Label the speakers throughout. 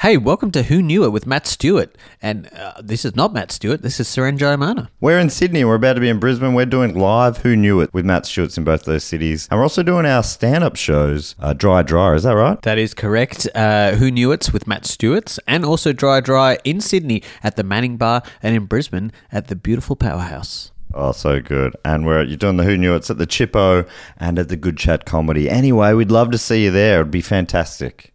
Speaker 1: Hey, welcome to Who Knew It with Matt Stewart. And uh, this is not Matt Stewart, this is Seren Jayamana.
Speaker 2: We're in Sydney. We're about to be in Brisbane. We're doing live Who Knew It with Matt Schultz in both those cities. And we're also doing our stand up shows, uh, Dry Dry. Is that right?
Speaker 1: That is correct. Uh, Who Knew It's with Matt Stewart's and also Dry Dry in Sydney at the Manning Bar and in Brisbane at the beautiful Powerhouse.
Speaker 2: Oh, so good. And we're you're doing the Who Knew It's at the Chippo and at the Good Chat Comedy. Anyway, we'd love to see you there. It'd be fantastic.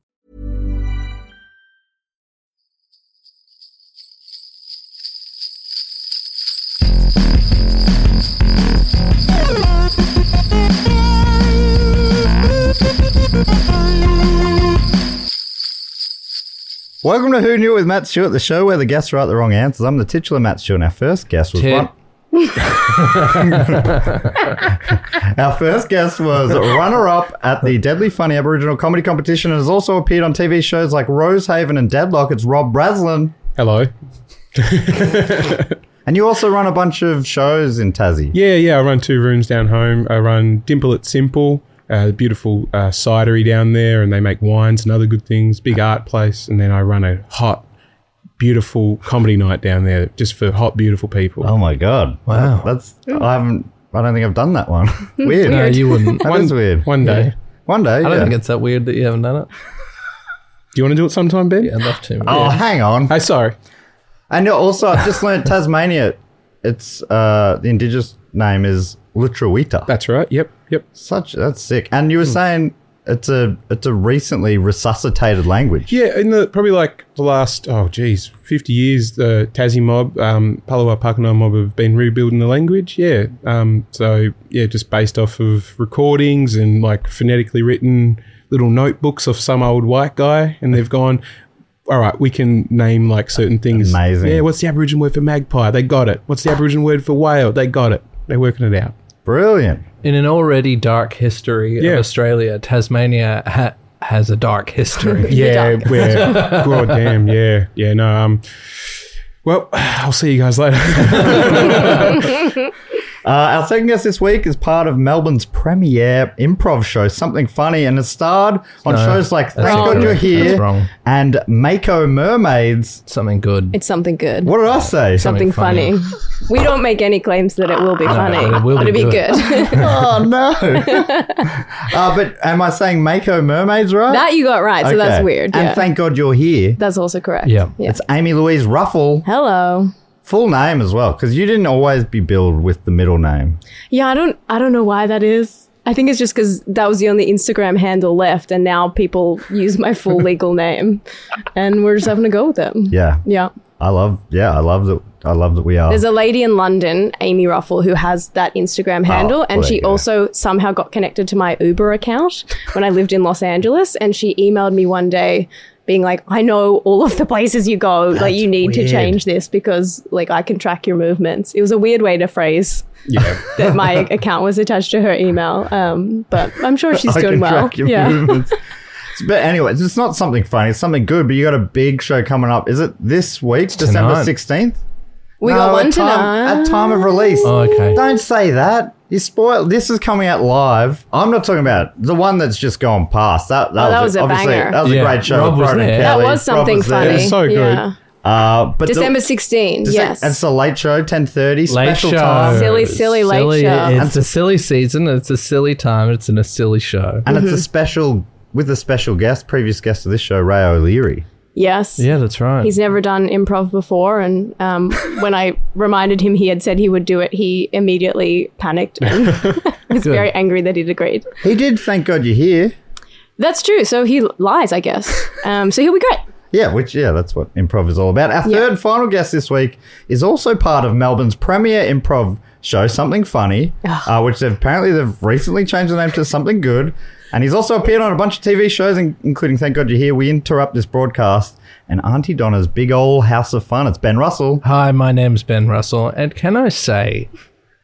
Speaker 2: Welcome to Who Knew It with Matt Stewart, the show where the guests write the wrong answers. I'm the titular Matt Stewart. and Our first guest was
Speaker 3: Tit.
Speaker 2: one. Our first guest was runner-up at the Deadly Funny Aboriginal Comedy Competition and has also appeared on TV shows like Rosehaven and Deadlock. It's Rob Braslin,
Speaker 3: Hello.
Speaker 2: and you also run a bunch of shows in Tassie.
Speaker 3: Yeah, yeah. I run two rooms down home. I run Dimple at Simple, uh, beautiful uh, cidery down there, and they make wines and other good things. Big art place, and then I run a hot, beautiful comedy night down there just for hot, beautiful people.
Speaker 2: Oh my god!
Speaker 4: Wow.
Speaker 2: that's I haven't. I don't think I've done that one. weird.
Speaker 4: No, you wouldn't.
Speaker 2: That
Speaker 3: One-
Speaker 2: is weird.
Speaker 3: One day.
Speaker 4: Yeah.
Speaker 2: One day.
Speaker 4: I don't
Speaker 2: yeah.
Speaker 4: think it's that weird that you haven't done it.
Speaker 3: Do you want to do it sometime, Ben?
Speaker 4: Yeah, I'd love to.
Speaker 2: Oh, hang on.
Speaker 3: Hey, sorry.
Speaker 2: And also, I've just learned Tasmania. It's uh, the indigenous name is Lutruwita.
Speaker 3: That's right. Yep, yep.
Speaker 2: Such that's sick. And you
Speaker 4: Hmm.
Speaker 2: were saying it's a it's a recently resuscitated language.
Speaker 3: Yeah, in the probably like the last oh geez, fifty years, the Tassie mob, um, Palawa Pakenham mob have been rebuilding the language. Yeah, um, so yeah, just based off of recordings and like phonetically written little notebooks of some old white guy, and they've gone. All right, we can name like certain things.
Speaker 2: Amazing.
Speaker 3: Yeah, what's the Aboriginal word for magpie? They got it. What's the Aboriginal word for whale? They got it. They're working it out.
Speaker 2: Brilliant.
Speaker 4: In an already dark history
Speaker 3: Yeah.
Speaker 4: of Australia, Tasmania ha- has a dark history.
Speaker 3: Yeah, we're god damn, yeah. Yeah, no, um well, I'll see you guys later.
Speaker 2: Uh, our second guest this week is part of Melbourne's premier improv show, Something Funny, and has starred on shows like Thank
Speaker 4: wrong.
Speaker 2: God You're
Speaker 4: That's
Speaker 2: Here
Speaker 4: wrong.
Speaker 2: and Mako Mermaids.
Speaker 4: Something good.
Speaker 5: It's something good.
Speaker 2: What did I say?
Speaker 4: Something
Speaker 5: Something funny. We don't make any claims that it will be funny,
Speaker 4: but it will
Speaker 5: but
Speaker 4: be
Speaker 5: it'll be
Speaker 4: good.
Speaker 5: good.
Speaker 2: oh no! uh, but am I saying Mako Mermaids right?
Speaker 5: that you got right, so that's
Speaker 2: Okay.
Speaker 5: weird.
Speaker 2: And
Speaker 5: yeah.
Speaker 2: Thank God You're Here.
Speaker 5: that's also correct.
Speaker 4: Yeah.
Speaker 5: yeah.
Speaker 2: It's Amy Louise Ruffle,
Speaker 5: Hello.
Speaker 2: full name as well, because you didn't always be billed with the middle name.
Speaker 5: Yeah, I don't I don't know why that is. I think it's just because that was the only Instagram handle left, and now people use my full legal name, and we're just having a go with it.
Speaker 2: Yeah,
Speaker 5: Yeah.
Speaker 2: I love. Yeah, I love that. I love that we are.
Speaker 5: There's a lady in London, Amy Ruffle, who has that Instagram handle, and
Speaker 2: well, Ah,
Speaker 5: she
Speaker 2: yeah.
Speaker 5: also somehow got connected to my Uber account when I lived in Los Angeles. And she emailed me one day being like, I know all of the places you go. like, you need to
Speaker 2: weird.
Speaker 5: change this because, like, I can track your movements. It was a weird way to phrase. that my account was attached to her email, um, but I'm sure she's
Speaker 2: I
Speaker 5: doing
Speaker 2: can
Speaker 5: well.
Speaker 2: track your
Speaker 5: yeah,
Speaker 2: movements. but anyway, it's not something funny. It's something good. But you got a big show coming up. Is it this week, December
Speaker 4: tonight.
Speaker 2: sixteenth?
Speaker 5: we got one
Speaker 2: at
Speaker 5: tonight.
Speaker 2: time, at time of release.
Speaker 4: Oh, okay.
Speaker 2: Don't say that. You spoil. This is coming out live. I'm not talking about the one that's just gone past. That that,
Speaker 5: Oh, that
Speaker 2: was,
Speaker 5: was
Speaker 2: it.
Speaker 5: a
Speaker 2: obviously
Speaker 5: banger.
Speaker 2: that was a
Speaker 4: Yeah,
Speaker 2: great show.
Speaker 4: Rob
Speaker 2: with
Speaker 4: was
Speaker 2: Broden Kelly.
Speaker 4: there. That
Speaker 5: that
Speaker 2: Rob
Speaker 5: was something
Speaker 2: there.
Speaker 5: funny.
Speaker 3: It was so good.
Speaker 5: Yeah.
Speaker 2: Uh, but the-
Speaker 5: December 16,
Speaker 2: It's
Speaker 5: yes.
Speaker 2: A, it's a late show, ten thirty.
Speaker 4: Late
Speaker 2: Special
Speaker 4: show.
Speaker 2: time,
Speaker 5: Silly, silly late show.
Speaker 4: It's a silly season. It's a silly time. It's in a silly show.
Speaker 2: and
Speaker 5: Mm-hmm.
Speaker 2: it's a special with a special guest, previous guest of this show, Ray O'Leary.
Speaker 5: yes.
Speaker 4: Yeah, that's right.
Speaker 5: He's never done improv before, and um, when I reminded him he had said he would do it, he immediately panicked and was very angry that he'd agreed.
Speaker 2: He did. Thank God you're here.
Speaker 5: That's true. So he lies, I guess. Um, so he'll be great.
Speaker 2: Yeah, which, yeah, that's what improv is all about. Our
Speaker 5: Yeah.
Speaker 2: third final guest this week is also part of Melbourne's premier improv show, Something Funny, uh, which they've, apparently they've recently changed the name to Something Good. And he's also appeared on a bunch of TV shows, in- including Thank God You're Here, We Interrupt This Broadcast, and Auntie Donna's Big Ol' House of Fun. It's Ben Russell.
Speaker 4: Hi, my name's Ben Russell, and can I say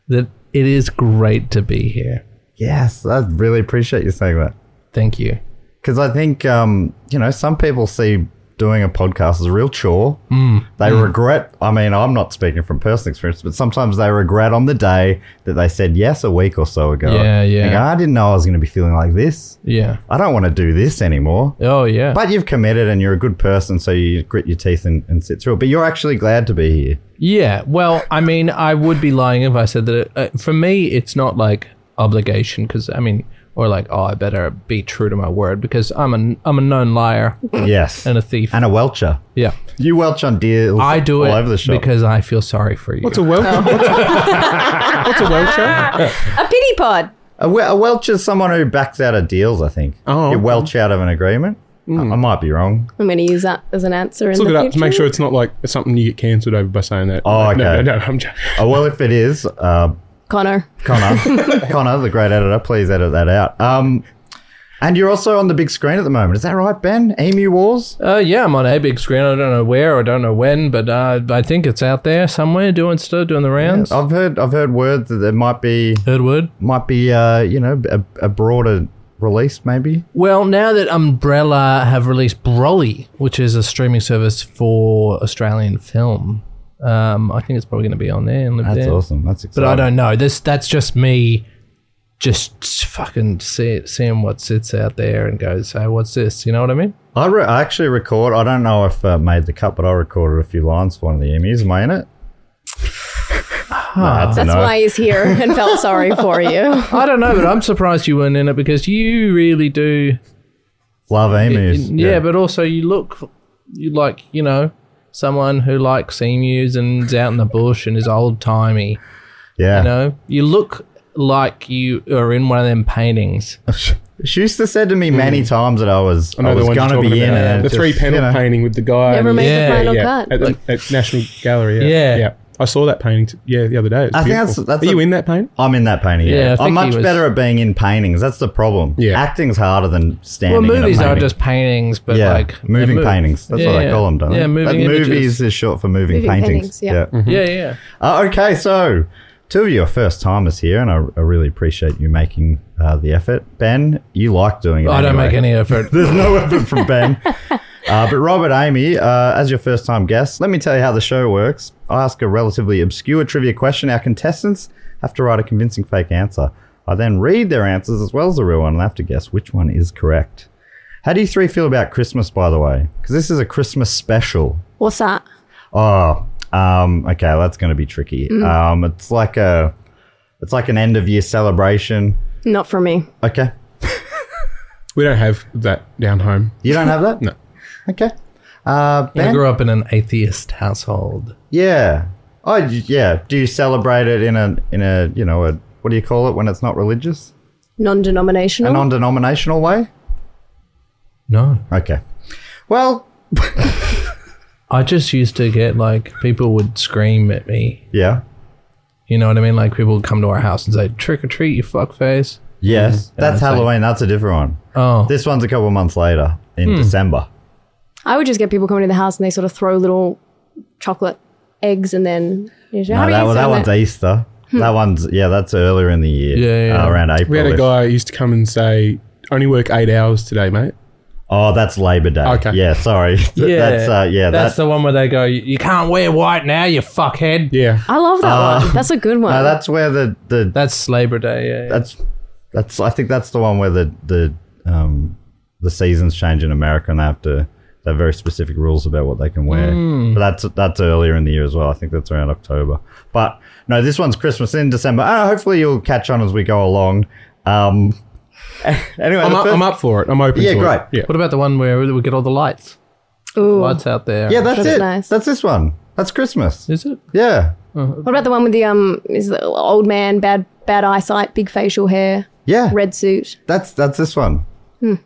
Speaker 4: that it is great to be here?
Speaker 2: Yes, I really appreciate you saying that.
Speaker 4: Thank you.
Speaker 2: because I think um, you know some people see doing a podcast as a real chore.
Speaker 4: Mm.
Speaker 2: They regret. I mean, I'm not speaking from personal experience, but sometimes they regret on the day that they said yes a week or so ago.
Speaker 4: Yeah, yeah.
Speaker 2: Like, I didn't know I was going to be feeling like this.
Speaker 4: Yeah.
Speaker 2: I don't want to do this anymore.
Speaker 4: Oh, yeah.
Speaker 2: But you've committed and you're a good person, so you grit your teeth and, and sit through it. But you're actually glad to be here.
Speaker 4: Yeah. Well, I mean, I would be lying if I said that. It, uh, for me, it's not like obligation because I mean, or like, oh, I better be true to my word because I'm a I'm a known liar
Speaker 2: Yes.
Speaker 4: and a thief.
Speaker 2: and a welcher.
Speaker 4: yeah,
Speaker 2: You welch on deals
Speaker 4: I do
Speaker 2: all
Speaker 4: it
Speaker 2: over the shop.
Speaker 4: because I feel sorry for you.
Speaker 3: What's a
Speaker 5: Oh.
Speaker 3: welcome? What's a, what's a welcher?
Speaker 5: A pity pod.
Speaker 2: A, we- a welch is someone who backs out of deals, I think.
Speaker 3: Oh,
Speaker 2: You
Speaker 3: okay.
Speaker 2: welch out of an agreement. I, I might be wrong.
Speaker 5: I'm going to use that as an answer
Speaker 3: Let's
Speaker 5: in
Speaker 3: look it
Speaker 5: the
Speaker 3: up
Speaker 5: future.
Speaker 3: to make sure it's not like it's something you get cancelled over by saying that.
Speaker 2: Oh,
Speaker 3: No,
Speaker 2: okay.
Speaker 3: no, no, I'm joking.
Speaker 2: Oh, well, if it is, uh,
Speaker 5: Connor.
Speaker 2: Connor, Connor, the great editor, please edit that out. Um, and you're also on the big screen at the moment. Is that right, Ben? Emu Wars?
Speaker 4: Uh, yeah, I'm on a big screen. I don't know where, I don't know when, but uh, I think it's out there somewhere doing stuff, doing the rounds.
Speaker 2: I've heard I've heard word that there might be
Speaker 4: Third word.
Speaker 2: might be uh, you know a, a broader release maybe.
Speaker 4: Well, now that Umbrella have released Broly, which is a streaming service for Australian film, um, I think it's probably going to be on there. And live
Speaker 2: That's
Speaker 4: there.
Speaker 2: awesome. That's
Speaker 4: But
Speaker 2: exciting.
Speaker 4: I don't know. This that's just me, just fucking see, seeing what sits out there and goes, "Hey, what's this?" You know what I mean?
Speaker 2: I, re- I actually record. I don't know if uh, made the cut, but I recorded a few lines for one of the emus. Am I in it? Ah. No, that's a
Speaker 5: That's
Speaker 2: no.
Speaker 5: why he's here and felt sorry for
Speaker 3: Um,
Speaker 5: you.
Speaker 4: I don't know, but I'm surprised you weren't in it because you really do.
Speaker 2: Love emus.
Speaker 4: yeah, but also you look, you like you know. Someone who likes emus and is out in the bush and is old timey.
Speaker 2: yeah.
Speaker 4: You know, you look like you are in one of them paintings.
Speaker 2: Schuster said to me many
Speaker 4: Hmm.
Speaker 2: times that I was I,
Speaker 3: I know the
Speaker 2: was
Speaker 3: one
Speaker 2: going to
Speaker 3: you're
Speaker 2: be
Speaker 3: talking
Speaker 2: in
Speaker 3: about.
Speaker 2: it.
Speaker 3: the
Speaker 2: Just,
Speaker 3: three panel
Speaker 2: you know,
Speaker 3: painting with the guy.
Speaker 5: Never
Speaker 3: and-
Speaker 5: made
Speaker 4: Yeah,
Speaker 5: the final
Speaker 3: yeah,
Speaker 5: cut.
Speaker 3: At, the, at National Gallery. Yeah,
Speaker 4: Yeah.
Speaker 3: I saw that painting. T- yeah, the other day. It was
Speaker 2: I think
Speaker 3: beautiful.
Speaker 2: that's- that's
Speaker 3: Are you
Speaker 2: a-
Speaker 3: in that painting?
Speaker 2: I'm in that painting. Yeah,
Speaker 4: Yeah, I
Speaker 2: I'm
Speaker 4: think
Speaker 2: much
Speaker 4: he was-
Speaker 2: better at being in paintings. That's the problem.
Speaker 3: Yeah.
Speaker 2: acting's harder than standing.
Speaker 4: Well,
Speaker 2: in a
Speaker 4: movies are
Speaker 2: painting.
Speaker 4: just paintings, but
Speaker 2: yeah,
Speaker 4: like they
Speaker 2: moving
Speaker 4: move.
Speaker 2: paintings. That's
Speaker 4: Yeah,
Speaker 2: what I
Speaker 4: yeah.
Speaker 2: call them. Don't
Speaker 4: Yeah,
Speaker 2: they?
Speaker 4: moving
Speaker 2: But
Speaker 4: images.
Speaker 2: movies is short for moving,
Speaker 5: Moving
Speaker 2: paintings.
Speaker 5: paintings, yeah.
Speaker 4: Yeah, yeah.
Speaker 2: Uh, okay, so two of you are first timers here, and I, I really appreciate you making uh, the effort. Ben, you like doing it.
Speaker 4: I don't
Speaker 2: anyway.
Speaker 4: make any effort.
Speaker 2: There's no effort from Ben. Uh, but Robert, Amy, uh, as your first time guest, let me tell you how the show works. I ask a relatively obscure trivia question. Our contestants have to write a convincing fake answer. I then read their answers as well as the real one and I have to guess which one is correct. How do you three feel about Christmas, by the way? Because this is a Christmas special.
Speaker 5: What's that?
Speaker 2: Oh, um, okay, that's going to be tricky. Um, it's like a, it's like an end of year celebration.
Speaker 5: Not for me.
Speaker 2: Okay,
Speaker 3: We don't have that down home.
Speaker 2: you don't have that.
Speaker 3: No.
Speaker 2: Okay. Uh,
Speaker 4: I
Speaker 2: ben?
Speaker 4: grew up in an atheist household.
Speaker 2: Yeah. Oh, y- yeah. Do you celebrate it in a in a you know a what do you call it when it's not religious?
Speaker 5: Non
Speaker 2: A
Speaker 5: denominational.
Speaker 2: non-denominational way.
Speaker 4: No,
Speaker 2: Okay. Well,
Speaker 4: I just used to get like people would scream at me.
Speaker 2: yeah.
Speaker 4: You know what I mean? Like people would come to our house and say, "Trick or treat, you fuckface."
Speaker 2: Yes, that's
Speaker 4: it's like-
Speaker 2: Halloween. that's a different one.
Speaker 4: Oh,
Speaker 2: This one's a couple months later in December.
Speaker 5: I would just get people coming to the house and they sort of throw little chocolate eggs and then. You know,
Speaker 2: No,
Speaker 5: how do
Speaker 2: that,
Speaker 5: you
Speaker 2: one- that
Speaker 5: sell
Speaker 2: one's Easter. That one's yeah, that's earlier in the year.
Speaker 4: Yeah, yeah,
Speaker 2: uh,
Speaker 4: yeah.
Speaker 2: around April.
Speaker 3: We had a guy who used to come and say, "Only work eight hours today, mate."
Speaker 2: Oh, that's Labor Day.
Speaker 3: Okay.
Speaker 2: Yeah, sorry.
Speaker 4: yeah,
Speaker 2: that's uh, yeah.
Speaker 4: that's
Speaker 2: that,
Speaker 4: the one where they go, "You you can't wear white now, you fuckhead."
Speaker 3: Yeah,
Speaker 5: I love that one. That's a good one.
Speaker 2: Uh, no, that's where the the
Speaker 4: That's Labor Day. Yeah, yeah.
Speaker 2: that's that's I think that's the one where the the um the seasons change in America and they have to they have very specific rules about what they can wear.
Speaker 3: Hmm.
Speaker 2: But that's that's earlier in the year as well. I think that's around October. But no, this one's Christmas in December. Uh, hopefully you'll catch on as we go along. Um anyway,
Speaker 3: I'm
Speaker 2: the
Speaker 3: up,
Speaker 2: first-
Speaker 3: I'm up for it. I'm open.
Speaker 2: Yeah,
Speaker 3: to
Speaker 2: great.
Speaker 3: It. Yeah,
Speaker 4: what about the one where we get all the lights?
Speaker 5: Ooh.
Speaker 4: Lights out there.
Speaker 2: Yeah, that's,
Speaker 5: That's
Speaker 2: it.
Speaker 5: nice.
Speaker 2: That's this one. That's Christmas.
Speaker 4: is it?
Speaker 2: Yeah.
Speaker 5: What about the one with the um is the old man bad bad eyesight, big facial hair,
Speaker 2: Yeah.
Speaker 5: red suit?
Speaker 2: That's that's this one.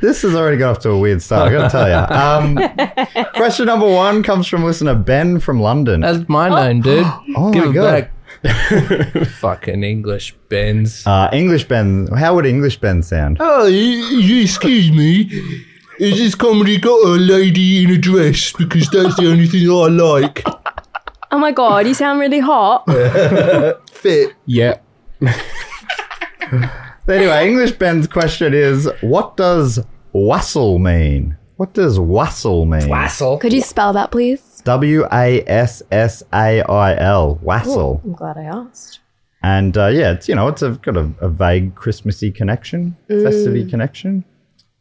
Speaker 2: This has already got off to a weird start, I gotta tell you. Um, question number one comes from listener Ben from London.
Speaker 4: That's my name, dude.
Speaker 2: Oh my
Speaker 4: Give it
Speaker 2: God.
Speaker 4: back. Fucking English bends.
Speaker 2: Uh, English Ben, how would English Ben sound?
Speaker 4: Oh, excuse me. Is this comedy got a lady in a dress? Because that's the only thing I like.
Speaker 5: Oh my god, you sound really hot.
Speaker 4: Fit.
Speaker 3: Yeah.
Speaker 2: Anyway, English Ben's question is what does wassail mean? What does wassail mean?
Speaker 5: Could you spell that, please?
Speaker 2: W A S S A I L, wassail.
Speaker 5: I'm glad I asked.
Speaker 2: And uh, yeah, it's, you know, it's a, got a, a vague Christmassy connection, festive connection.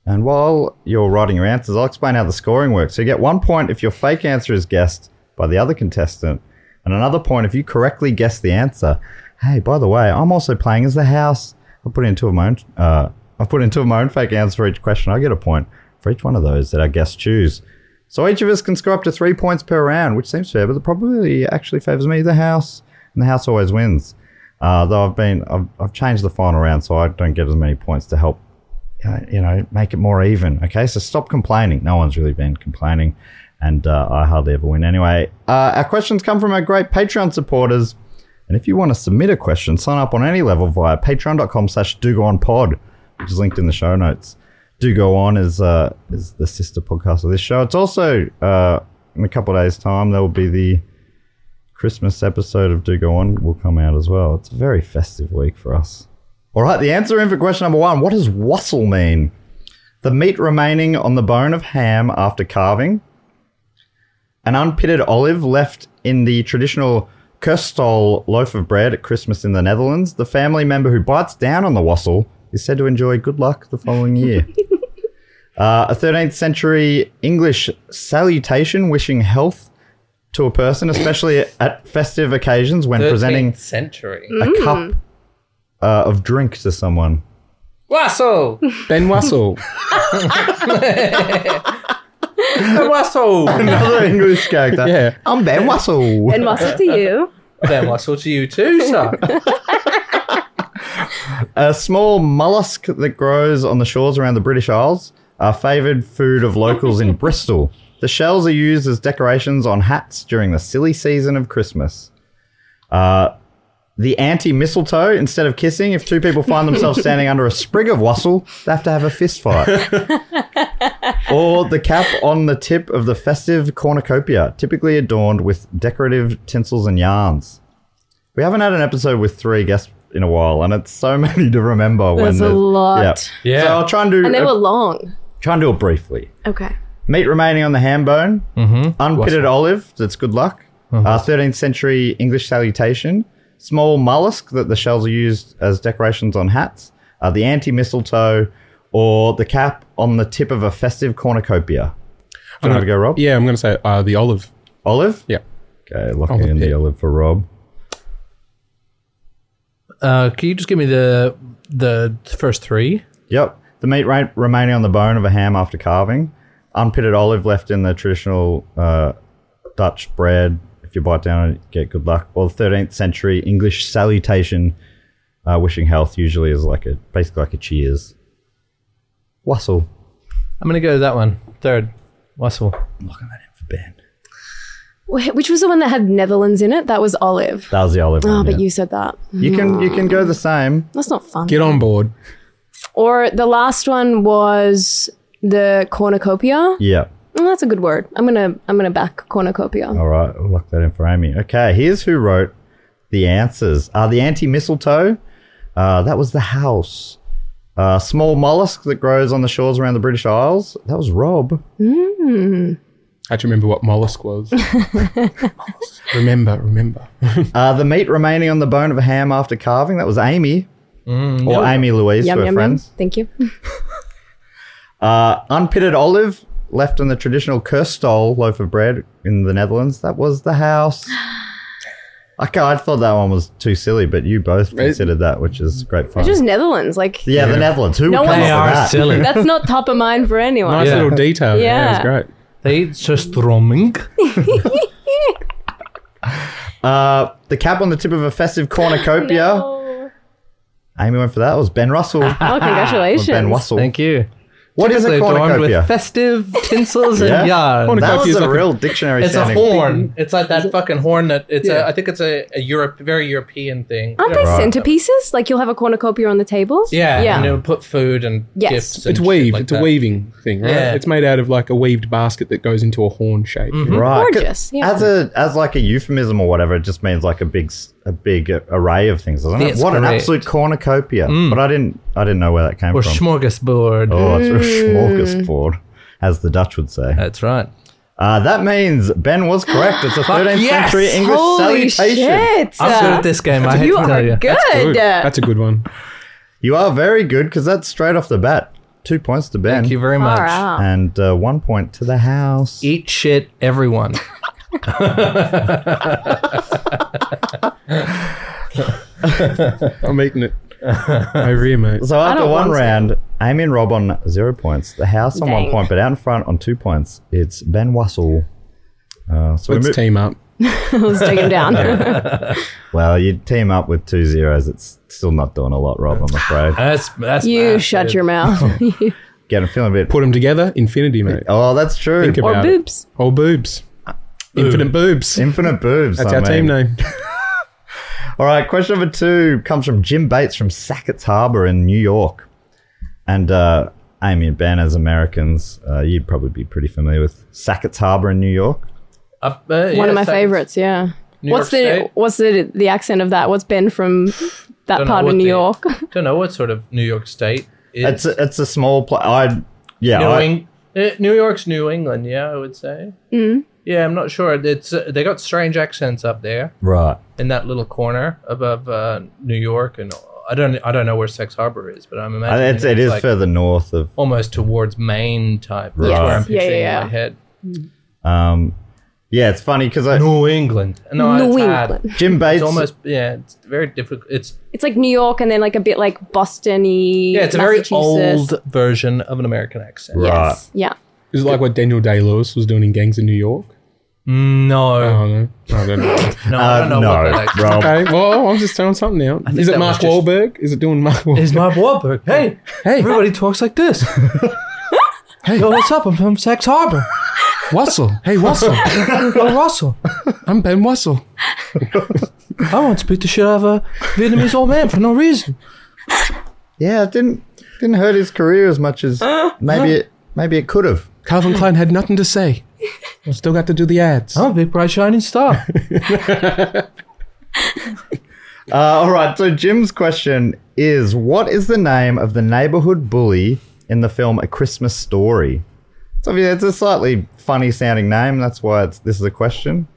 Speaker 2: And while you're writing your answers, I'll explain how the scoring works. So you get one point if your fake answer is guessed by the other contestant, and another point if you correctly guess the answer. Hey, by the way, I'm also playing as the house. I put in two of my own. Uh, I put in two of my own fake answers for each question. I get a point for each one of those that our guests choose. So each of us can score up to three points per round, which seems fair, but the probability actually favors me, the house, and the house always wins. Uh, though I've been, I've, I've changed the final round, so I don't get as many points to help, uh, you know, make it more even. Okay, so stop complaining. No one's really been complaining, and uh, I hardly ever win anyway. Uh, our questions come from our great Patreon supporters, and if you want to submit a question, sign up on any level via Patreon.com/slash Do Go On Pod, which is linked in the show notes. Do Go On is uh, is the sister podcast of this show. It's also uh, in a couple of days' time there will be the Christmas episode of Do Go On will come out as well. It's a very festive week for us. All right, the answer in for question number one What does wassail mean? The meat remaining on the bone of ham after carving. An unpitted olive left in the traditional Kerstal loaf of bread at Christmas in the Netherlands. The family member who bites down on the wassail is said to enjoy good luck the following year. Uh, a 13th century English salutation wishing health to a person, especially at festive occasions when presenting
Speaker 4: century.
Speaker 2: a cup uh, of drink to someone.
Speaker 4: Wassel!
Speaker 3: Ben Wassel.
Speaker 4: Ben Wassel!
Speaker 2: Another English character.
Speaker 3: Yeah.
Speaker 2: I'm Ben Wassel.
Speaker 5: And what's to you?
Speaker 4: Ben Wassel to you too, sir.
Speaker 2: a small mollusk that grows on the shores around the British Isles, a favoured food of locals in Bristol. The shells are used as decorations on hats during the silly season of Christmas. Uh, the anti mistletoe, instead of kissing, if two people find themselves standing under a sprig of wassail, they have to have a fist fight. or the cap on the tip of the festive cornucopia, typically adorned with decorative tinsels and yarns. We haven't had an episode with three guests in a while, and it's so many to remember.
Speaker 5: There's
Speaker 2: when
Speaker 5: a
Speaker 2: the-
Speaker 5: lot.
Speaker 2: Yeah.
Speaker 4: Yeah.
Speaker 2: So I'll try and do
Speaker 5: And they
Speaker 2: uh,
Speaker 5: were long.
Speaker 2: try and do it briefly.
Speaker 5: Okay.
Speaker 2: Meat remaining on the ham bone,
Speaker 3: Mm-hmm.
Speaker 2: unpitted olive. That's good luck.
Speaker 3: Uh-huh.
Speaker 2: Uh, 13th century English salutation. Small mollusk that the shells are used as decorations on hats. Uh, the anti mistletoe, or the cap on the tip of a festive cornucopia. Do you want to go, Rob?
Speaker 3: yeah, I'm going to say uh, the olive.
Speaker 2: Olive.
Speaker 3: Yeah.
Speaker 2: Okay, locking
Speaker 3: Olive
Speaker 2: in the
Speaker 3: pit.
Speaker 2: olive for Rob.
Speaker 4: Uh, can you just give me the the first three?
Speaker 2: Yep. The meat ra- remaining on the bone of a ham after carving. Unpitted olive left in the traditional uh, Dutch bread. If you bite down on it, get good luck. Or the 13th century English salutation, uh, wishing health, usually is like a basically like a cheers. Wassail.
Speaker 4: I'm going to go with that one. Third. Wassel.
Speaker 2: Look at that for Ben.
Speaker 5: Wh- Which was the one that had Netherlands in it? That was Olive.
Speaker 2: That was the olive.
Speaker 5: Oh,
Speaker 2: one,
Speaker 5: but
Speaker 2: yeah.
Speaker 5: you said that.
Speaker 2: you can you can go the same.
Speaker 5: That's not fun.
Speaker 3: Get on board.
Speaker 5: Or the last one was the cornucopia.
Speaker 2: Yeah. Oh,
Speaker 5: Oh, that's a good word. I'm gonna I'm gonna back cornucopia.
Speaker 2: All right, we'll lock that in for Amy. Okay, here's who wrote the answers. Uh, the anti mistletoe, uh, that was the house. Uh, small mollusk that grows on the shores around the British Isles, that was Rob.
Speaker 3: I had to remember what mollusk was. Mollusk. remember, remember.
Speaker 2: Uh, the meat remaining on the bone of a ham after carving, that was Amy. or Amy Louise, to
Speaker 5: Yum
Speaker 2: her
Speaker 5: yum
Speaker 2: friends.
Speaker 5: yum. Thank you.
Speaker 2: Uh, unpitted olive left in the traditional Kerstal loaf of bread in the Netherlands, that was the house. I, ca- I thought that one was too silly, but you both considered that, which is great fun.
Speaker 5: It's just Netherlands. Like
Speaker 2: yeah, the Netherlands. Who
Speaker 5: No
Speaker 2: would come up
Speaker 5: one's-
Speaker 2: with
Speaker 5: They
Speaker 2: that?
Speaker 4: silly.
Speaker 5: that's not top of mind for anyone.
Speaker 3: Nice
Speaker 4: Yeah.
Speaker 3: little detail. Yeah.
Speaker 5: Yeah.
Speaker 3: it was great.
Speaker 4: They eat stroming.
Speaker 2: Uh, the cap on the tip of a festive cornucopia.
Speaker 5: Oh,
Speaker 2: Amy went for that. It was Ah, Ben Russell.
Speaker 5: Oh, congratulations.
Speaker 2: ben Russell.
Speaker 4: Thank you.
Speaker 2: What is a
Speaker 4: Typically adorned with
Speaker 2: cornucopia?
Speaker 4: festive tinsels
Speaker 2: Yeah.
Speaker 4: and
Speaker 2: That
Speaker 4: yarn.
Speaker 2: was
Speaker 3: Cornucopia is
Speaker 2: a
Speaker 3: like a-
Speaker 2: real dictionary
Speaker 4: It's a
Speaker 2: sounding
Speaker 4: horn. It's like that fucking horn that it's.
Speaker 3: Yeah.
Speaker 4: A, I think it's a, a Europe, very European thing.
Speaker 5: Aren't they
Speaker 4: Yeah.
Speaker 5: centerpieces? Like you'll have a cornucopia on the table?
Speaker 4: Yeah,
Speaker 5: Yeah.
Speaker 4: and it would put food and
Speaker 5: Yes.
Speaker 4: gifts. And
Speaker 3: It's
Speaker 4: shit
Speaker 3: weave.
Speaker 4: like
Speaker 3: it's a
Speaker 4: that.
Speaker 3: weaving thing, right?
Speaker 4: Yeah.
Speaker 3: It's made out of like a weaved basket that goes into a horn shape.
Speaker 2: Right.
Speaker 5: Gorgeous, yeah.
Speaker 2: As a as like a euphemism or whatever, it just means like a big s- a big array of things, doesn't it?
Speaker 4: That's
Speaker 2: what an
Speaker 4: correct. Mm.
Speaker 2: absolute cornucopia! But I didn't I didn't know where that came
Speaker 4: Or
Speaker 2: from.
Speaker 4: smorgasbord.
Speaker 2: oh, it's a
Speaker 5: Mm.
Speaker 2: smorgasbord, as the Dutch would say.
Speaker 4: That's right.
Speaker 2: Uh, that means Ben was correct. It's a 13th
Speaker 4: yes!
Speaker 2: century English
Speaker 5: Holy
Speaker 2: salutation.
Speaker 5: shit!
Speaker 4: I'm good at this game. I hate
Speaker 5: you
Speaker 4: to
Speaker 5: are
Speaker 4: tell you.
Speaker 5: good.
Speaker 3: Good. That's a good one.
Speaker 2: You are very good because that's straight off the bat. Two points to Ben.
Speaker 4: Thank you very much. E-
Speaker 5: Far out.
Speaker 2: and uh, one point to the house.
Speaker 4: Eat shit, everyone.
Speaker 3: I'm eating it over here, mate.
Speaker 2: So after
Speaker 5: don't
Speaker 2: one
Speaker 5: want to.
Speaker 2: round, Amy and Rob on zero points. The house on one
Speaker 5: Dang.
Speaker 2: point, but out in front on two points. It's Ben Wassel. Uh, so we
Speaker 3: Let's
Speaker 2: move-
Speaker 3: team up.
Speaker 5: Let's take him down.
Speaker 2: well, you team up with two zeros. It's still not doing a lot, Rob. I'm afraid.
Speaker 4: That's that's
Speaker 5: you
Speaker 4: bad,
Speaker 5: shut
Speaker 4: dude.
Speaker 5: your mouth.
Speaker 2: Again, I'm feeling a bit.
Speaker 3: Put them together, infinity, mate.
Speaker 2: Oh, that's true.
Speaker 3: Think
Speaker 5: or
Speaker 3: about it.
Speaker 5: boobs.
Speaker 3: Or boobs. Infinite boobs.
Speaker 2: Infinite boobs.
Speaker 3: That's
Speaker 2: I
Speaker 3: our team
Speaker 2: mean.
Speaker 3: name.
Speaker 2: All right, question number two comes from Jim Bates from Sackett's Harbor in New York. And uh, Amy and Ben, as Americans, uh, you'd probably be pretty familiar with Sackett's Harbor in New York.
Speaker 4: Up, uh, yeah,
Speaker 5: One of my
Speaker 4: so-
Speaker 5: favorites. Yeah.
Speaker 4: New
Speaker 5: what's
Speaker 4: York
Speaker 5: the
Speaker 4: State?
Speaker 5: what's the the accent of that? What's Ben from that
Speaker 4: Don't know
Speaker 5: part of
Speaker 4: what
Speaker 5: New
Speaker 4: the-
Speaker 5: York?
Speaker 4: Don't know what sort of New York State.
Speaker 2: It's
Speaker 4: It's
Speaker 2: a, it's a small place. I yeah,
Speaker 4: New,
Speaker 2: I-
Speaker 4: Eng- eh, New York's New England. Yeah, I would say. Mm.
Speaker 5: Mm-hmm.
Speaker 4: Yeah, I'm not sure. It's uh, they got strange accents up there
Speaker 2: right.
Speaker 4: in that little corner above uh, New York, and I don't I don't know where Sex Harbor is, but I'm
Speaker 2: I-
Speaker 4: imagining
Speaker 2: It's it is
Speaker 4: like
Speaker 2: further north of.
Speaker 4: almost towards Maine type. That's
Speaker 2: Right.
Speaker 4: where I'm
Speaker 5: Yeah, yeah,
Speaker 4: picturing
Speaker 5: yeah.
Speaker 4: in my head.
Speaker 2: Um, yeah, it's funny because I
Speaker 4: New England. No,
Speaker 5: New
Speaker 4: it's hard.
Speaker 5: England.
Speaker 2: Jim Bates.
Speaker 4: It's almost yeah. It's very difficult. It's
Speaker 5: It's like New York and then like a bit like Boston y.
Speaker 4: yeah. It's a very old version of an American accent.
Speaker 2: Right.
Speaker 5: Yeah.
Speaker 3: Is it like what Daniel Day Lewis was doing in Gangs of New York?
Speaker 4: No,
Speaker 3: Oh, no. I don't know.
Speaker 4: no, I
Speaker 2: Uh,
Speaker 4: don't know what that
Speaker 2: no,
Speaker 4: accent.
Speaker 2: Rob.
Speaker 3: okay, well, I'm just throwing something out. Is it
Speaker 4: that
Speaker 3: Mark
Speaker 4: was just-
Speaker 3: Wahlberg? Is it doing Mark Wahlberg?
Speaker 4: It's Mark Wahlberg. Hey, hey, everybody talks like this. hey, yo, what's up? I'm from Sex Harbor.
Speaker 3: Wassel. Hey, Wassel.
Speaker 4: Oh, Russell,
Speaker 3: I'm Ben Wassel.
Speaker 4: I want to beat the shit out of a Vietnamese old man for no reason.
Speaker 2: Yeah, it didn't didn't hurt his career as much as
Speaker 4: Uh,
Speaker 2: maybe it maybe it could have.
Speaker 3: Calvin Klein had nothing to say. I still got to do the ads.
Speaker 4: I'm a big bright shining star.
Speaker 2: Uh, all right, so Jim's question is What is the name of the neighborhood bully in the film A Christmas Story? So, yeah, it's a slightly funny sounding name. That's why it's, this is a question.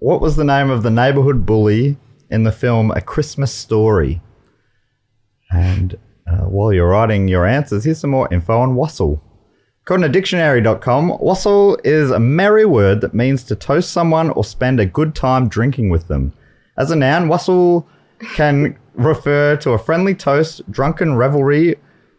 Speaker 2: What was the name of the neighborhood bully in the film A Christmas Story? And uh, while you're writing your answers, here's some more info on Wassel. According to dictionary.com, wassail is a merry word that means to toast someone or spend a good time drinking with them. As a noun, wassail can refer to a friendly toast, drunken revelry,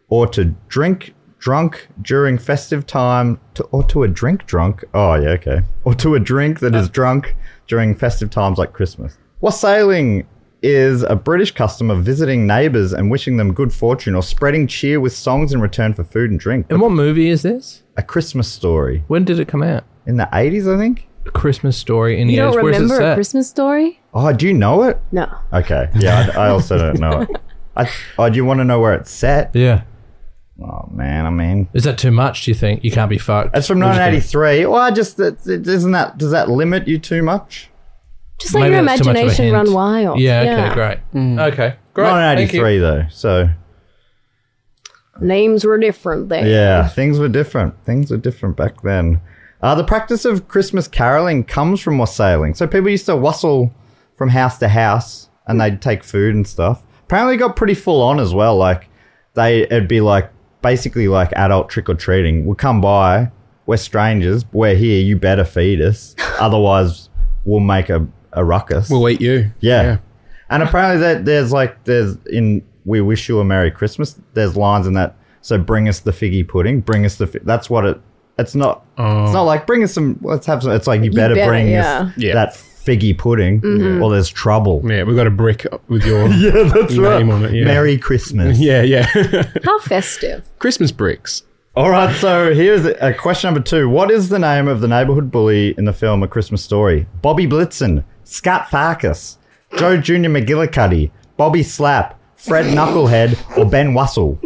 Speaker 2: or to drink drunk during festive time, to, or to a drink drunk. Oh, yeah, okay. Or to a drink that is drunk during festive times like Christmas. Wassailing is a British custom of visiting neighbours and wishing them good fortune or spreading cheer with songs in return for food and drink.
Speaker 4: and what movie is this?
Speaker 2: A Christmas Story
Speaker 4: When did it come out?
Speaker 2: in the eighties, I think.
Speaker 4: A Christmas story in
Speaker 5: You
Speaker 4: years.
Speaker 5: don't
Speaker 4: Where's it
Speaker 5: remember
Speaker 4: set?
Speaker 5: a Christmas story?
Speaker 2: Oh, do you know it?
Speaker 5: No.
Speaker 2: Okay, yeah, I, I also don't know it. I, oh, do you want to know where it's set?
Speaker 4: yeah.
Speaker 2: Oh man, I mean,
Speaker 4: Is that too much? Do you think you can't be fucked?
Speaker 2: it's from
Speaker 4: What do you think?
Speaker 2: 1983. Well, I just that that- isn't that does that limit you too much?
Speaker 5: Just let
Speaker 4: Maybe
Speaker 5: your
Speaker 4: that's too much of a
Speaker 5: imagination run
Speaker 4: hint.
Speaker 5: wild.
Speaker 4: Yeah. Okay. Great. Okay. Great. Thank you.
Speaker 2: 1983 though, so
Speaker 5: Names were different then.
Speaker 2: yeah, things were different. Things were different back then. Uh, the practice of Christmas caroling comes from wassailing. So people used to wassail from house to house and they'd take food and stuff. Apparently it got pretty full on as well. Like they it'd be like basically like adult trick or treating. We'll come by, we're strangers, we're here, you better feed us. Otherwise we'll make a, a ruckus.
Speaker 3: We'll eat you.
Speaker 2: Yeah. And apparently that there's like there's in We Wish You a Merry Christmas, there's lines in that so bring us the figgy pudding, bring us the fi-. that's what it it's not it's not like bring us some let's have some it's like you better,
Speaker 5: better,
Speaker 2: bring
Speaker 5: yeah. Mm-hmm.
Speaker 2: us
Speaker 3: Oh. Yeah.
Speaker 2: that figgy pudding or there's trouble.
Speaker 3: Yeah, we got a brick with your
Speaker 2: That's
Speaker 3: name on it. Yeah.
Speaker 2: Merry Christmas.
Speaker 3: Yeah, yeah.
Speaker 5: How festive.
Speaker 3: Christmas bricks.
Speaker 2: All right, so here's a question number two. What is the name of the neighborhood bully in the film A Christmas Story? Bobby Blitzen, Scott Farkas, Joe Jr. McGillicuddy, Bobby Slap, Fred Knucklehead, or Ben Wussel?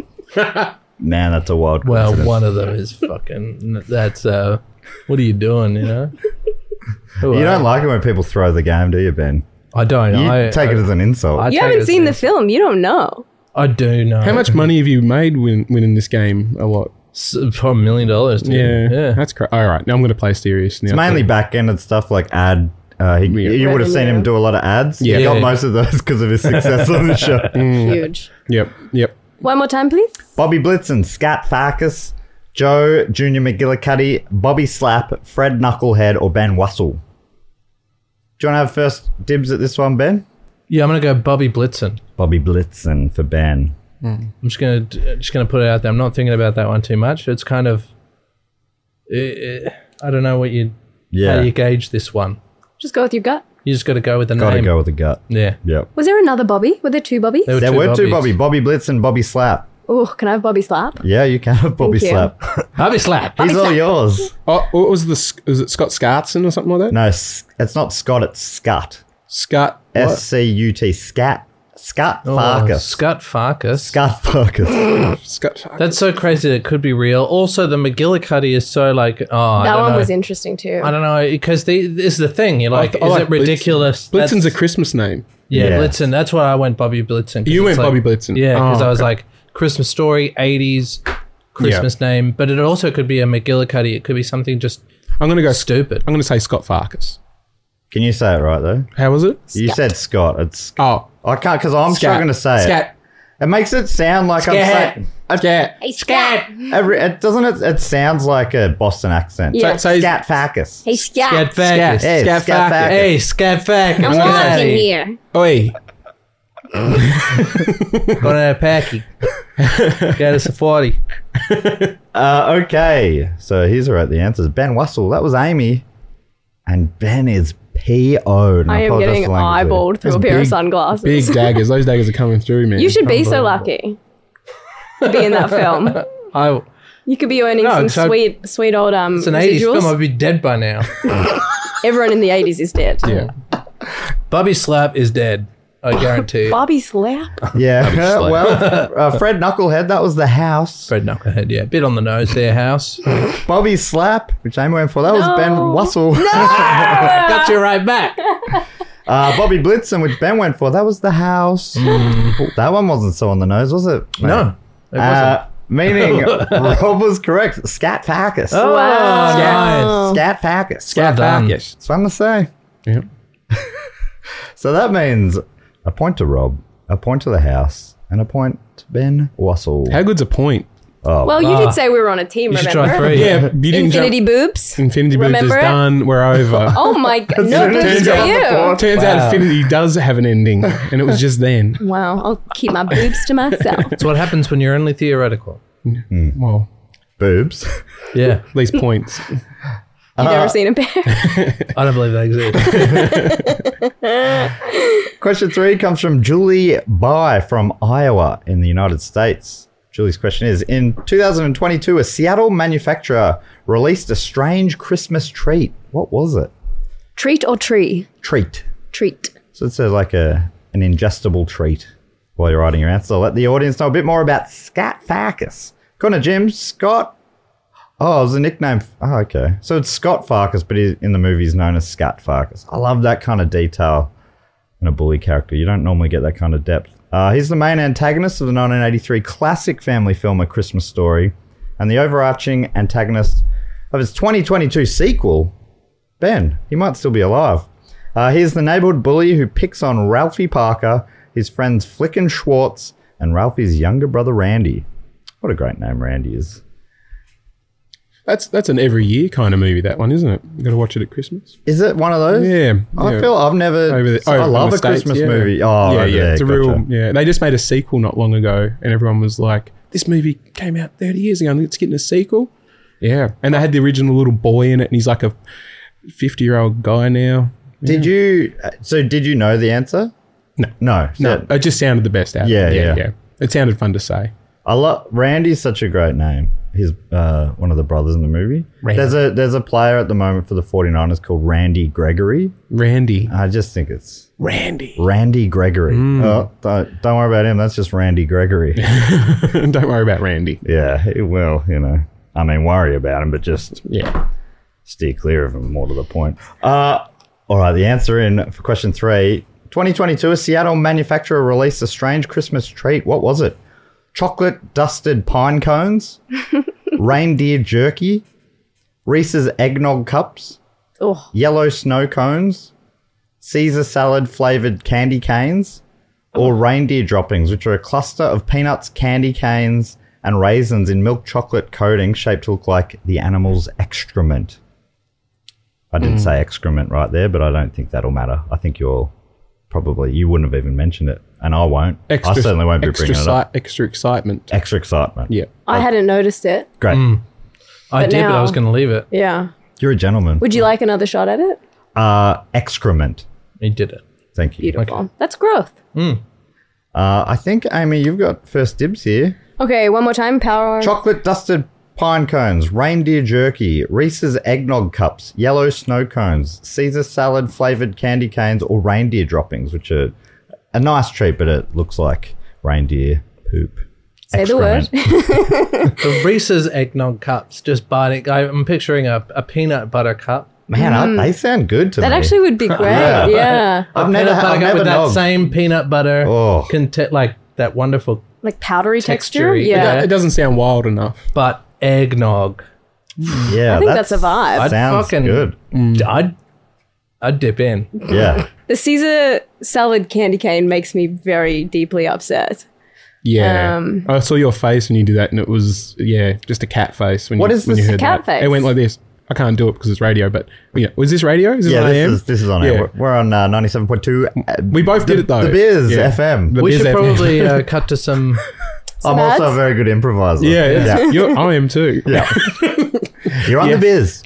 Speaker 2: Man, that's a wild
Speaker 4: Well,
Speaker 2: coincidence.
Speaker 4: one of them is fucking. That's uh, what are you doing? You know. Who
Speaker 2: You
Speaker 4: are-
Speaker 2: don't like it when people throw the game, do you, Ben?
Speaker 4: I don't.
Speaker 2: You
Speaker 4: uh, I
Speaker 2: take
Speaker 4: I,
Speaker 2: it as an insult.
Speaker 4: I
Speaker 5: You
Speaker 4: take it
Speaker 5: haven't
Speaker 4: as
Speaker 5: seen
Speaker 4: an
Speaker 5: the film. You don't know.
Speaker 4: I do know.
Speaker 3: How much money have you made win- winning this game? A lot.
Speaker 4: S- For a million dollars, dude.
Speaker 3: Yeah,
Speaker 4: yeah.
Speaker 3: that's correct. All right, now I'm going to play serious. Now
Speaker 2: It's mainly back ended stuff like ad. Uh, he,
Speaker 3: Yeah.
Speaker 2: You would have seen him
Speaker 5: Revenue.
Speaker 2: do a lot of ads.
Speaker 3: Yeah.
Speaker 2: He got
Speaker 4: Yeah.
Speaker 2: most of those because of his success on the show.
Speaker 5: Huge.
Speaker 3: Yep, yep.
Speaker 5: One more time, please.
Speaker 2: Bobby Blitzen, Scat Farkas, Joe Junior McGillicuddy, Bobby Slap, Fred Knucklehead, or Ben Wussel. Do you want to have first dibs at this one, Ben?
Speaker 4: Yeah, I'm gonna go Bobby Blitzen.
Speaker 2: Bobby Blitzen for Ben.
Speaker 4: I'm just gonna just gonna put it out there. I'm not thinking about that one too much. It's kind of, eh, eh, I don't know what you
Speaker 2: Yeah,
Speaker 4: how you gauge this one.
Speaker 5: Just go with your gut.
Speaker 4: You just got to go with the
Speaker 2: gotta
Speaker 4: name.
Speaker 2: go with the gut.
Speaker 4: Yeah,
Speaker 2: Yep.
Speaker 5: Was there another Bobby? Were there two Bobbies?
Speaker 4: There were-
Speaker 2: There
Speaker 4: Two
Speaker 2: were two
Speaker 4: Bobbies.
Speaker 2: Bobby, Bobby Blitzen, Bobby Slap.
Speaker 5: Oh, can I have Bobby slap?
Speaker 2: Yeah, you can have Bobby
Speaker 5: Thank you.
Speaker 2: Slap.
Speaker 4: Bobby Slap.
Speaker 2: He's all yours.
Speaker 3: Oh, what was the? sc- Was it Scott Scartson or something like that?
Speaker 2: No, S- it's not Scott. It's Scut.
Speaker 3: Scott. what?
Speaker 2: S C U T. Scat. Scat
Speaker 4: Oh,
Speaker 2: Farkas.
Speaker 4: Scott Farkas.
Speaker 2: Scat Farkas.
Speaker 3: Scott.
Speaker 4: That's so crazy. That it could be real. Also, the McGillicuddy is so like. Oh, I
Speaker 5: that
Speaker 4: don't
Speaker 5: one
Speaker 4: know.
Speaker 5: was interesting too.
Speaker 4: I don't know because the this is the thing. You're like,
Speaker 3: I th- I
Speaker 4: is
Speaker 3: like
Speaker 4: it ridiculous?
Speaker 3: Blitzen's a
Speaker 4: That's-
Speaker 3: Christmas name.
Speaker 4: yeah,
Speaker 2: Yeah.
Speaker 4: Blitzen. That's why I went Bobby Blitzen. 'cause
Speaker 3: You
Speaker 4: it's
Speaker 3: went
Speaker 4: like-
Speaker 3: Bobby Blitzen.
Speaker 4: Yeah, because
Speaker 3: Oh,
Speaker 4: I was
Speaker 3: okay.
Speaker 4: like Christmas story, eighties Christmas name, but it also could be a McGillicuddy. It could be something just
Speaker 3: I'm going to go.
Speaker 4: stupid.
Speaker 3: I'm going to say Scott Farkas.
Speaker 2: Can you say it right though?
Speaker 3: How was it?
Speaker 2: You said Scott. It's
Speaker 3: Oh,
Speaker 2: I can't because I'm
Speaker 3: Scat.
Speaker 2: struggling to say it.
Speaker 3: Scat.
Speaker 2: It makes it sound like
Speaker 4: Scat.
Speaker 2: I'm saying.
Speaker 3: Scat.
Speaker 5: Hey, Scat.
Speaker 2: Every, it doesn't. It, it sounds like a Boston accent.
Speaker 5: Yeah.
Speaker 3: So he's-
Speaker 2: Scat Farkas.
Speaker 5: Hey, Scat.
Speaker 4: Scat Farkas.
Speaker 2: Hey, Scat Farkas.
Speaker 4: Hey, Scat Farkas.
Speaker 5: I'm
Speaker 4: Get outta
Speaker 5: walking
Speaker 4: here.
Speaker 5: here.
Speaker 3: Oi.
Speaker 4: Got out of packy. Got us a 40.
Speaker 2: Uh, okay, so here's all right. The answers. Ben Wussel. That was Amy, and Ben is PO'd. and
Speaker 5: I am
Speaker 2: apologize
Speaker 5: getting
Speaker 2: for language there.
Speaker 5: eyeballed through a pair of
Speaker 3: big-
Speaker 5: sunglasses.
Speaker 3: Big daggers. Those daggers are coming through, man.
Speaker 5: you should be so lucky to be in that film.
Speaker 4: I,
Speaker 5: You could be earning
Speaker 4: No,
Speaker 5: some
Speaker 4: so-
Speaker 5: sweet, sweet old um
Speaker 4: it's an 80s film.
Speaker 5: residuals.
Speaker 4: I'd be dead by now.
Speaker 5: Everyone in the 80s is dead.
Speaker 3: Yeah.
Speaker 4: Bobby Slap is dead. I guarantee it.
Speaker 5: Bobby Slap.
Speaker 4: Oh,
Speaker 2: Yeah. well, uh, Fred Knucklehead. That was the house.
Speaker 4: Fred Knucklehead, yeah. Bit on the nose there, house.
Speaker 2: Bobby Slap, which Amy went for. That was
Speaker 5: No.
Speaker 2: Ben Wussel.
Speaker 4: Got you right back.
Speaker 2: Uh, Bobby Blitzen, which Ben went for. That was the house. that one wasn't so on the nose, was it? mate?
Speaker 4: No, it wasn't.
Speaker 2: Uh, meaning Rob was correct. Scat Farkas.
Speaker 4: Oh, nice.
Speaker 2: Scat Farkas.
Speaker 4: Well done.
Speaker 2: That's what I'm going to say.
Speaker 3: Yep.
Speaker 2: So that means a point to Rob, a point to the house, and a point to Ben Wassel.
Speaker 3: How good's a point?
Speaker 5: Well, you
Speaker 4: Ah.
Speaker 5: did say we were on a team,
Speaker 4: You should
Speaker 5: remember?
Speaker 4: try three.
Speaker 3: you didn't
Speaker 5: Infinity
Speaker 3: jump-
Speaker 5: boobs.
Speaker 3: Infinity Booth is
Speaker 5: Remember it?
Speaker 3: done. We're over.
Speaker 5: Oh my god, no
Speaker 2: Turns
Speaker 5: boobs for
Speaker 2: out
Speaker 5: you.
Speaker 3: Turns
Speaker 4: Wow.
Speaker 3: out Infinity does have an ending, and it was just then.
Speaker 5: Wow, I'll keep my boobs to myself.
Speaker 4: It's what happens when you're only theoretical.
Speaker 3: Well,
Speaker 2: Boobs.
Speaker 4: Yeah.
Speaker 3: at least points.
Speaker 5: You've never seen a pair.
Speaker 4: I don't believe that exists.
Speaker 2: Question three comes from Julie By from Iowa in the United States. Julie's question is In 2022, a Seattle manufacturer released a strange Christmas treat. What was it?
Speaker 5: Treat or tree?
Speaker 2: Treat.
Speaker 5: Treat.
Speaker 2: So it's a, like a an ingestible treat while you're writing your answer. Let the audience know a bit more about Scat Farkas. Connor Jim Scott. Oh, it was a nickname. f- Oh, okay. So it's Scott Farkas, but he, in the movie he's known as Scat Farkas. I love that kind of detail in a bully character. You don't normally get that kind of depth. Uh, he's the main antagonist of the 1983 classic family film A Christmas Story, and the overarching antagonist of his 2022 sequel, Ben. He might still be alive. Uh, he's the neighborhood bully who picks on Ralphie Parker, his friends Flick and Schwartz, and Ralphie's younger brother Randy. What a great name Randy is.
Speaker 3: That's that's an every year kind of movie. That one, isn't it? You got to watch it at Christmas.
Speaker 2: Is it one of those?
Speaker 3: Yeah,
Speaker 2: I
Speaker 3: yeah.
Speaker 2: feel I've never.
Speaker 3: Over the-
Speaker 2: I
Speaker 3: over
Speaker 2: love
Speaker 3: the
Speaker 2: a
Speaker 3: States,
Speaker 2: Christmas
Speaker 3: yeah.
Speaker 2: movie. Oh,
Speaker 3: yeah,
Speaker 2: over
Speaker 3: yeah.
Speaker 2: there,
Speaker 3: it's a
Speaker 2: gotcha.
Speaker 3: real. Yeah, they just made a sequel not long ago, and everyone was like, "This movie came out 30 years ago, and it's getting a sequel." Yeah, and they had the original little boy in it, and he's like a 50 year old guy now.
Speaker 2: Did you? uh, So did you know the answer?
Speaker 3: No.
Speaker 2: no,
Speaker 3: No,
Speaker 2: So-
Speaker 3: it just sounded the best out. of it.
Speaker 2: Yeah, yeah.
Speaker 3: yeah. It sounded fun to say.
Speaker 2: I love Randy's such a great name. his uh, one of the brothers in the movie.
Speaker 4: Randy.
Speaker 2: There's a there's a player at the moment for the 49ers called Randy Gregory.
Speaker 3: Randy.
Speaker 2: I just think it's
Speaker 3: Randy.
Speaker 2: Randy Gregory. Oh, don't, don't worry about him. That's just Randy Gregory.
Speaker 3: Don't worry about Randy.
Speaker 2: yeah, it will, you know. I mean, worry about him, but just
Speaker 3: Yeah.
Speaker 2: steer clear of him, more to the point. Uh, all right, the answer in for question three 2022, a Seattle manufacturer released a strange Christmas treat. What was it? Chocolate dusted pine cones, reindeer jerky, Reese's eggnog cups,
Speaker 5: Oh,
Speaker 2: yellow snow cones, Caesar salad flavored candy canes, or reindeer droppings, which are a cluster of peanuts, candy canes, and raisins in milk chocolate coating shaped to look like the animal's excrement. I didn't say excrement right there, but I don't think that'll matter. I think you'll probably you wouldn't have even mentioned it, and I won't. I certainly won't be
Speaker 3: extra
Speaker 2: bringing it up.
Speaker 3: exci- Extra excitement.
Speaker 2: Extra excitement.
Speaker 3: Yeah.
Speaker 5: I hadn't noticed it.
Speaker 2: Great.
Speaker 4: I
Speaker 5: But
Speaker 4: did, but I
Speaker 5: now-
Speaker 4: was going to leave it.
Speaker 5: Yeah.
Speaker 2: You're a gentleman.
Speaker 5: Would you like another shot at it?
Speaker 2: uh, excrement.
Speaker 4: He did it.
Speaker 2: Thank you.
Speaker 5: Beautiful. That's growth.
Speaker 2: Uh, I think Amy, you've got first dibs here.
Speaker 5: Okay, one more time. Power.
Speaker 2: Chocolate dusted pine cones, reindeer jerky, Reese's eggnog cups, yellow snow cones, Caesar salad flavored candy canes, or reindeer droppings, which are a nice treat, but it looks like reindeer poop.
Speaker 5: Say the word.
Speaker 2: Excrement.
Speaker 4: The Reese's eggnog cups, just biting. I- I'm picturing a, a peanut butter cup.
Speaker 2: Man, I, they sound good to
Speaker 5: Mm. that
Speaker 2: me.
Speaker 5: actually would be great.
Speaker 2: Yeah.
Speaker 5: yeah.
Speaker 2: I've
Speaker 4: Peanut
Speaker 2: never,
Speaker 4: butter
Speaker 2: I've
Speaker 4: cup
Speaker 2: never
Speaker 4: with that
Speaker 2: known.
Speaker 4: same peanut butter,
Speaker 2: Oh.
Speaker 4: content, like that wonderful,
Speaker 5: Like powdery texture.
Speaker 4: Textury.
Speaker 5: Yeah.
Speaker 4: Yeah.
Speaker 3: It doesn't sound wild enough.
Speaker 4: but eggnog.
Speaker 2: Yeah,
Speaker 5: I think that's a vibe.
Speaker 4: I'd
Speaker 2: Sounds
Speaker 4: fucking,
Speaker 2: good.
Speaker 4: I'd, I'd dip in.
Speaker 2: Yeah,
Speaker 5: The Caesar salad candy cane makes me very deeply upset.
Speaker 3: Yeah.
Speaker 5: Um,
Speaker 3: I saw your face when you did that, and it was, yeah, just a cat face. When
Speaker 2: What
Speaker 3: you,
Speaker 2: is
Speaker 3: when
Speaker 2: this
Speaker 3: you heard that.
Speaker 5: cat face?
Speaker 3: It went like this. I can't do it because it's radio, but yeah. Was this radio? Is this
Speaker 2: yeah.
Speaker 3: on AM?
Speaker 2: This is, this is on.
Speaker 3: Yeah.
Speaker 2: air. We're- We're on uh, ninety-seven point two.
Speaker 3: we both did it though.
Speaker 2: The Biz
Speaker 3: Yeah.
Speaker 2: FM.
Speaker 3: The
Speaker 4: We
Speaker 3: Biz
Speaker 4: should
Speaker 3: FM.
Speaker 4: probably uh, cut to some.
Speaker 2: I'm
Speaker 5: Mads?
Speaker 2: also a very good improviser.
Speaker 3: Yeah, it's- You're, I am too. Yeah.
Speaker 2: you're on the biz.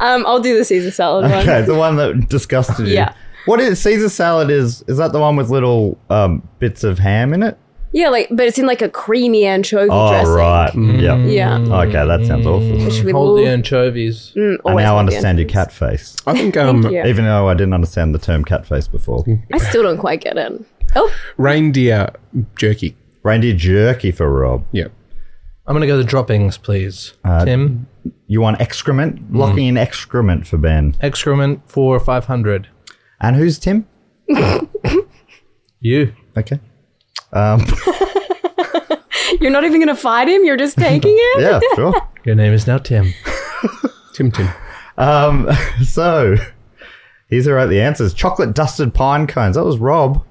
Speaker 5: Um, I'll do the Caesar salad
Speaker 2: Okay,
Speaker 5: one.
Speaker 2: the one that disgusted you.
Speaker 5: Yeah.
Speaker 2: What is Caesar salad? Is is that the one with little um, bits of ham in it?
Speaker 5: Yeah, like, but it's in like a creamy anchovy
Speaker 2: Oh
Speaker 5: dressing.
Speaker 2: right,
Speaker 3: Mm.
Speaker 2: yeah,
Speaker 5: Yeah.
Speaker 2: Okay, that sounds awful.
Speaker 5: Which we
Speaker 4: Hold
Speaker 5: love.
Speaker 4: the anchovies.
Speaker 2: I
Speaker 5: Mm, always
Speaker 2: now
Speaker 5: love
Speaker 2: understand
Speaker 5: the
Speaker 2: your cat face,
Speaker 3: I think um,
Speaker 5: you.
Speaker 2: even though I didn't understand the term cat face before.
Speaker 5: I still don't quite get it. Oh,
Speaker 3: reindeer jerky.
Speaker 2: Reindeer jerky for Rob.
Speaker 3: Yeah.
Speaker 4: I'm going to go the droppings, please.
Speaker 2: Uh,
Speaker 4: Tim,
Speaker 2: You want excrement? Locking in excrement for Ben.
Speaker 4: excrement for 500.
Speaker 2: And who's Tim?
Speaker 4: You.
Speaker 2: Okay.
Speaker 5: you're not even going to fight him? You're just taking it?
Speaker 2: Yeah, sure.
Speaker 4: Your name is now Tim.
Speaker 3: Tim Tim.
Speaker 2: Um, so these are uh, the answers. Chocolate dusted pine cones. That was Rob.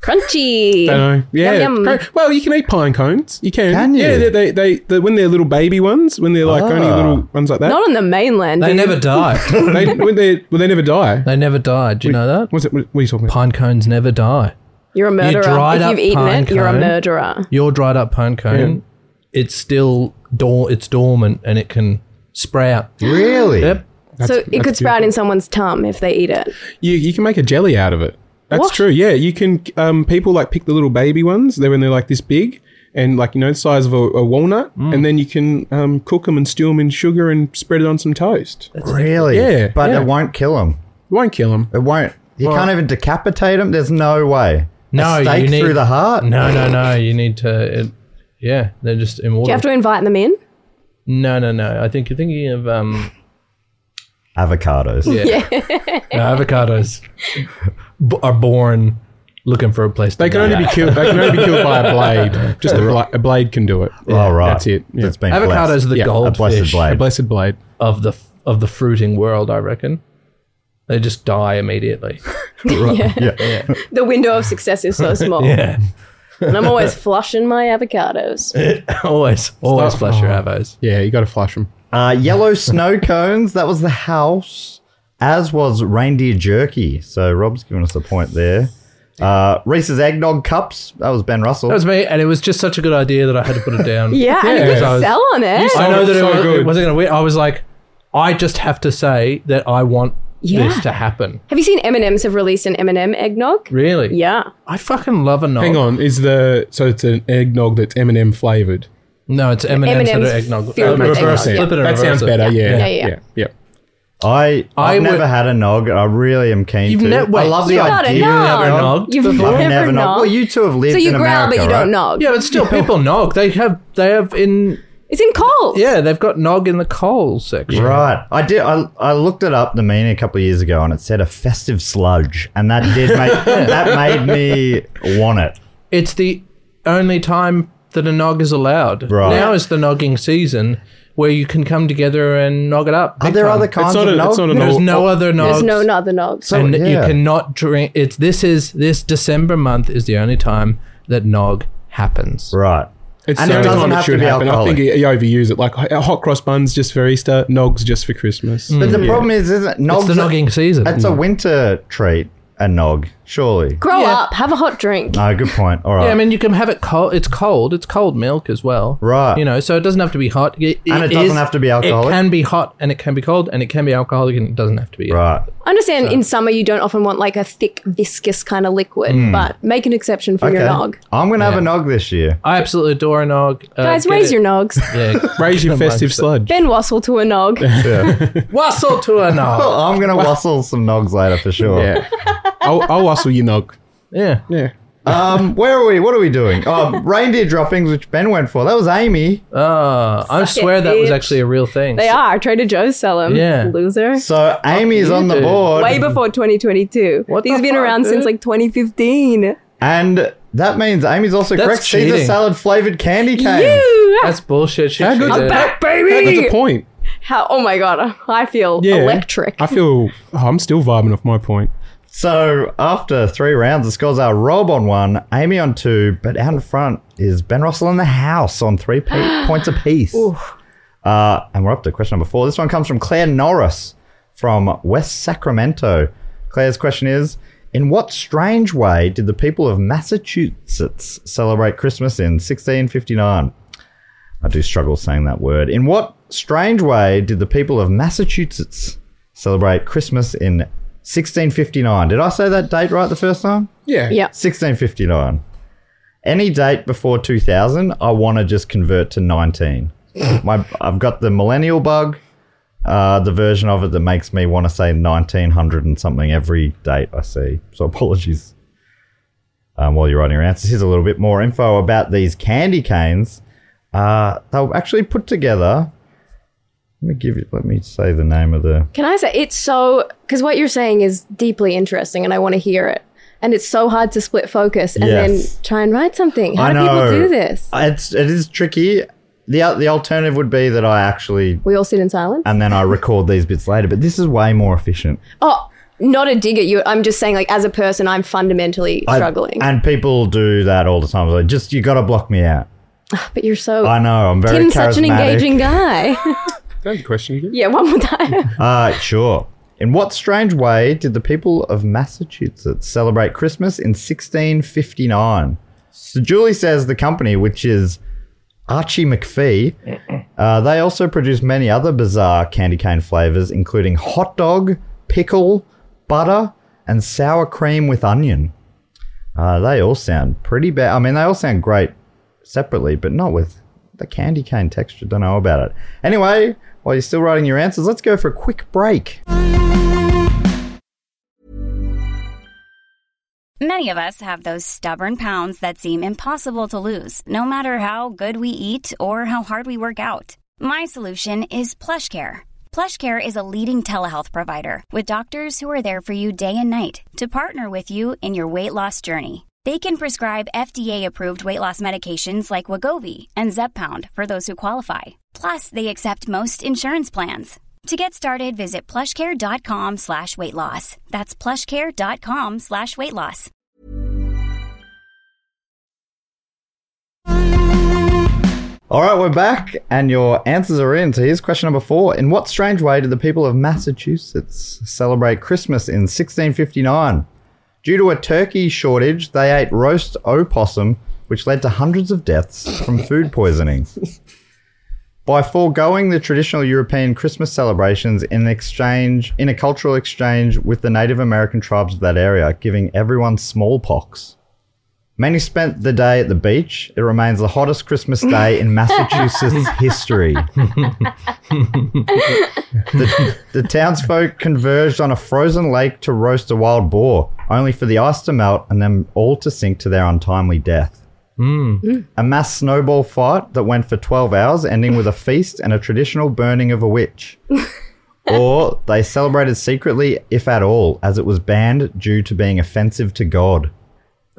Speaker 5: Crunchy.
Speaker 3: Dunno. Yeah.
Speaker 5: Yum, yum.
Speaker 3: Great. Well, you can eat pine cones. You can.
Speaker 2: Can you? Ah.
Speaker 3: Yeah. They, they, they, they when they're little baby ones, when they're like only little ones like that.
Speaker 5: Not on the mainland.
Speaker 4: They
Speaker 5: dude.
Speaker 4: never died.
Speaker 3: they, when they, well, they never die.
Speaker 4: they never died. Do you know that?
Speaker 3: What's it? What are you talking about?
Speaker 4: Pine cones never die.
Speaker 5: You're a murderer.
Speaker 4: dried
Speaker 5: if
Speaker 4: up
Speaker 5: you've eaten
Speaker 4: pine
Speaker 5: it, you're a
Speaker 4: cone.
Speaker 5: murderer.
Speaker 4: Your dried up pine cone, it's still dor- it's dormant and it can sprout.
Speaker 2: Really?
Speaker 4: Yep.
Speaker 5: so
Speaker 3: That's-
Speaker 5: it could
Speaker 3: that's
Speaker 5: sprout in
Speaker 3: beautiful.
Speaker 5: someone's tum if they eat it.
Speaker 3: You, you can make a jelly out of it. That's
Speaker 5: What?
Speaker 3: true. Yeah, you can. Um, people like pick the little baby ones. They're when they're like this big and like you know the size of a, a walnut, and then you can um, cook them and stew them in sugar and spread it on some toast. It
Speaker 2: Really?
Speaker 3: Yeah,
Speaker 2: But
Speaker 3: yeah.
Speaker 2: it won't kill him.
Speaker 3: won't kill them.
Speaker 2: It won't. You can't even decapitate him. There's no way.
Speaker 4: No,
Speaker 2: a stake
Speaker 4: you need
Speaker 2: through the heart.
Speaker 4: No, no, no. You need to. It, yeah, they're just immortal.
Speaker 5: Do you have to invite them in?
Speaker 4: no, no, no. I think you're thinking of um
Speaker 2: Avocados. Yeah.
Speaker 4: no, avocados. B- are born looking for a place. To
Speaker 3: They can
Speaker 4: die.
Speaker 3: only be killed. They can only be killed by a blade. Just a, bla- a blade can do it.
Speaker 2: Oh, right.
Speaker 3: That's it. Yeah.
Speaker 2: It's been
Speaker 4: Avocados are the
Speaker 3: Yeah, a
Speaker 4: goldfish
Speaker 2: blessed blade.
Speaker 3: a blessed blade.
Speaker 4: of the of the fruiting world. I reckon they just die immediately.
Speaker 5: The window of success is so small.
Speaker 4: Yeah,
Speaker 5: And I'm always flushing my avocados.
Speaker 4: always, always flush your avos.
Speaker 3: Yeah, you got to flush them.
Speaker 2: Uh, yellow snow cones. That was the house. As was reindeer jerky. So Rob's given us a point there. Uh, Reese's eggnog cups. That was Ben Russell.
Speaker 4: That was me, and it was just such a good idea that I had to put it down.
Speaker 5: Yeah, and you
Speaker 3: Yeah.
Speaker 5: can
Speaker 4: So-
Speaker 5: sell on it.
Speaker 4: I know that
Speaker 3: So
Speaker 4: it, was,
Speaker 3: good.
Speaker 4: it wasn't going to win. I was like, I just have to say that I want
Speaker 5: Yeah.
Speaker 4: this to happen.
Speaker 5: Have you seen M&M's have released an M&M eggnog?
Speaker 4: Really?
Speaker 5: Yeah.
Speaker 4: I fucking love a nog.
Speaker 3: Hang on, is the so it's an eggnog that's M and M flavored?
Speaker 4: No, it's Eminem sort of
Speaker 6: Eminem's
Speaker 4: eggnog.
Speaker 6: filled
Speaker 4: Uh,
Speaker 6: with
Speaker 4: reverse
Speaker 6: eggnog, yeah.
Speaker 4: it. Flip it and
Speaker 3: That sounds
Speaker 4: reverse it.
Speaker 3: better.
Speaker 6: Yeah,
Speaker 3: Yeah.
Speaker 6: yeah.
Speaker 3: yeah.
Speaker 2: I
Speaker 4: I
Speaker 2: I've
Speaker 4: would-
Speaker 2: never had a nog. and I really am keen
Speaker 4: You've
Speaker 2: to.
Speaker 4: never-
Speaker 2: I love the
Speaker 5: You've got a
Speaker 2: idea.
Speaker 5: nog.
Speaker 4: Never knocked
Speaker 5: You've
Speaker 4: before.
Speaker 2: I've
Speaker 5: never,
Speaker 2: never nog.
Speaker 5: knocked.
Speaker 2: Well, you two have lived
Speaker 6: So you
Speaker 2: in
Speaker 6: growl,
Speaker 2: America,
Speaker 6: but you
Speaker 2: right?
Speaker 6: don't nog.
Speaker 4: Yeah, but still, people nog. They have, they have in,
Speaker 5: It's in cold.
Speaker 4: yeah, they've got nog in the coal section.
Speaker 2: Right. I did. I, I looked it up the meaning a couple of years ago, and it said a festive sludge, and that did make that made me want it.
Speaker 4: It's the only time that a nog is allowed.
Speaker 2: Right.
Speaker 4: Now is the nogging season where you can come together and nog it up.
Speaker 2: Are
Speaker 4: big
Speaker 2: there
Speaker 4: time.
Speaker 2: other kinds
Speaker 3: It's not
Speaker 2: of
Speaker 3: a,
Speaker 2: nog?
Speaker 3: it's not a
Speaker 4: There's no other nog.
Speaker 5: There's no not the nog.
Speaker 2: So-
Speaker 4: and you
Speaker 2: yeah.
Speaker 4: cannot drink. It's this is this December month is the only time that nog happens.
Speaker 2: right.
Speaker 3: It's
Speaker 2: And
Speaker 3: the
Speaker 2: it
Speaker 3: only
Speaker 2: doesn't
Speaker 3: time it
Speaker 2: have to
Speaker 3: should
Speaker 2: be
Speaker 3: happen. I
Speaker 2: alcoholic.
Speaker 3: think you overuse it. Like h- hot cross buns just for Easter, nogs just for Christmas.
Speaker 2: But the
Speaker 3: Yeah.
Speaker 2: problem is, isn't
Speaker 4: It's
Speaker 2: nogs?
Speaker 4: the nogging season.
Speaker 2: That's a winter treat. A nog, surely.
Speaker 5: Grow up. Have a hot drink.
Speaker 2: No, good point. All right.
Speaker 4: yeah, I mean you can have it cold. It's cold. It's cold milk as well.
Speaker 2: Right.
Speaker 4: You know, so it doesn't have to be hot. It,
Speaker 2: And it doesn't have to be
Speaker 4: It
Speaker 2: alcoholic?
Speaker 4: can be hot and it can be cold and it can be alcoholic and it doesn't have to be.
Speaker 2: right.
Speaker 5: I understand in summer you don't often want like a thick, viscous kind of liquid,
Speaker 4: Hmm.
Speaker 5: but make an exception for your nog.
Speaker 2: I'm gonna have a nog this year.
Speaker 4: I absolutely adore a nog. Uh,
Speaker 5: Guys,
Speaker 4: get
Speaker 5: raise
Speaker 4: it-
Speaker 5: your nogs.
Speaker 4: yeah.
Speaker 3: Raise your
Speaker 4: Come on,
Speaker 3: festive
Speaker 4: so-
Speaker 3: sludge.
Speaker 5: Ben Wassel to a nog.
Speaker 4: Wassail to a
Speaker 3: Oh.
Speaker 4: nog.
Speaker 2: I'm gonna whistle some nogs later for sure.
Speaker 3: Yeah. I'll, I'll hustle your nog.
Speaker 4: Yeah.
Speaker 3: Yeah.
Speaker 2: Um, where are we? What are we doing? Um, reindeer droppings, which Ben went for. That was Amy.
Speaker 4: Uh, I
Speaker 5: Suck it,
Speaker 4: swear that was
Speaker 5: bitch.
Speaker 4: actually a real thing.
Speaker 5: they are. Trader Joe's sell them.
Speaker 4: Yeah.
Speaker 5: Loser.
Speaker 2: So Amy is on the
Speaker 4: you, dude.
Speaker 2: board,
Speaker 5: Way before 2022.
Speaker 4: What
Speaker 5: These
Speaker 4: the
Speaker 5: have been
Speaker 4: fuck,
Speaker 5: around
Speaker 4: dude?
Speaker 5: since like 2015.
Speaker 2: and that means Amy's also
Speaker 4: That's
Speaker 2: correct. Caesar
Speaker 4: cheating.
Speaker 2: salad flavored candy cane.
Speaker 5: You!
Speaker 4: That's bullshit. Shit,
Speaker 3: How
Speaker 4: she
Speaker 3: good's
Speaker 4: did.
Speaker 3: that?
Speaker 5: Back, baby!
Speaker 3: That's a point.
Speaker 5: How, oh my god, I feel
Speaker 3: Yeah.
Speaker 5: electric.
Speaker 3: I feel oh, I'm still vibing off my point.
Speaker 2: So after three rounds, the scores are Rob on one, Amy on two, but out in front is Ben Russell in the house on three pe- points apiece. Uh, and we're up to question number four. This one comes from Claire Norris from West Sacramento. Claire's question is In what strange way did the people of Massachusetts celebrate Christmas in 1659? I do struggle saying that word. In what strange way did the people of Massachusetts celebrate Christmas in 1659? Did I say that date right the first time?
Speaker 3: Yeah.
Speaker 5: Yeah.
Speaker 2: 1659. Any date before 2000, I want to just convert to 19. My, I've got the millennial bug, uh, the version of it that makes me want to say 1900 and something every date I see. So apologies um, while you're writing your answers. Here's a little bit more info about these candy canes. Uh, they were actually put together. Let me give you. Let me say the name of the.
Speaker 5: Can I say it's so because what you're saying is deeply interesting, and I want to hear it. And it's so hard to split focus and
Speaker 2: Yes.
Speaker 5: then try and write something. How
Speaker 2: I
Speaker 5: do
Speaker 2: know.
Speaker 5: people do this?
Speaker 2: It's it is tricky. the al- The alternative would be that I actually
Speaker 5: We all sit in silence.
Speaker 2: and then I record these bits later. But this is way more efficient.
Speaker 5: oh, not a dig at you. I'm just saying, like as a person, I'm fundamentally
Speaker 2: I-
Speaker 5: struggling.
Speaker 2: and people do that all the time. Like, just you got to block me out.
Speaker 5: but you're so
Speaker 2: I know. I'm very
Speaker 5: Tim's such an
Speaker 2: charismatic.
Speaker 5: engaging guy.
Speaker 3: Don't question again.
Speaker 5: yeah, one more time.
Speaker 2: Uh, sure. In what strange way did the people of Massachusetts celebrate Christmas in 1659? So Julie says the company, which is Archie McPhee, uh, they also produce many other bizarre candy cane flavors, including hot dog, pickle, butter, and sour cream with onion. Uh, they all sound pretty bad. I mean, they all sound great separately, but not with the candy cane texture. Don't know about it. Anyway, while you're still writing your answers, let's go for a quick break.
Speaker 7: Many of us have those stubborn pounds that seem impossible to lose, no matter how good we eat or how hard we work out. My solution is PlushCare. PlushCare is a leading telehealth provider with doctors who are there for you day and night to partner with you in your weight loss journey. They can prescribe FDA-approved weight loss medications like Wagovi and Zepbound for those who qualify. Plus, they accept most insurance plans. To get started, visit plushcare.com slash weight loss. That's plushcare.com slash weight loss.
Speaker 2: All right, we're back, and your answers are in. So here's question number four. In what strange way did the people of Massachusetts celebrate Christmas in 1659? Due to a turkey shortage, they ate roast opossum, which led to hundreds of deaths from food poisoning. By foregoing the traditional European Christmas celebrations in exchange in a cultural exchange with the Native American tribes of that area, giving everyone smallpox. Many spent the day at the beach. It remains the hottest Christmas day in Massachusetts history. the, the townsfolk converged on a frozen lake to roast a wild boar, only for the ice to melt and them all to sink to their untimely death. A mass snowball fight that went for 12 hours, ending with a feast and a traditional burning of a witch. or they celebrated secretly, if at all, as it was banned due to being offensive to God.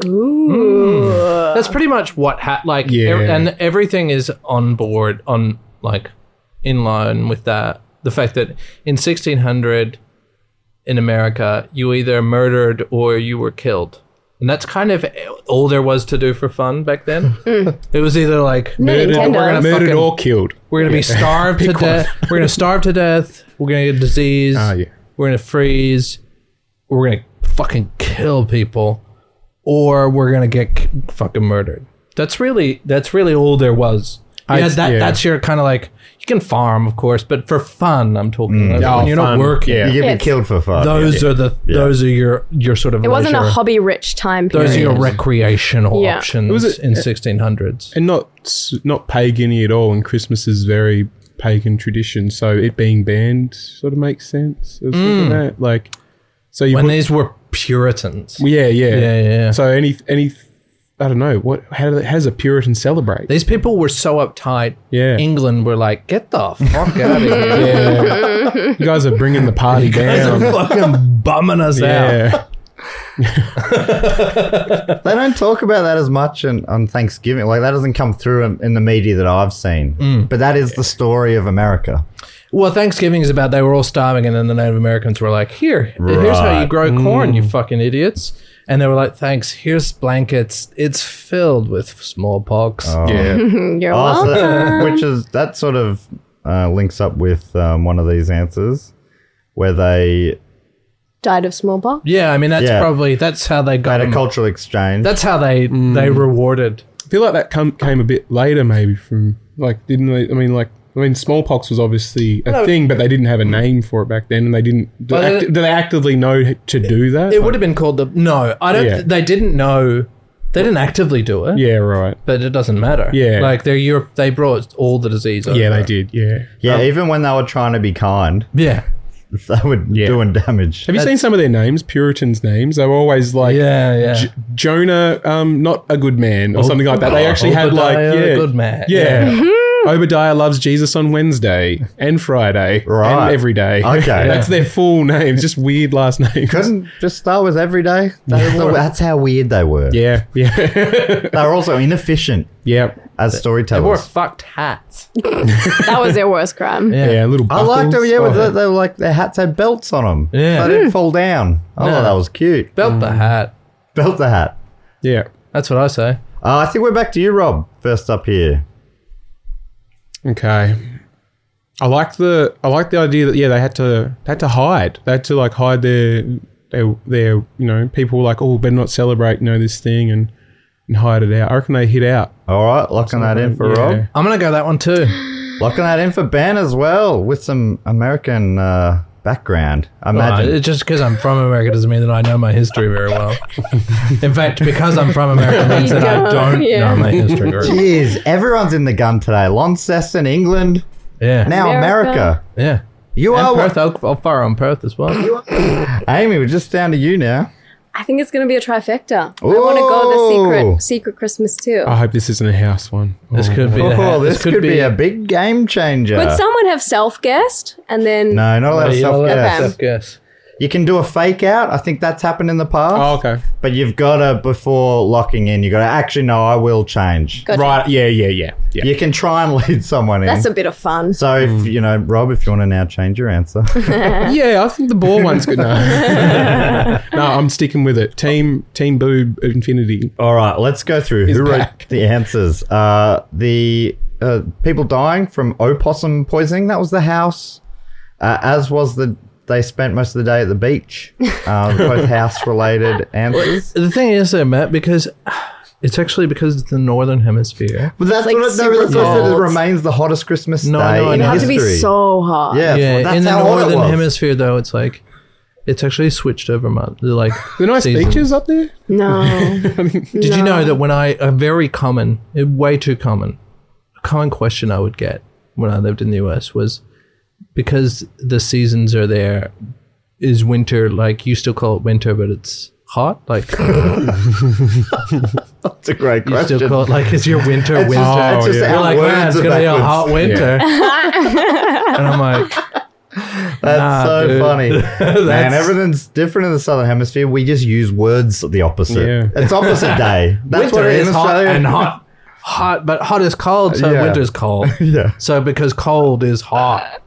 Speaker 4: That's pretty much what ha- like
Speaker 3: Yeah.
Speaker 4: ev- and everything is on board on like in line with that the fact that in 1600 in America you either murdered or you were killed. And that's kind of all there was to do for fun back then.
Speaker 5: Mm.
Speaker 4: it was either like
Speaker 3: Murdered,
Speaker 5: Nintendo. We're
Speaker 4: gonna
Speaker 3: murdered
Speaker 4: fucking-
Speaker 3: or killed.
Speaker 4: we're gonna be starved to death. We're gonna starve to death. We're gonna get disease.
Speaker 3: Ah, yeah.
Speaker 4: We're gonna freeze. We're gonna fucking kill people, or we're gonna get k- fucking murdered. That's really that's really all there was.
Speaker 3: I-
Speaker 4: yeah, that,
Speaker 3: yeah.
Speaker 4: that's your kind of like you can farm, of course, but for fun, I'm talking. like,
Speaker 3: Oh,
Speaker 4: when you're
Speaker 3: fun.
Speaker 4: not working.
Speaker 3: Yeah.
Speaker 2: You get me
Speaker 5: It's-
Speaker 2: killed for fun.
Speaker 4: Those are the those are your your sort of.
Speaker 5: It wasn't a
Speaker 4: leisure-
Speaker 5: hobby rich time period.
Speaker 4: Those are your recreational
Speaker 5: Yeah.
Speaker 4: options
Speaker 3: Was it-
Speaker 4: in 1600s.
Speaker 3: and not s- not pagany at all. And Christmas is very pagan tradition, so it being banned sort of makes sense. I was looking at that. Like, so you
Speaker 4: When
Speaker 3: put,
Speaker 4: these were Puritans.
Speaker 3: yeah, yeah,
Speaker 4: Yeah, yeah.
Speaker 3: So any any, I don't know what how, do- how does a Puritan celebrate?
Speaker 4: These people were so uptight.
Speaker 3: Yeah.
Speaker 4: England were like, get the fuck out of here.
Speaker 3: yeah, you guys are bringing the party down.
Speaker 4: fucking bumming us out.
Speaker 3: Yeah,
Speaker 2: They don't talk about that as much in, on Thanksgiving. Like that doesn't come through in, in the media that I've seen. But that is the story of America.
Speaker 4: Well, Thanksgiving is about they were all starving, and then the Native Americans were like, here, here's how you
Speaker 2: Right.
Speaker 4: grow corn, you fucking idiots. And they were like, thanks, here's blankets. It's filled with smallpox.
Speaker 3: yeah.
Speaker 5: You're
Speaker 2: Oh, so
Speaker 5: welcome.
Speaker 2: that- which is that sort of uh, links up with um, one of these answers where they
Speaker 5: Died of smallpox.
Speaker 4: Yeah, I mean, that's
Speaker 2: Yeah.
Speaker 4: probably, that's how they got
Speaker 2: had a
Speaker 4: them.
Speaker 2: cultural exchange.
Speaker 4: Um, That's how they they rewarded.
Speaker 3: I feel like that come, came a bit later, maybe from like didn't they? I mean, like. I mean, smallpox was obviously a thing, but they didn't have a name for it back then, and they didn't. Do,
Speaker 4: Well,
Speaker 3: act,
Speaker 4: it-
Speaker 3: do they actively know to do that?
Speaker 4: It would have been called the, no, I don't,
Speaker 3: Yeah.
Speaker 4: they didn't know, they didn't actively do it.
Speaker 3: yeah, right.
Speaker 4: But it doesn't matter.
Speaker 3: Yeah.
Speaker 4: Like they're Europe, they brought all the disease over.
Speaker 3: Yeah, they did. Yeah.
Speaker 2: yeah, even when they were trying to be kind,
Speaker 4: Yeah.
Speaker 2: they were doing damage.
Speaker 3: Have you seen some of their names? Puritans' names. They were always like
Speaker 4: Yeah, yeah. Oh,
Speaker 3: J- Jonah, um, not a good man, or something like that. They actually had like
Speaker 4: Obadiah,
Speaker 3: yeah,
Speaker 4: a good man. Mm-hmm.
Speaker 3: Yeah. Obadiah loves Jesus on Wednesday and Friday
Speaker 2: Right.
Speaker 3: and every day.
Speaker 2: Okay.
Speaker 3: that's their full names. Just weird last names.
Speaker 2: Couldn't just start with every day. That was the- that's how weird they were.
Speaker 3: Yeah, yeah,
Speaker 2: They were also inefficient
Speaker 3: yeah,
Speaker 2: as
Speaker 4: They wore
Speaker 2: storytellers.
Speaker 4: fucked hats.
Speaker 5: That was their worst crime.
Speaker 3: yeah. Little.
Speaker 2: I liked them.
Speaker 3: buckles.
Speaker 2: Yeah, with
Speaker 3: Oh,
Speaker 2: the, they were like their hats had belts on them.
Speaker 4: Yeah.
Speaker 2: they didn't fall down. I thought that was cute.
Speaker 4: Belt the hat.
Speaker 2: Belt the hat.
Speaker 3: yeah.
Speaker 4: That's what I say.
Speaker 2: Uh, I think we're back to you, Rob. First up here.
Speaker 3: Okay. I like the I like the idea that yeah they had to they had to hide they had to like hide their their, their you know people were like oh better not celebrate you know this thing and and hide it out I reckon they hid out
Speaker 2: All right, locking that in for
Speaker 3: Yeah.
Speaker 2: Rob.
Speaker 4: I'm gonna go that one too.
Speaker 2: Locking that in for Ben as well, with some American uh, background. I imagine.
Speaker 4: Well, it's just because I'm from America doesn't mean that I know my history very well. In fact, because I'm from America means that I don't
Speaker 5: Yeah.
Speaker 4: know my history very well.
Speaker 2: Jeez, everyone's in the gun today. Launceston, England.
Speaker 4: Yeah.
Speaker 2: Now America.
Speaker 5: America.
Speaker 4: yeah.
Speaker 2: You
Speaker 4: And
Speaker 2: are
Speaker 4: Perth, I'll, I'll fire on Perth as well.
Speaker 2: Amy. We're just down to you now.
Speaker 5: I think it's gonna be a trifecta. I want to go the
Speaker 2: Oh.
Speaker 5: secret secret Christmas too.
Speaker 3: I hope this isn't a house one.
Speaker 4: This could be. the
Speaker 2: Oh,
Speaker 4: hat.
Speaker 2: this, could, be, a big game changer.
Speaker 5: Would someone have self guessed and then
Speaker 2: no, not allowed
Speaker 4: Yeah,
Speaker 2: to
Speaker 4: yeah,
Speaker 2: self
Speaker 4: that's
Speaker 2: guess.
Speaker 4: self guess.
Speaker 2: You can do a fake out. I think that's happened in the past.
Speaker 3: Oh, okay.
Speaker 2: But you've got to before locking in. You got to actually no. I will change.
Speaker 5: Gotcha.
Speaker 3: Right. Yeah. Yeah. Yeah. Yeah.
Speaker 2: You can try and lead someone in.
Speaker 5: That's a bit of fun.
Speaker 2: so if
Speaker 4: Mm.
Speaker 2: you know, Rob, if you want to now change your answer,
Speaker 3: Yeah. I think the ball one's good. No. no, I'm sticking with it. Team Team Boob Infinity.
Speaker 2: all right, let's go through
Speaker 3: He's
Speaker 2: who
Speaker 3: back.
Speaker 2: wrote the answers. Uh, the uh, people dying from opossum poisoning. That was the house, uh, as was the. They spent most of the day at the beach. Uh, both house related answers.
Speaker 4: The thing is, though, Matt, because it's actually because it's the northern hemisphere.
Speaker 2: But that's
Speaker 5: like
Speaker 2: what it- no,
Speaker 5: super
Speaker 2: that's what it said,
Speaker 5: cold.
Speaker 2: It remains the hottest Christmas
Speaker 4: No,
Speaker 2: day
Speaker 4: no,
Speaker 2: in
Speaker 4: it
Speaker 5: It had to
Speaker 2: history.
Speaker 5: be so hot.
Speaker 2: yeah,
Speaker 4: yeah,
Speaker 2: that's
Speaker 4: in the
Speaker 2: how hot it
Speaker 4: northern
Speaker 2: was.
Speaker 4: hemisphere though it's like It's actually switched over month. Like
Speaker 3: The nice
Speaker 4: seasons.
Speaker 3: beaches up there.
Speaker 5: No.
Speaker 4: Did you know that when I a very common, uh, way too common, a common question I would get when I lived in the US was because the seasons are there, is winter like you still call it winter, but it's hot? Like
Speaker 2: That's a great
Speaker 4: you
Speaker 2: question.
Speaker 4: still call it like is your winter winter?
Speaker 3: it's just
Speaker 4: You're
Speaker 2: our
Speaker 4: like, man,
Speaker 2: words
Speaker 4: it's
Speaker 2: are
Speaker 4: gonna be a
Speaker 2: backwards."
Speaker 4: hot winter. and I'm like,
Speaker 2: That's
Speaker 4: Nah,
Speaker 2: so
Speaker 4: dude.
Speaker 2: funny. Man, everything's different in the southern hemisphere. We just use words the opposite.
Speaker 3: Yeah.
Speaker 2: It's opposite day. That's
Speaker 4: winter
Speaker 2: what it
Speaker 4: is
Speaker 2: is in
Speaker 4: hot
Speaker 2: Australia.
Speaker 4: and hot. Hot, but hot is cold, so
Speaker 2: Yeah.
Speaker 4: winter is cold.
Speaker 2: Yeah.
Speaker 4: So because cold is hot.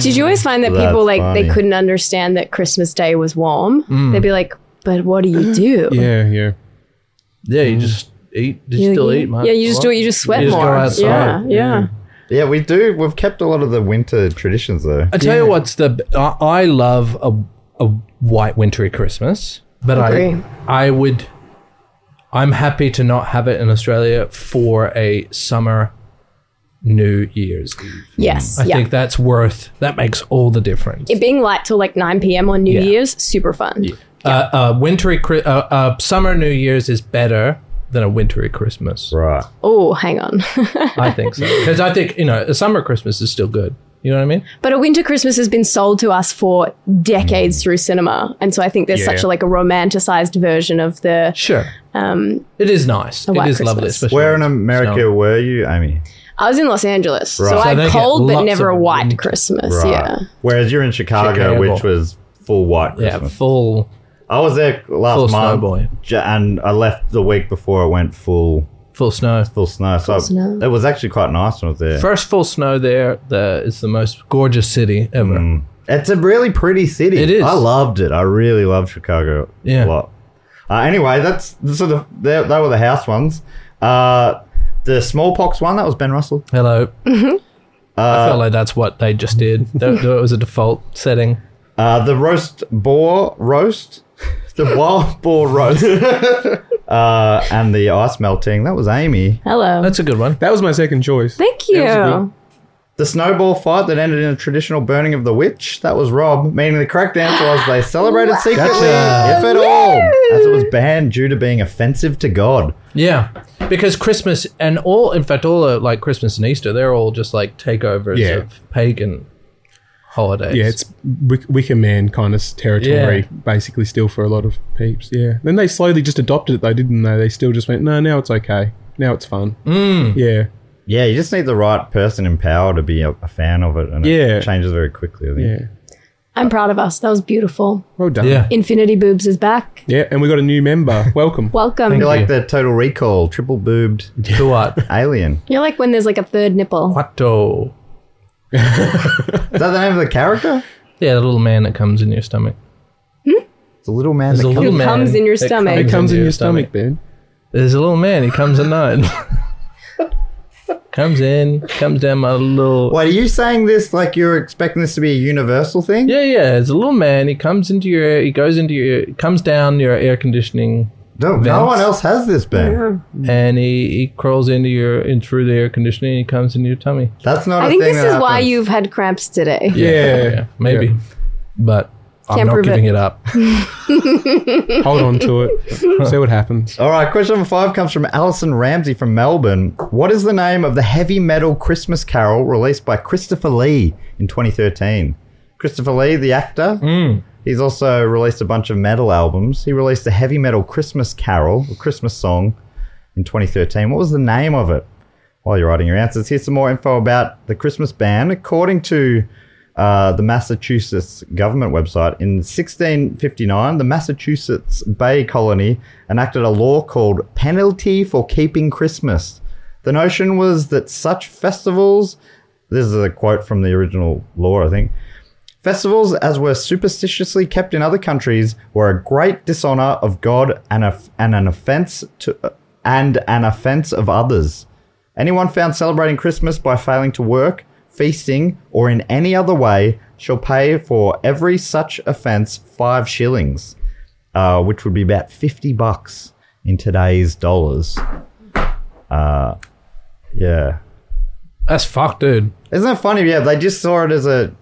Speaker 5: Did you always find that
Speaker 2: That's
Speaker 5: people like
Speaker 2: funny.
Speaker 5: they couldn't understand that Christmas Day was warm?
Speaker 4: Mm.
Speaker 5: They'd be like, "But what do you do?"
Speaker 3: Yeah, yeah.
Speaker 4: Yeah,
Speaker 2: Mm.
Speaker 4: you just eat. Did
Speaker 5: You-
Speaker 4: you still
Speaker 5: you-
Speaker 4: eat, mate?
Speaker 5: Yeah, you just do it. You just sweat
Speaker 4: You just go
Speaker 5: more.
Speaker 4: outside.
Speaker 5: yeah, yeah.
Speaker 2: Yeah, we do. We've kept a lot of the winter traditions though.
Speaker 4: I tell you what's the I, I love a, a white wintry Christmas, but
Speaker 5: Agree.
Speaker 4: I I would I'm happy to not have it in Australia for a summer New Year's. Eve.
Speaker 5: Yes,
Speaker 4: I
Speaker 5: yeah.
Speaker 4: think that's worth that makes all the difference.
Speaker 5: it being light till like 9 p.m. on New
Speaker 4: Yeah.
Speaker 5: Year's, super fun.
Speaker 4: uh, uh, wintry Chri- uh, uh, summer New Year's is better than a wintry Christmas.
Speaker 2: Right.
Speaker 5: Oh, hang on.
Speaker 4: I think so because I think you know a summer Christmas is still good. You know what I mean?
Speaker 5: but a winter Christmas has been sold to us for decades
Speaker 4: Mm.
Speaker 5: through cinema, and so I think there's such a, like a romanticized version of the.
Speaker 4: Sure. Um, it is nice. It
Speaker 5: white
Speaker 4: is lovely.
Speaker 5: Christmas.
Speaker 4: especially
Speaker 2: Where in
Speaker 4: when it's
Speaker 2: America
Speaker 4: snowing.
Speaker 2: were you, Amy?
Speaker 5: I was in Los Angeles, so
Speaker 2: Right.
Speaker 5: I
Speaker 4: So they get
Speaker 5: had cold but
Speaker 4: lots
Speaker 5: never a
Speaker 4: of
Speaker 5: white
Speaker 4: winter-
Speaker 5: Christmas.
Speaker 2: Right.
Speaker 5: Yeah,
Speaker 2: Whereas you're in Chicago,
Speaker 4: Chicago.
Speaker 2: which was full white
Speaker 4: Yeah,
Speaker 2: Christmas.
Speaker 4: full.
Speaker 2: I was there last
Speaker 4: Full snow
Speaker 2: month,
Speaker 4: boy.
Speaker 2: j- and I left the week before it went full
Speaker 4: Full snow.
Speaker 2: full snow. so
Speaker 5: snow.
Speaker 2: it was actually quite nice when I was there.
Speaker 4: First full snow there. The it's the most gorgeous city ever.
Speaker 3: Mm.
Speaker 2: It's a really pretty city.
Speaker 4: It is.
Speaker 2: I loved it. I really loved Chicago
Speaker 4: Yeah.
Speaker 2: a lot. Uh, anyway, that's so the they, they were the house ones. Uh, the smallpox one that was Ben Russell.
Speaker 4: Hello.
Speaker 3: Uh,
Speaker 4: I feel like that's what they just did. That, that was a default setting.
Speaker 2: Uh, the roast boar roast, the wild boar roast, uh, and the ice melting. That was Amy.
Speaker 5: hello.
Speaker 4: That's a good one.
Speaker 3: That was my second choice.
Speaker 5: Thank
Speaker 3: was a good-
Speaker 5: you.
Speaker 2: The snowball fight that ended in a traditional burning of the witch. That was Rob. Meaning the correct answer was they celebrated secretly, if at all, as it was banned due to being offensive to God.
Speaker 4: Yeah, because Christmas and all, in fact, all of, like Christmas and Easter, they're all just like takeovers
Speaker 3: Yeah.
Speaker 4: of pagan holidays.
Speaker 3: Yeah, it's Wic- Wicker Man kind of territory, basically, still for a lot of peeps. Yeah. Then they slowly just adopted it, though, didn't they? They still just went, no, now it's okay. Now it's fun. Mm. Yeah.
Speaker 2: Yeah, you just need the right person in power to be a, a fan of it, and
Speaker 3: Yeah.
Speaker 2: it changes very quickly. I think.
Speaker 3: Yeah.
Speaker 5: I'm proud of us. That was beautiful.
Speaker 3: Well done.
Speaker 4: yeah.
Speaker 5: Infinity Boobs is back.
Speaker 3: Yeah. And we got a new member. Welcome.
Speaker 5: Welcome.
Speaker 2: You're like
Speaker 4: Thank you.
Speaker 2: the Total Recall, triple boobed
Speaker 4: To what?
Speaker 2: alien.
Speaker 5: You're like when there's like a third nipple.
Speaker 4: Quato.
Speaker 2: Is that the name of the character?
Speaker 4: Yeah, the little man that comes in your stomach.
Speaker 2: It's a little man.
Speaker 4: There's
Speaker 2: That
Speaker 4: a
Speaker 2: comes-
Speaker 4: little man
Speaker 5: comes in your
Speaker 4: that
Speaker 5: stomach.
Speaker 3: it comes in your stomach, Ben.
Speaker 4: There's a little man. He comes at night. comes in, comes down my little.
Speaker 2: Wait, are you saying this like you're expecting this to be a universal thing?
Speaker 4: Yeah, yeah. It's a little man. He comes into your. He goes into your. Comes down your air conditioning,
Speaker 2: No, no
Speaker 4: Vince.
Speaker 2: one else has this, Ben.
Speaker 3: Mm.
Speaker 4: and he, he crawls into your in through the air conditioning. and He comes into your tummy.
Speaker 2: That's not. a
Speaker 5: I think
Speaker 2: thing
Speaker 5: this is
Speaker 2: that
Speaker 5: why
Speaker 2: happens.
Speaker 5: you've had cramps today.
Speaker 3: Yeah.
Speaker 4: maybe, but
Speaker 5: Can't
Speaker 4: I'm not
Speaker 5: prove
Speaker 4: giving
Speaker 5: it.
Speaker 4: it, up.
Speaker 3: Hold on to it. See what happens.
Speaker 2: All right, question number five comes from Alison Ramsey from Melbourne. What is the name of the heavy metal Christmas carol released by Christopher Lee in 2013? Christopher Lee, the actor, he's also released a bunch of metal albums. He released a heavy metal Christmas carol, a Christmas song, in 2013. What was the name of it? While you're writing your answers, here's some more info about the Christmas band. According to uh, the Massachusetts government website, in 1659, the Massachusetts Bay Colony enacted a law called Penalty for Keeping Christmas. The notion was that such festivals, this is a quote from the original law, I think, Festivals, as were superstitiously kept in other countries, were a great dishonor of God and, a, and an offense to and an offense of others. Anyone found celebrating Christmas by failing to work, feasting, or in any other way shall pay for every such offense five shillings, uh, which would be about fifty bucks in today's dollars. Uh, yeah,
Speaker 4: That's fuck, dude.
Speaker 2: isn't that funny? Yeah, they just saw it as a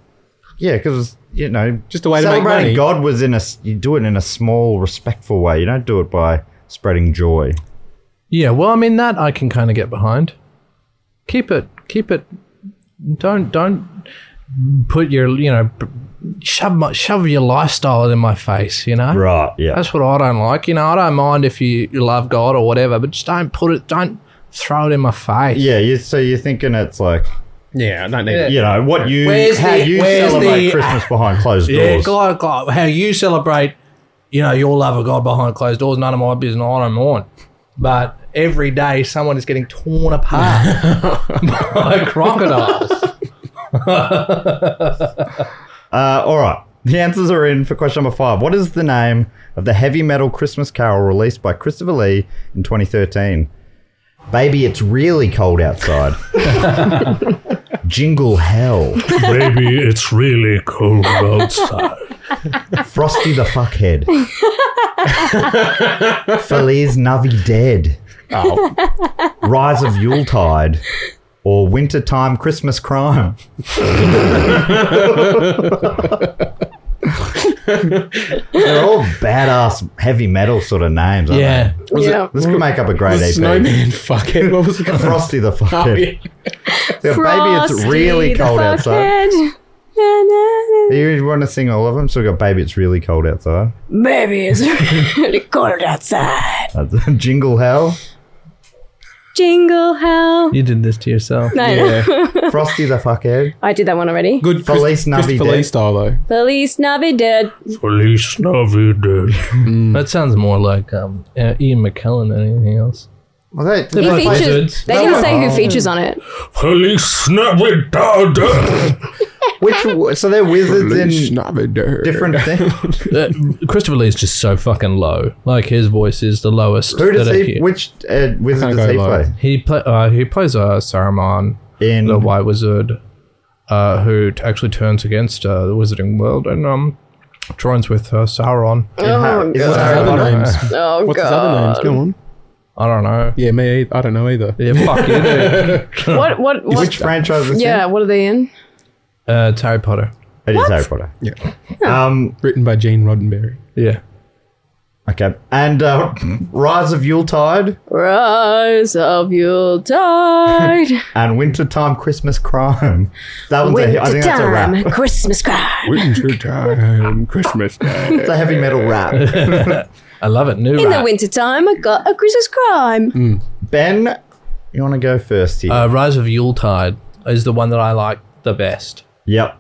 Speaker 2: Yeah, because you know,
Speaker 3: Just a way to make
Speaker 2: celebrating
Speaker 3: money.
Speaker 2: God was in a. s- You do it in a small, respectful way. You don't do it by spreading joy.
Speaker 4: Yeah, well, I mean that I can kind of get behind. Keep it, keep it. Don't don't put your you know b- shove my, shove your lifestyle in my face. You know,
Speaker 2: Right. Yeah.
Speaker 4: that's what I don't like. You know, I don't mind if you, you love God or whatever, but just don't put it, don't throw it in my face.
Speaker 2: yeah. You, so you're thinking it's like
Speaker 3: Yeah, I don't need
Speaker 4: Yeah.
Speaker 3: it.
Speaker 2: you know what you
Speaker 4: Where's
Speaker 2: how
Speaker 4: the-
Speaker 2: you
Speaker 4: where's
Speaker 2: celebrate
Speaker 4: the-
Speaker 2: Christmas behind closed
Speaker 4: Yeah,
Speaker 2: doors.
Speaker 4: God, God, how you celebrate, you know, your love of God behind closed doors, none of my business. I don't mind. But every day, someone is getting torn apart by crocodiles.
Speaker 2: Uh, all right. The answers are in for question number five. What is the name of the heavy metal Christmas carol released by Christopher Lee in 2013? Baby, it's really cold outside. Jingle hell.
Speaker 6: Baby, it's really cold outside.
Speaker 2: Frosty the fuckhead. Feliz Navi dead. Rise of Yuletide. Or Wintertime Christmas Crime. They're all badass heavy metal sort of names, aren't
Speaker 4: yeah.
Speaker 5: Yeah.
Speaker 2: they? This could make up a great E
Speaker 3: The
Speaker 2: EP.
Speaker 3: snowman, fuck it. What was it called?
Speaker 2: Frosty the
Speaker 3: Oh,
Speaker 2: fuckhead.
Speaker 3: yeah.
Speaker 2: Yeah, baby, it's really cold outside.
Speaker 5: outside.
Speaker 2: You want to sing all of them? So we got Baby, it's really cold outside.
Speaker 5: Baby, it's really cold outside.
Speaker 2: That's- Uh, Jingle hell.
Speaker 5: Jingle hell.
Speaker 4: You did this to yourself.
Speaker 5: No, no.
Speaker 3: Yeah.
Speaker 2: Frosty the fuckhead.
Speaker 5: I did that one already.
Speaker 3: Good
Speaker 2: Feliz
Speaker 3: Chris,
Speaker 2: Navidad.
Speaker 3: Christopher Lee style, though.
Speaker 5: Oh, Feliz Navidad.
Speaker 6: Feliz Navidad.
Speaker 4: Mm. That sounds more like um, uh, Ian McKellen than anything else.
Speaker 2: Well, they, they
Speaker 5: Who
Speaker 4: both
Speaker 5: features?
Speaker 4: wizards.
Speaker 5: They didn't say
Speaker 2: Oh.
Speaker 5: who features on it.
Speaker 6: Feliz Navidad.
Speaker 2: Which w- so they're wizards in different things.
Speaker 4: Uh, Christopher Lee is just so fucking low. Like his voice is the lowest.
Speaker 2: Who does
Speaker 4: that I
Speaker 2: he?
Speaker 4: hear.
Speaker 2: Which uh, wizard does
Speaker 3: Can't go
Speaker 2: he
Speaker 3: low.
Speaker 2: play?
Speaker 4: He play, uh, he plays uh, Saruman,
Speaker 2: In
Speaker 4: the White Wizard, uh, who t- actually turns against uh, the Wizarding world and um joins with uh, Sauron.
Speaker 2: Har- is it Harry
Speaker 3: Other
Speaker 2: Potter?
Speaker 3: names.
Speaker 5: Oh
Speaker 3: What's his
Speaker 5: god.
Speaker 3: other names? Come on.
Speaker 4: I don't know.
Speaker 3: Yeah, me. Either. I don't know either.
Speaker 4: Yeah, fuck you, dude.
Speaker 5: What? What? what
Speaker 2: Which franchise? Is
Speaker 5: yeah.
Speaker 2: in?
Speaker 5: What are they in?
Speaker 4: Uh, it's Harry Potter.
Speaker 2: it is Harry Potter.
Speaker 3: Yeah.
Speaker 2: Um,
Speaker 3: Written by Gene Roddenberry.
Speaker 4: Yeah.
Speaker 2: okay, and uh, Rise of Yuletide
Speaker 5: Rise of Yuletide.
Speaker 2: and Wintertime Christmas Crime. That one's a, I think that's a rap.
Speaker 5: Christmas card.
Speaker 3: Winter time, Christmas time.
Speaker 2: It's a heavy metal rap.
Speaker 4: I love it. New
Speaker 5: In the
Speaker 4: rat.
Speaker 5: wintertime, I got a Christmas crime.
Speaker 4: Mm.
Speaker 2: ben, you want to go first here?
Speaker 4: uh, Rise of Yuletide is the one that I like the best.
Speaker 2: yep.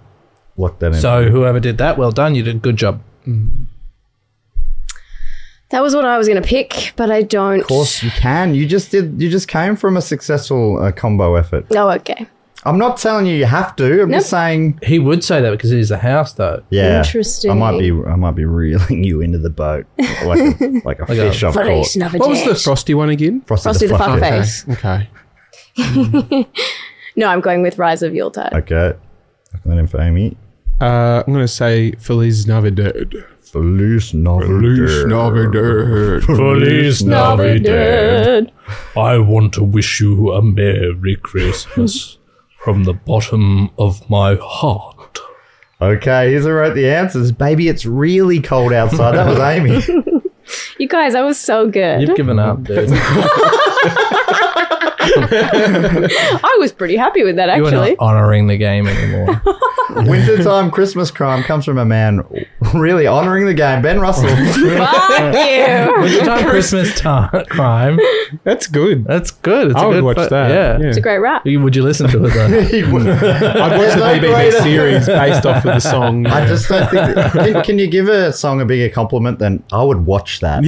Speaker 2: Lock that in.
Speaker 4: So whoever did that, well done. You did a good job.
Speaker 5: That was what I was going to pick, but I don't.
Speaker 2: of course you can. You just did. You just came from a successful uh, combo effort.
Speaker 5: Oh, okay.
Speaker 2: I'm not telling you you have to. I'm just saying.
Speaker 4: He would say that because it is the house, though.
Speaker 2: Yeah,
Speaker 5: Interesting.
Speaker 2: I might be, I might be reeling you into the boat like a, like a fish off caught.
Speaker 3: What was the frosty one again?
Speaker 5: Frosty the
Speaker 2: Fucker.
Speaker 5: Fuckface.
Speaker 3: Okay.
Speaker 5: No, I'm going with Rise of Yuletide.
Speaker 2: Okay, I can let him for Amy.
Speaker 3: Uh, I'm going to say Feliz Navidad.
Speaker 2: Feliz
Speaker 3: Feliz Navidad.
Speaker 6: Feliz Navidad.
Speaker 5: Navidad.
Speaker 6: I want to wish you a Merry Christmas from the bottom of my heart.
Speaker 2: Okay, here's who wrote the answers. Baby, it's really cold outside. That was Amy.
Speaker 5: You guys, I was so good.
Speaker 4: You've given up, dude.
Speaker 5: I was pretty happy with that,
Speaker 4: You're
Speaker 5: actually.
Speaker 4: not honoring the game anymore.
Speaker 2: Wintertime Christmas crime comes from a man really honoring the game, Ben Russell.
Speaker 5: Fuck you.
Speaker 4: Winter time Christmas time crime.
Speaker 3: That's good.
Speaker 4: That's good. It's
Speaker 3: I
Speaker 4: a
Speaker 3: would
Speaker 4: good
Speaker 3: watch
Speaker 4: fu-
Speaker 3: that.
Speaker 4: Yeah.
Speaker 5: It's a great rap.
Speaker 4: You- Would you listen to it though?
Speaker 2: He w-
Speaker 3: I'd watch the
Speaker 2: no greater-
Speaker 3: BBB series based off of the song.
Speaker 2: I just don't think. that- can, can you give a song a bigger compliment than I would watch that?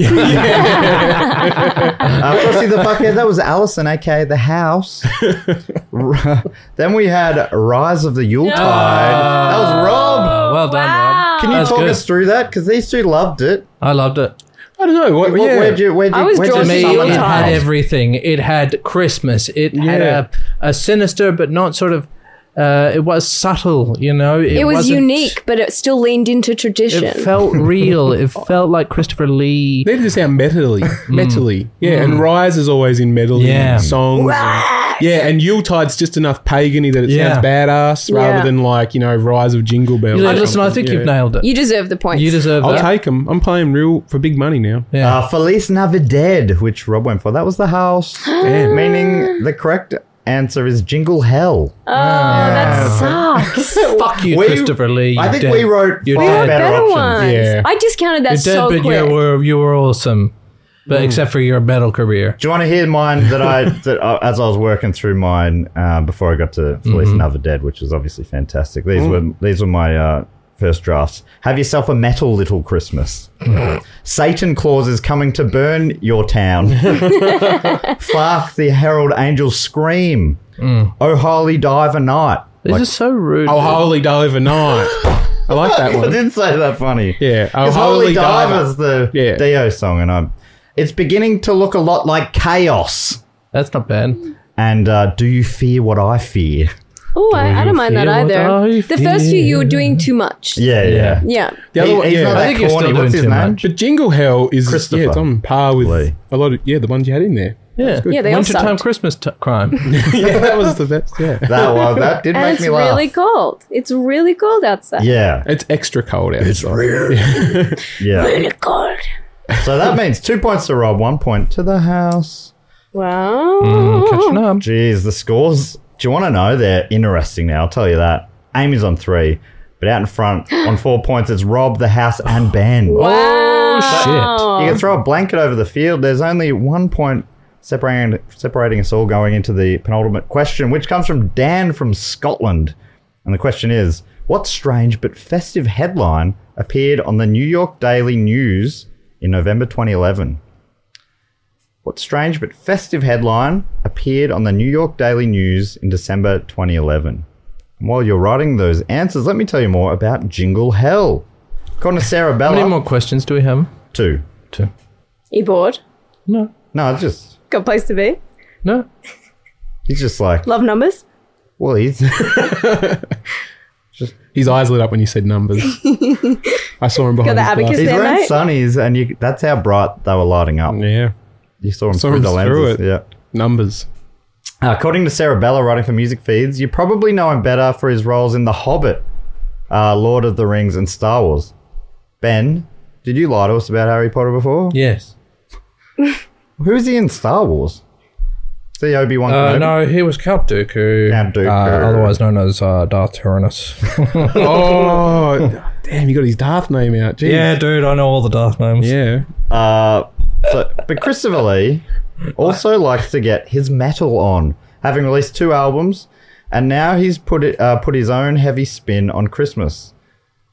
Speaker 2: Uh, Frosty the Fuckhead, that was Allison, aka The House. R- then we had Rise of the Yuletide. That was Rob.
Speaker 4: well done, Rob.
Speaker 2: Can you
Speaker 4: That's
Speaker 2: talk
Speaker 4: good.
Speaker 2: us through that? Because these two loved it.
Speaker 4: I loved it.
Speaker 3: I don't know. What,
Speaker 2: What,
Speaker 3: yeah.
Speaker 2: Where'd you, where'd you,
Speaker 5: I was
Speaker 2: where'd
Speaker 5: drawn
Speaker 4: To
Speaker 2: you
Speaker 5: Just
Speaker 4: me,
Speaker 2: sum
Speaker 5: someone
Speaker 4: it
Speaker 2: it up?
Speaker 4: had
Speaker 5: else.
Speaker 4: everything. It had Christmas. It had
Speaker 3: Yeah.
Speaker 4: a, a sinister, but not sort of. Uh, it was subtle, you know. It,
Speaker 5: It was
Speaker 4: wasn't-
Speaker 5: unique, but it still leaned into tradition.
Speaker 4: It felt real. It felt like Christopher Lee.
Speaker 3: Needed to sound metally. Metally. Yeah, and Rise is always in metal
Speaker 4: Hmm. Yeah.
Speaker 3: and songs. and-
Speaker 7: that.
Speaker 3: Yeah, and Yuletide's just enough pagany that it
Speaker 4: Yeah.
Speaker 3: sounds badass
Speaker 5: Yeah.
Speaker 3: rather than like, you know, Rise of Jingle Bell.
Speaker 4: You know,
Speaker 3: or
Speaker 4: listen, I
Speaker 3: something.
Speaker 4: think
Speaker 3: Yeah.
Speaker 4: you've nailed it.
Speaker 5: You deserve the points. Oh,
Speaker 4: You deserve
Speaker 3: I'll
Speaker 4: that.
Speaker 3: take them. I'm playing real for big money now.
Speaker 4: yeah.
Speaker 2: Uh, Feliz Navidad, which Rob went for. That was the house.
Speaker 3: Damn.
Speaker 2: Meaning the correct answer is Jingle Hell.
Speaker 5: oh, that sucks.
Speaker 4: Fuck you,
Speaker 2: We-
Speaker 4: Christopher Lee.
Speaker 2: I
Speaker 4: you
Speaker 2: think
Speaker 4: dead-
Speaker 2: we wrote
Speaker 4: you're
Speaker 2: five
Speaker 4: dead.
Speaker 2: better,
Speaker 5: Better
Speaker 2: options.
Speaker 5: ones.
Speaker 3: yeah.
Speaker 5: I discounted
Speaker 4: You're
Speaker 5: that
Speaker 4: dead,
Speaker 5: so
Speaker 4: but
Speaker 5: quick.
Speaker 4: you were you were awesome. But except for your metal career.
Speaker 2: Do you want to hear mine that I that I, as I was working through mine uh, before I got to Felice
Speaker 3: Mm-hmm.
Speaker 2: Another Dead, which was obviously fantastic. These
Speaker 3: Mm.
Speaker 2: were these were my uh, first drafts. Have yourself a metal little Christmas. Satan Claus is coming to burn your town. Fark the herald angels scream.
Speaker 3: Mm.
Speaker 2: Oh holy diver night.
Speaker 4: This
Speaker 2: Like-
Speaker 4: is so rude.
Speaker 3: Oh, holy diver night. I like that
Speaker 2: I
Speaker 3: one.
Speaker 2: didn't say that funny.
Speaker 3: Yeah. Oh,
Speaker 2: Because Holy Diver's the
Speaker 3: Yeah.
Speaker 2: Dio song, and I'm. It's beginning to look a lot like chaos.
Speaker 4: That's not bad.
Speaker 2: And uh, do you fear what I fear?
Speaker 5: Oh, I, I don't mind that
Speaker 4: feel what
Speaker 5: either.
Speaker 4: I
Speaker 5: The first few, you were doing too much.
Speaker 2: Yeah, yeah.
Speaker 5: Yeah.
Speaker 3: The other
Speaker 2: He-
Speaker 3: one,
Speaker 2: he's
Speaker 3: yeah.
Speaker 2: not
Speaker 3: I
Speaker 2: that
Speaker 4: think you're still
Speaker 2: corny.
Speaker 4: doing
Speaker 2: What's his
Speaker 4: too
Speaker 2: name?
Speaker 4: much.
Speaker 3: But Jingle Hell is
Speaker 2: Christopher
Speaker 3: yeah, it's on par with
Speaker 2: Lee.
Speaker 3: a lot of yeah the ones you had in there.
Speaker 4: Yeah.
Speaker 5: Yeah, they all
Speaker 4: Wintertime
Speaker 5: sucked.
Speaker 4: Christmas t- crime.
Speaker 3: yeah, that was the best. Yeah,
Speaker 2: That one that did
Speaker 5: And
Speaker 2: make
Speaker 5: it's
Speaker 2: me laugh.
Speaker 5: really cold. It's really cold outside.
Speaker 2: yeah,
Speaker 3: it's extra cold outside. It's real.
Speaker 2: yeah.
Speaker 5: Really cold.
Speaker 2: so that means two points to Rob, one point to the house.
Speaker 5: Wow.
Speaker 4: Catching up.
Speaker 2: Jeez, the scores. Do you want to know? They're interesting now. I'll tell you that. Amy's on three, but out in front on four points, it's Rob, the house, and Ben.
Speaker 4: Oh,
Speaker 2: You can throw a blanket over the field. There's only one point separating separating us all going into the penultimate question, which comes from Dan from Scotland. And the question is, what strange but festive headline appeared on the New York Daily News in November 2011? What strange but festive headline appeared on the New York Daily News in December 2011? And while you're writing those answers, let me tell you more about Jingle Hell. According to Sarah
Speaker 4: How many
Speaker 2: Bella,
Speaker 4: more questions do we have?
Speaker 2: two.
Speaker 5: You bored?
Speaker 4: No.
Speaker 2: No, it's just
Speaker 5: Good place to be.
Speaker 4: No.
Speaker 2: He's just like,
Speaker 5: Love numbers.
Speaker 2: well, he's
Speaker 3: His eyes lit up when you said numbers. I saw him behind.
Speaker 5: Got the
Speaker 3: his
Speaker 5: abacus
Speaker 2: he's
Speaker 5: there,
Speaker 2: wearing
Speaker 5: mate.
Speaker 2: sunnies, and you, that's how bright they were lighting up.
Speaker 3: glass. Yeah,
Speaker 2: You saw him
Speaker 3: Mm. Saw
Speaker 2: through
Speaker 3: him
Speaker 2: the lenses.
Speaker 3: through it.
Speaker 2: Yeah.
Speaker 3: numbers.
Speaker 2: Uh, according to Sarah Bella, writing for Music Feeds, you probably know him better for his roles in The Hobbit, uh, Lord of the Rings, and Star Wars. Ben, did you lie to us about Harry Potter before?
Speaker 4: Yes.
Speaker 2: Who is he in Star Wars? Is he Obi Wan?
Speaker 4: Uh,
Speaker 2: Kenobi?
Speaker 4: no, he was Count Dooku.
Speaker 2: Count Dooku.
Speaker 4: Uh, otherwise known as uh, Darth Tyrannus.
Speaker 3: Oh, damn! You got his Darth name out. Jeez.
Speaker 4: yeah, dude, I know all the Darth names.
Speaker 3: yeah.
Speaker 2: Uh, so, but Christopher Lee also likes to get his metal on, having released two albums, and now he's put it uh, put his own heavy spin on Christmas,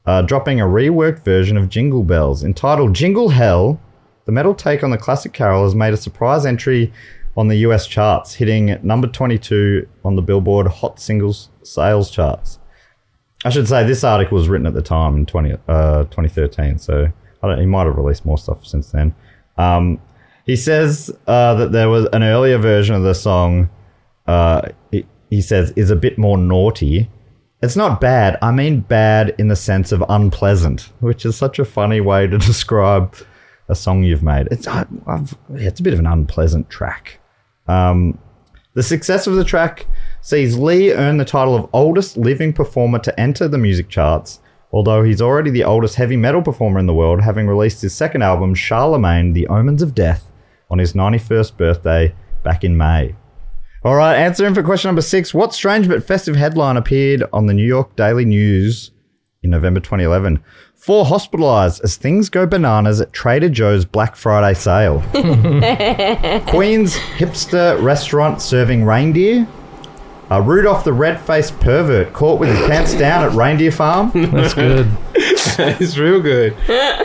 Speaker 2: uh, dropping a reworked version of Jingle Bells entitled Jingle Hell. The metal take on the classic carol has made a surprise entry on the U.S. charts, hitting number 22 on the Billboard Hot Singles Sales charts. I should say this article was written at the time in 20, uh, 2013, so I don't, he might have released more stuff since then. Um, he says uh, that there was an earlier version of the song, uh, he, he says, is a bit more naughty. It's not bad. I mean bad in the sense of unpleasant, which is such a funny way to describe a song you've made. It's, I, I've, yeah, it's a bit of an unpleasant track. Um, the success of the track sees Lee earn the title of oldest living performer to enter the music charts, although he's already the oldest heavy metal performer in the world, having released his second album, Charlemagne The Omens of Death, on his 91st birthday back in May. All right, answering for question number six What strange but festive headline appeared on the New York Daily News in November 2011? Four hospitalized as things go bananas at Trader Joe's Black Friday sale. Queen's hipster restaurant serving reindeer. Uh, Rudolph the red-faced pervert caught with his pants down at reindeer farm.
Speaker 4: That's good.
Speaker 3: It's real good.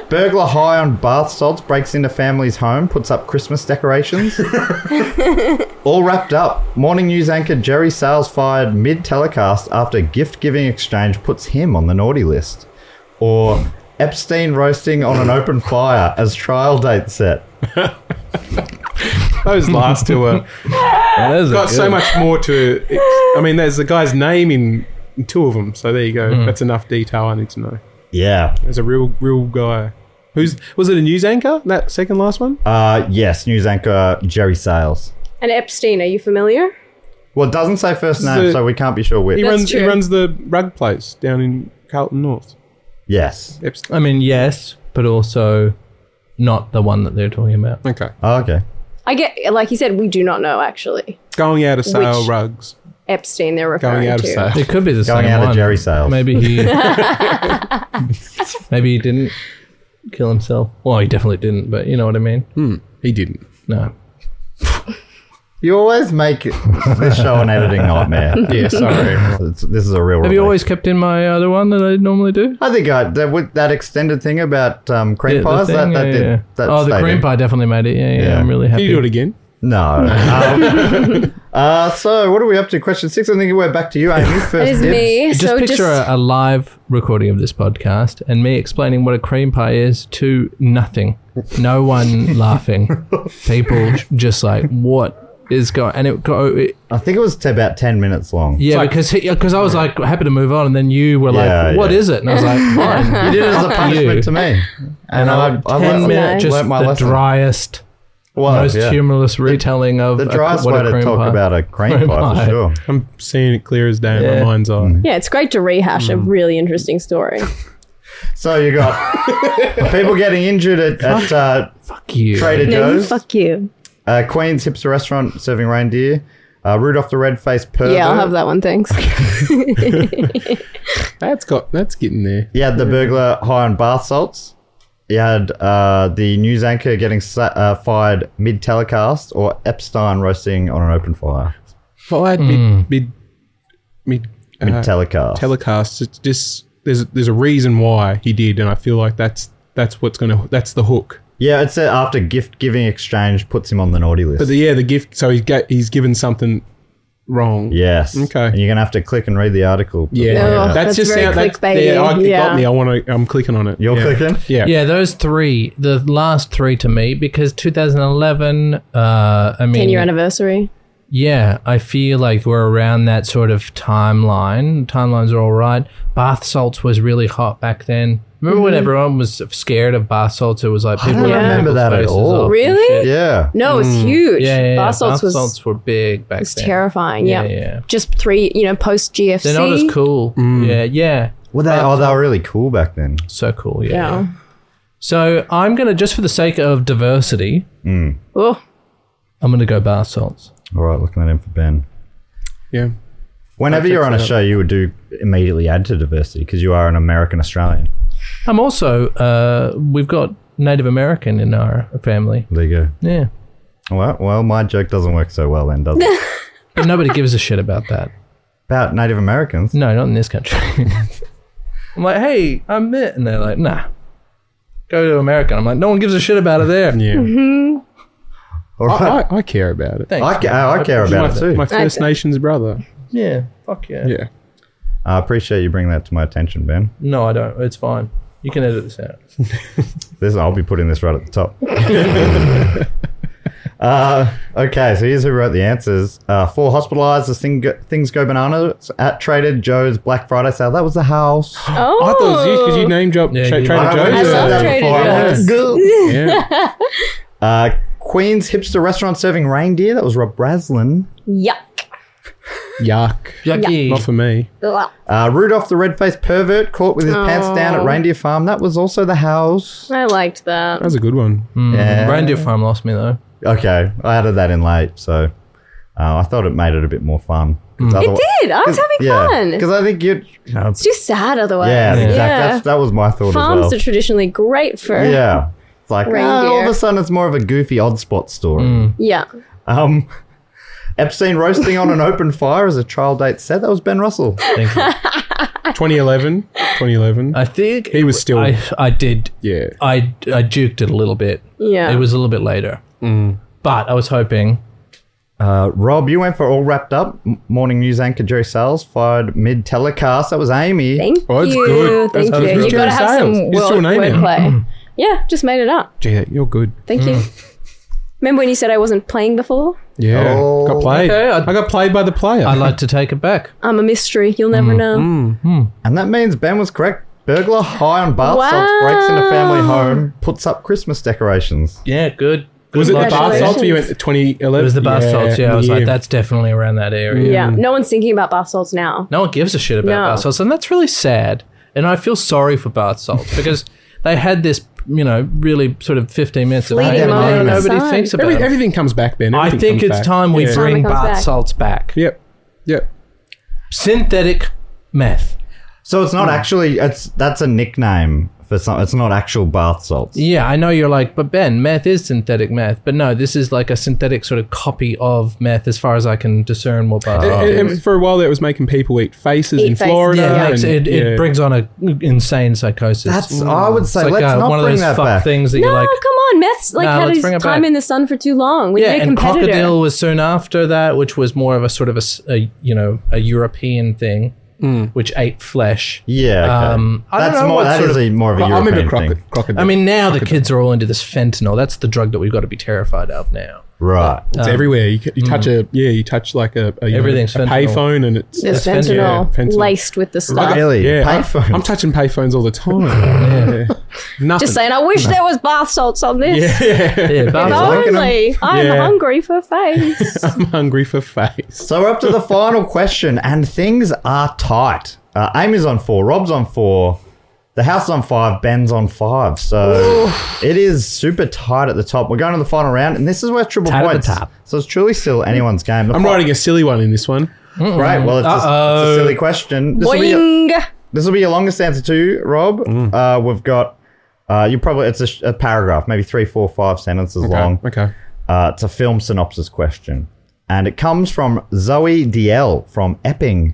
Speaker 2: Burglar high on bath salts breaks into family's home, puts up Christmas decorations. All wrapped up. Morning news anchor Jerry Sales fired mid-telecast after gift-giving exchange puts him on the naughty list. Or Epstein roasting on an open fire as trial date set.
Speaker 3: Those last two are
Speaker 4: Those are
Speaker 3: got so
Speaker 4: good.
Speaker 3: much more to. I mean, there's the guy's name in, in two of them. So there you go. That's enough detail I need to know.
Speaker 2: Yeah.
Speaker 3: There's a real, real guy. Who's was it? A news anchor? That second last one?
Speaker 2: Uh, yes, news anchor Jerry Sales.
Speaker 5: And Epstein, are you familiar?
Speaker 2: Well, it doesn't say first name,
Speaker 3: So-
Speaker 2: so we can't be sure which.
Speaker 3: He
Speaker 5: That's
Speaker 3: runs he
Speaker 5: true.
Speaker 3: runs the rug place down in Carlton North.
Speaker 2: Yes.
Speaker 3: Epsom.
Speaker 4: I mean, yes, but also not the one that they're talking about.
Speaker 3: Okay.
Speaker 2: Oh, okay.
Speaker 5: I get, like you said, we do not know actually.
Speaker 3: Going out of sale
Speaker 5: Which-
Speaker 3: rugs.
Speaker 5: Epstein, they're referring
Speaker 3: Going out of
Speaker 5: to.
Speaker 3: sale.
Speaker 4: It could be the
Speaker 2: Going
Speaker 4: same
Speaker 2: out
Speaker 4: one.
Speaker 2: of Jerry sales.
Speaker 4: Maybe he. maybe he didn't kill himself. Well, he definitely didn't, but you know what I mean.
Speaker 3: Hmm, He didn't.
Speaker 4: No.
Speaker 2: You always make this show an editing nightmare.
Speaker 3: Yeah, sorry.
Speaker 2: It's- this is a real.
Speaker 4: Have you
Speaker 2: relief.
Speaker 4: always kept in my other one that I normally do?
Speaker 2: I think I, that, with that extended thing about um, cream
Speaker 4: the
Speaker 2: pies.
Speaker 4: thing,
Speaker 2: that, that
Speaker 4: yeah,
Speaker 2: did,
Speaker 4: yeah.
Speaker 2: that
Speaker 4: oh, the
Speaker 2: stayed
Speaker 4: cream
Speaker 2: in.
Speaker 4: pie definitely made it. Yeah, yeah.
Speaker 2: Yeah.
Speaker 4: I'm really
Speaker 3: Can
Speaker 4: happy.
Speaker 3: you do it again?
Speaker 2: No. Um, uh, so what are we up to? Question six. I think we're back to you, Amy. First
Speaker 5: It is
Speaker 2: dibs.
Speaker 5: me.
Speaker 4: Just
Speaker 5: so
Speaker 4: picture
Speaker 5: just
Speaker 4: A, a live recording of this podcast and me explaining what a cream pie is to nothing. No one laughing. People just like, what is going? And it go. It,
Speaker 2: I think it was t- about ten minutes long.
Speaker 4: yeah, because because I was like happy to move on, and then you were
Speaker 2: Yeah,
Speaker 4: like, "What
Speaker 2: yeah.
Speaker 4: is it?" And I was like, "Fine."
Speaker 2: You did it as a punishment
Speaker 4: you.
Speaker 2: to me, and I, I
Speaker 4: Ten
Speaker 2: learnt-
Speaker 4: minute,
Speaker 2: learnt
Speaker 4: just the
Speaker 2: my lesson.
Speaker 4: driest,
Speaker 2: Was,
Speaker 4: most
Speaker 2: yeah.
Speaker 4: humorless retelling of
Speaker 2: The
Speaker 4: a-
Speaker 2: driest
Speaker 4: what
Speaker 2: way
Speaker 4: a
Speaker 2: to
Speaker 4: cream
Speaker 2: talk
Speaker 4: pie.
Speaker 2: about a cream,
Speaker 4: Cream
Speaker 2: pie,
Speaker 4: pie.
Speaker 2: for sure.
Speaker 3: I'm seeing it clear as day in
Speaker 4: Yeah.
Speaker 3: my mind's eye.
Speaker 5: yeah, it's great to rehash
Speaker 4: Mm.
Speaker 5: a really interesting story.
Speaker 2: So you got people getting injured at, at uh,
Speaker 4: Fuck you.
Speaker 2: Trader
Speaker 5: no, you
Speaker 2: Joe's,
Speaker 5: fuck you.
Speaker 2: uh, Queen's hipster restaurant serving reindeer, uh, Rudolph the Red-Faced Pervert.
Speaker 5: Yeah, I'll have that one. Thanks.
Speaker 3: That's got that's getting there.
Speaker 2: You had the burglar high on bath salts. You had uh, the news anchor getting sa- uh, fired mid telecast, or Epstein roasting on an open fire
Speaker 3: Fired
Speaker 5: Hmm.
Speaker 3: mid mid mid
Speaker 2: mid
Speaker 3: uh,
Speaker 2: telecast.
Speaker 3: telecast. It's just there's there's a reason why he did, and I feel like that's that's what's gonna that's the hook.
Speaker 2: yeah, it's uh, after gift giving exchange puts him on the naughty list.
Speaker 3: But the, yeah, the gift. So he's ga- he's given something wrong.
Speaker 2: yes.
Speaker 3: Okay.
Speaker 2: And you're gonna have to click and read the article. to
Speaker 3: Yeah,
Speaker 2: find
Speaker 5: Oh,
Speaker 2: out.
Speaker 5: that's very clickbaity.
Speaker 3: yeah, I, it
Speaker 5: Yeah.
Speaker 3: got me. I want to. I'm clicking on it.
Speaker 2: You're
Speaker 3: yeah.
Speaker 2: clicking.
Speaker 3: Yeah.
Speaker 4: Yeah, those three, the last three to me, because 2011. Uh, I mean,
Speaker 5: Ten year anniversary.
Speaker 4: Yeah, I feel like we're around that sort of timeline. Timelines are all right. Bath salts was really hot back then. Remember
Speaker 2: Mm-hmm.
Speaker 4: when everyone was scared of bath salts? It was like people
Speaker 2: don't
Speaker 4: ripping
Speaker 2: remember
Speaker 4: people's
Speaker 2: that at
Speaker 4: faces
Speaker 2: all.
Speaker 4: off and
Speaker 5: Really?
Speaker 4: shit. Mm.
Speaker 2: Yeah.
Speaker 5: No, it's huge.
Speaker 4: Yeah, yeah, yeah.
Speaker 5: Bath salts was
Speaker 4: were big back
Speaker 5: was
Speaker 4: then.
Speaker 5: terrifying.
Speaker 4: Yeah,
Speaker 5: Yeah.
Speaker 4: yeah.
Speaker 5: Just three, you know, post GFC.
Speaker 4: They're not as cool. Yeah, yeah.
Speaker 2: Well, they oh, they were really cool back then.
Speaker 4: So cool. Yeah.
Speaker 5: Yeah.
Speaker 4: So I'm gonna just for the sake of diversity,
Speaker 5: Oh,
Speaker 4: I'm gonna go bath salts.
Speaker 2: All right, looking at him for Ben.
Speaker 3: yeah.
Speaker 2: Whenever you're on a show, you would do immediately add to diversity because you are an American Australian.
Speaker 4: I'm also uh, we've got Native American in our family.
Speaker 2: There you
Speaker 4: Yeah.
Speaker 2: go. All right. Well, my joke doesn't work so well then, does it?
Speaker 4: But nobody gives a shit about that.
Speaker 2: About Native
Speaker 3: Mm.
Speaker 2: Americans.
Speaker 4: No, not in this country. I'm like, hey, I'm it. And they're like, nah, go to America. I'm like, no one gives a shit about it there.
Speaker 3: Yeah.
Speaker 2: All
Speaker 3: I,
Speaker 2: right.
Speaker 3: I, I care about it.
Speaker 4: Thanks.
Speaker 2: I, ca- I care
Speaker 3: my,
Speaker 2: about it too.
Speaker 3: my First Nations brother.
Speaker 4: yeah, fuck yeah.
Speaker 3: Yeah.
Speaker 2: I appreciate you bringing that to my attention, Ben.
Speaker 4: No, I don't. It's fine. You can edit this out.
Speaker 2: This I'll be putting this right at the top. uh, okay, so here's who wrote the answers. Uh, four hospitalized. The thing go- things go bananas at Trader Joe's Black Friday sale. That was the house.
Speaker 5: oh.
Speaker 3: I thought it was you because you name dropped
Speaker 4: Yeah,
Speaker 3: Tra-
Speaker 4: you-
Speaker 3: Trader
Speaker 2: I
Speaker 3: Joe's.
Speaker 2: haven't
Speaker 5: love
Speaker 2: said
Speaker 5: Trader
Speaker 2: before. I want to
Speaker 5: Joe's.
Speaker 2: go.
Speaker 3: yeah.
Speaker 2: Uh, Queen's hipster restaurant serving reindeer. That was Rob Braslin.
Speaker 5: yuck.
Speaker 3: Yuck.
Speaker 4: Yucky.
Speaker 3: Not for me.
Speaker 5: Blah.
Speaker 2: Uh, Rudolph the red-faced pervert caught with his pants down at Reindeer Farm. That was also the house.
Speaker 5: I liked that.
Speaker 3: That was a good one.
Speaker 2: Yeah.
Speaker 4: Reindeer Farm lost me, though.
Speaker 2: Okay, I added that in late, so uh, I thought it made it a bit more fun. It
Speaker 5: Dude, I was having fun.
Speaker 2: Because I think you'd. You know,
Speaker 5: It's just sad otherwise.
Speaker 2: yeah, exactly. That's, that was my thought
Speaker 5: Farms
Speaker 2: as
Speaker 5: are
Speaker 2: well.
Speaker 5: traditionally great for. Yeah.
Speaker 2: yeah. It's like, ah, all of
Speaker 5: Reindeer.
Speaker 2: a sudden it's more of a goofy odd spot story.
Speaker 5: Mm.
Speaker 2: Um, Epstein roasting on an open fire as a trial date said that was Ben Russell.
Speaker 4: Thank you.
Speaker 3: 2011. 2011.
Speaker 4: I think
Speaker 3: He was still-
Speaker 4: I, I did.
Speaker 3: yeah.
Speaker 4: I, I juked it a little bit.
Speaker 5: Yeah.
Speaker 4: It was a little bit later.
Speaker 3: Mm.
Speaker 4: But I was hoping.
Speaker 2: Uh, Rob, you went for all wrapped up. M- morning news anchor Jerry Sales fired mid telecast. That was Amy.
Speaker 5: Thank
Speaker 3: Oh, that's
Speaker 5: you.
Speaker 3: good.
Speaker 5: Thank
Speaker 3: That's
Speaker 5: you.
Speaker 3: good.
Speaker 5: You've got to have
Speaker 3: Sales.
Speaker 5: some
Speaker 3: It's
Speaker 5: world,
Speaker 3: your name now.
Speaker 5: wordplay. yeah, just made it up.
Speaker 3: Gee, you're good.
Speaker 5: Thank you. Remember when you said I wasn't playing before?
Speaker 3: Yeah.
Speaker 2: Oh.
Speaker 3: got played.
Speaker 4: Okay, I-
Speaker 3: I, got played by the player.
Speaker 4: I'd like to take it back.
Speaker 5: I'm a mystery.
Speaker 4: Mm.
Speaker 5: You'll never know.
Speaker 2: And that means Ben was correct. Burglar high on bath salts breaks into family home, puts up Christmas decorations.
Speaker 4: Yeah, good.
Speaker 3: Was it the bath salts or you went
Speaker 5: Congratulations.
Speaker 3: 2011?
Speaker 4: It was the bath salts. Yeah, I was like, that's definitely around that area.
Speaker 5: Yeah. No one's thinking about bath salts now.
Speaker 4: No one gives a shit about
Speaker 5: No.
Speaker 4: bath salts, and that's really sad. And I feel sorry for bath salts because they had this, you know, really sort of fifteen minutes of
Speaker 5: Fleeting
Speaker 4: fame,
Speaker 3: moment
Speaker 4: and
Speaker 3: in
Speaker 4: nobody
Speaker 5: time.
Speaker 4: thinks about
Speaker 3: Every,
Speaker 4: it.
Speaker 3: everything comes back, Ben.
Speaker 4: I
Speaker 3: Everything
Speaker 4: think
Speaker 3: comes
Speaker 4: it's
Speaker 3: back.
Speaker 4: time we
Speaker 3: Yeah.
Speaker 4: bring
Speaker 5: Time it comes
Speaker 4: bath
Speaker 5: back.
Speaker 4: salts back.
Speaker 3: Yep. Yep.
Speaker 4: Synthetic meth.
Speaker 2: So it's not
Speaker 4: Hmm.
Speaker 2: actually it's that's a nickname for some. It's not actual bath salts.
Speaker 4: Yeah, I know you're like, but Ben, meth is synthetic meth. But no, this is like a synthetic sort of copy of meth as far as I can discern what bath
Speaker 2: Oh,
Speaker 4: salts
Speaker 3: And,
Speaker 4: is.
Speaker 3: and for a while, that was making people eat faces
Speaker 5: Eat
Speaker 3: in
Speaker 5: faces.
Speaker 3: Florida.
Speaker 4: Yeah, it,
Speaker 3: and-
Speaker 4: makes, it, it
Speaker 3: yeah.
Speaker 4: brings on a insane psychosis.
Speaker 2: That's I would
Speaker 4: It's
Speaker 2: say. let's
Speaker 4: uh,
Speaker 2: not
Speaker 4: one of
Speaker 2: bring
Speaker 4: those
Speaker 2: that
Speaker 4: fuck
Speaker 2: back.
Speaker 4: things that
Speaker 5: No,
Speaker 4: you're like,
Speaker 5: Oh, come on, meth's like
Speaker 4: No,
Speaker 5: had
Speaker 4: let's
Speaker 5: his
Speaker 4: bring it
Speaker 5: time
Speaker 4: back.
Speaker 5: in the sun for too long. We
Speaker 4: yeah,
Speaker 5: need a
Speaker 4: and
Speaker 5: competitor.
Speaker 4: crocodile was soon after that, which was more of a sort of a, s- a, you know a European thing,
Speaker 3: Mm.
Speaker 4: which ate flesh.
Speaker 2: Yeah, okay.
Speaker 4: Um, I don't
Speaker 2: that's
Speaker 4: know
Speaker 2: more.
Speaker 4: what
Speaker 2: That
Speaker 4: sort
Speaker 2: is
Speaker 4: of-
Speaker 2: a more of a
Speaker 3: I remember
Speaker 2: European
Speaker 3: croco-
Speaker 2: thing,
Speaker 3: crocodile.
Speaker 4: I mean, now the kids are all into this fentanyl. That's the drug that we've got to be terrified of now.
Speaker 2: right?
Speaker 3: it's everywhere. You, c- you touch a yeah, you touch like a, a
Speaker 4: Mm. Everything's
Speaker 3: a
Speaker 4: fentanyl.
Speaker 3: payphone, and it's
Speaker 5: There's
Speaker 4: That's fentanyl.
Speaker 5: fentanyl,
Speaker 3: Yeah, fentanyl.
Speaker 5: laced with the stuff.
Speaker 2: really?
Speaker 3: yeah. I-
Speaker 2: Payphones.
Speaker 3: I'm touching payphones all the time. yeah. Nothing.
Speaker 5: Just saying, I wish there was bath salts on this.
Speaker 4: Yeah,
Speaker 5: If
Speaker 4: bath salts.
Speaker 5: only I'm
Speaker 3: um, Yeah.
Speaker 5: hungry for face.
Speaker 3: I'm hungry for face.
Speaker 2: So we're up to the final question, and things are tight. Uh, Amy's on four, Rob's on four, the house on five, Ben's on five. So it is super tight at the top. We're going to the final round, and this is where triple
Speaker 4: Tight at the
Speaker 2: points.
Speaker 4: top.
Speaker 2: So it's truly still anyone's game. The
Speaker 3: I'm
Speaker 2: fi-
Speaker 3: writing a silly one in this one.
Speaker 2: Great. Well, it's, a, it's a
Speaker 4: Uh-oh.
Speaker 2: silly question. This will, be your,
Speaker 5: Boing.
Speaker 2: this will be your longest answer too, Rob. Uh, we've got. Uh, you probably it's a, sh- a paragraph, maybe three, four, five sentences long.
Speaker 3: Okay.
Speaker 2: Uh, it's a film synopsis question, and it comes from Zoe DL from Epping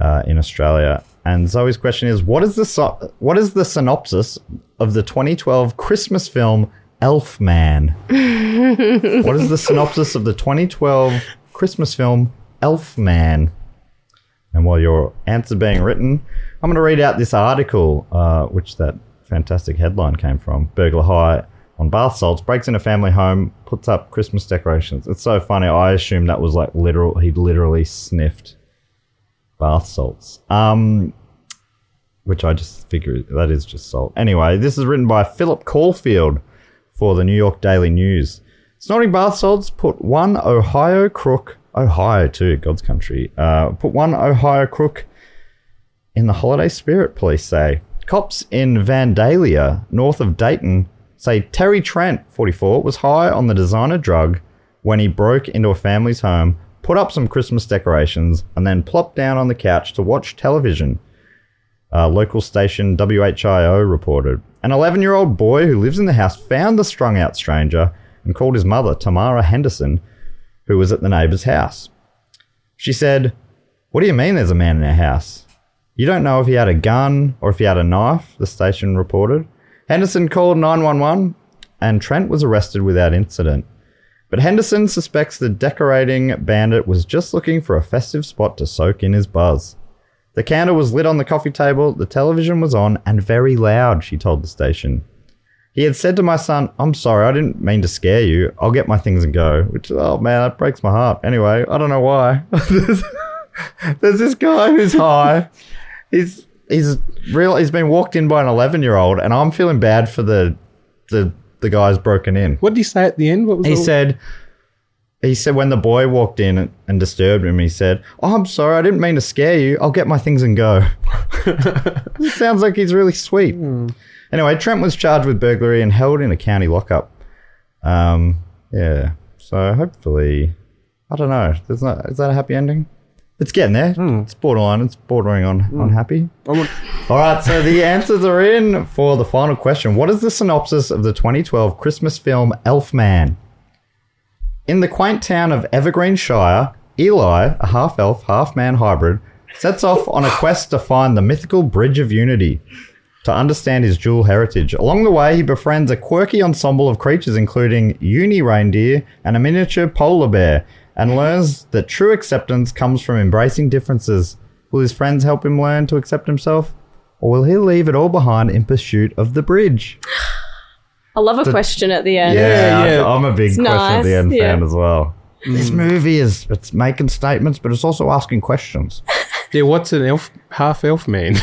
Speaker 2: uh, in Australia. And Zoe's question is: What is the so- what is the synopsis of the 2012 Christmas film Elf Man? what is the synopsis of the 2012 Christmas film Elf Man? And while your answer being written, I'm going to read out this article, uh, which that fantastic headline came from. Burglar high on bath salts breaks into family home, puts up Christmas decorations. It's so funny. I assume that was like literal. He literally sniffed bath salts. Um, which I just figure that is just salt. Anyway, this is written by Philip Caulfield for the New York Daily News. Snorting bath salts put one Ohio crook, Ohio too, God's country, uh, put one Ohio crook in the holiday spirit, police say. Cops in Vandalia, north of Dayton, say Terry Trent, 44, was high on the designer drug when he broke into a family's home, put up some Christmas decorations, and then plopped down on the couch to watch television. Uh, local station WHIO reported. An 11 year old boy who lives in the house found the strung out stranger and called his mother, Tamara Henderson, who was at the neighbour's house. She said, What do you mean there's a man in our house? You don't know if he had a gun or if he had a knife, the station reported. Henderson called 911 and Trent was arrested without incident. But Henderson suspects the decorating bandit was just looking for a festive spot to soak in his buzz. The candle was lit on the coffee table, the television was on, and very loud, she told the station. He had said to my son, I'm sorry, I didn't mean to scare you. I'll get my things and go. Which, oh man, that breaks my heart. Anyway, I don't know why. there's, there's this guy who's high. He's he's real he's been walked in by an eleven year old and I'm feeling bad for the the the guy's broken in.
Speaker 3: What did he say at the end? What was
Speaker 2: He
Speaker 3: all-
Speaker 2: said, he said when the boy walked in and, and disturbed him, he said, "Oh, I'm sorry, I didn't mean to scare you. I'll get my things and go." This sounds like he's really sweet.
Speaker 3: Hmm.
Speaker 2: Anyway, Trent was charged with burglary and held in a county lockup. Um, yeah. So hopefully, I don't know. There's not, is that a happy ending? It's getting there.
Speaker 3: Hmm.
Speaker 2: It's borderline. It's bordering on unhappy. All right, so the answers are in for the final question. What is the synopsis of the 2012 Christmas film Elfman? In the quaint town of Evergreenshire, Eli, a half elf, half man hybrid, sets off on a quest to find the mythical Bridge of Unity to understand his dual heritage. Along the way, he befriends a quirky ensemble of creatures, including uni reindeer and a miniature polar bear, and learns that true acceptance comes from embracing differences. Will his friends help him learn to accept himself? Or will he leave it all behind in pursuit of the bridge?
Speaker 5: I love a question at the end.
Speaker 2: Yeah, I- I'm a big question at the
Speaker 5: nice,
Speaker 2: end fan
Speaker 5: yeah.
Speaker 2: as well. This movie is it's making statements, but it's also asking questions.
Speaker 3: "Yeah, what's an elf? Half elf man?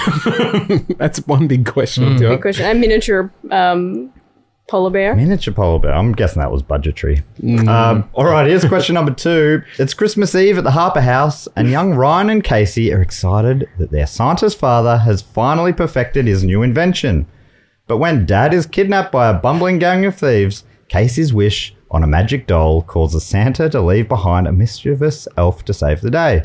Speaker 3: That's one big question. I'll tell you.
Speaker 5: Good question. A miniature um, polar bear.
Speaker 2: Miniature polar bear. I'm guessing that was budgetary.
Speaker 5: Mm.
Speaker 2: Um, all right, here's question number two. It's Christmas Eve at the Harper House, and young Ryan and Casey are excited that their Santa's father has finally perfected his new invention. But when Dad is kidnapped by a bumbling gang of thieves, Casey's wish on a magic doll causes Santa to leave behind a mischievous elf to save the day.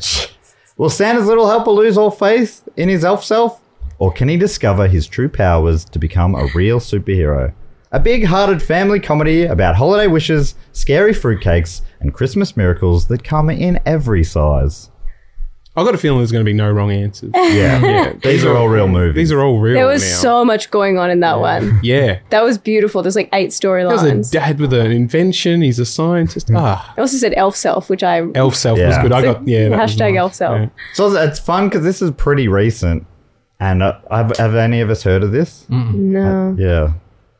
Speaker 2: Will Santa's little helper lose all faith in his elf self? Or can he discover his true powers to become a real superhero? A big hearted family comedy about holiday wishes, scary fruitcakes, and Christmas miracles that come in every size.
Speaker 3: I got a feeling there's going to be no wrong answers.
Speaker 2: Yeah. These are all real movies.
Speaker 3: These are all real.
Speaker 5: There was
Speaker 3: now.
Speaker 5: so much going on in that one.
Speaker 3: yeah.
Speaker 5: That was beautiful. There's like eight
Speaker 3: There's a
Speaker 5: storylines.
Speaker 3: dad with an invention. He's a scientist. Ah,
Speaker 5: I also said elf self, which I
Speaker 3: elf self was
Speaker 2: Yeah.
Speaker 3: good. I got yeah. that was
Speaker 5: hashtag
Speaker 3: nice.
Speaker 5: elf self.
Speaker 2: So it's fun because this is pretty recent. And uh, have, have any of us heard of this? Uh,
Speaker 5: No.
Speaker 2: Yeah.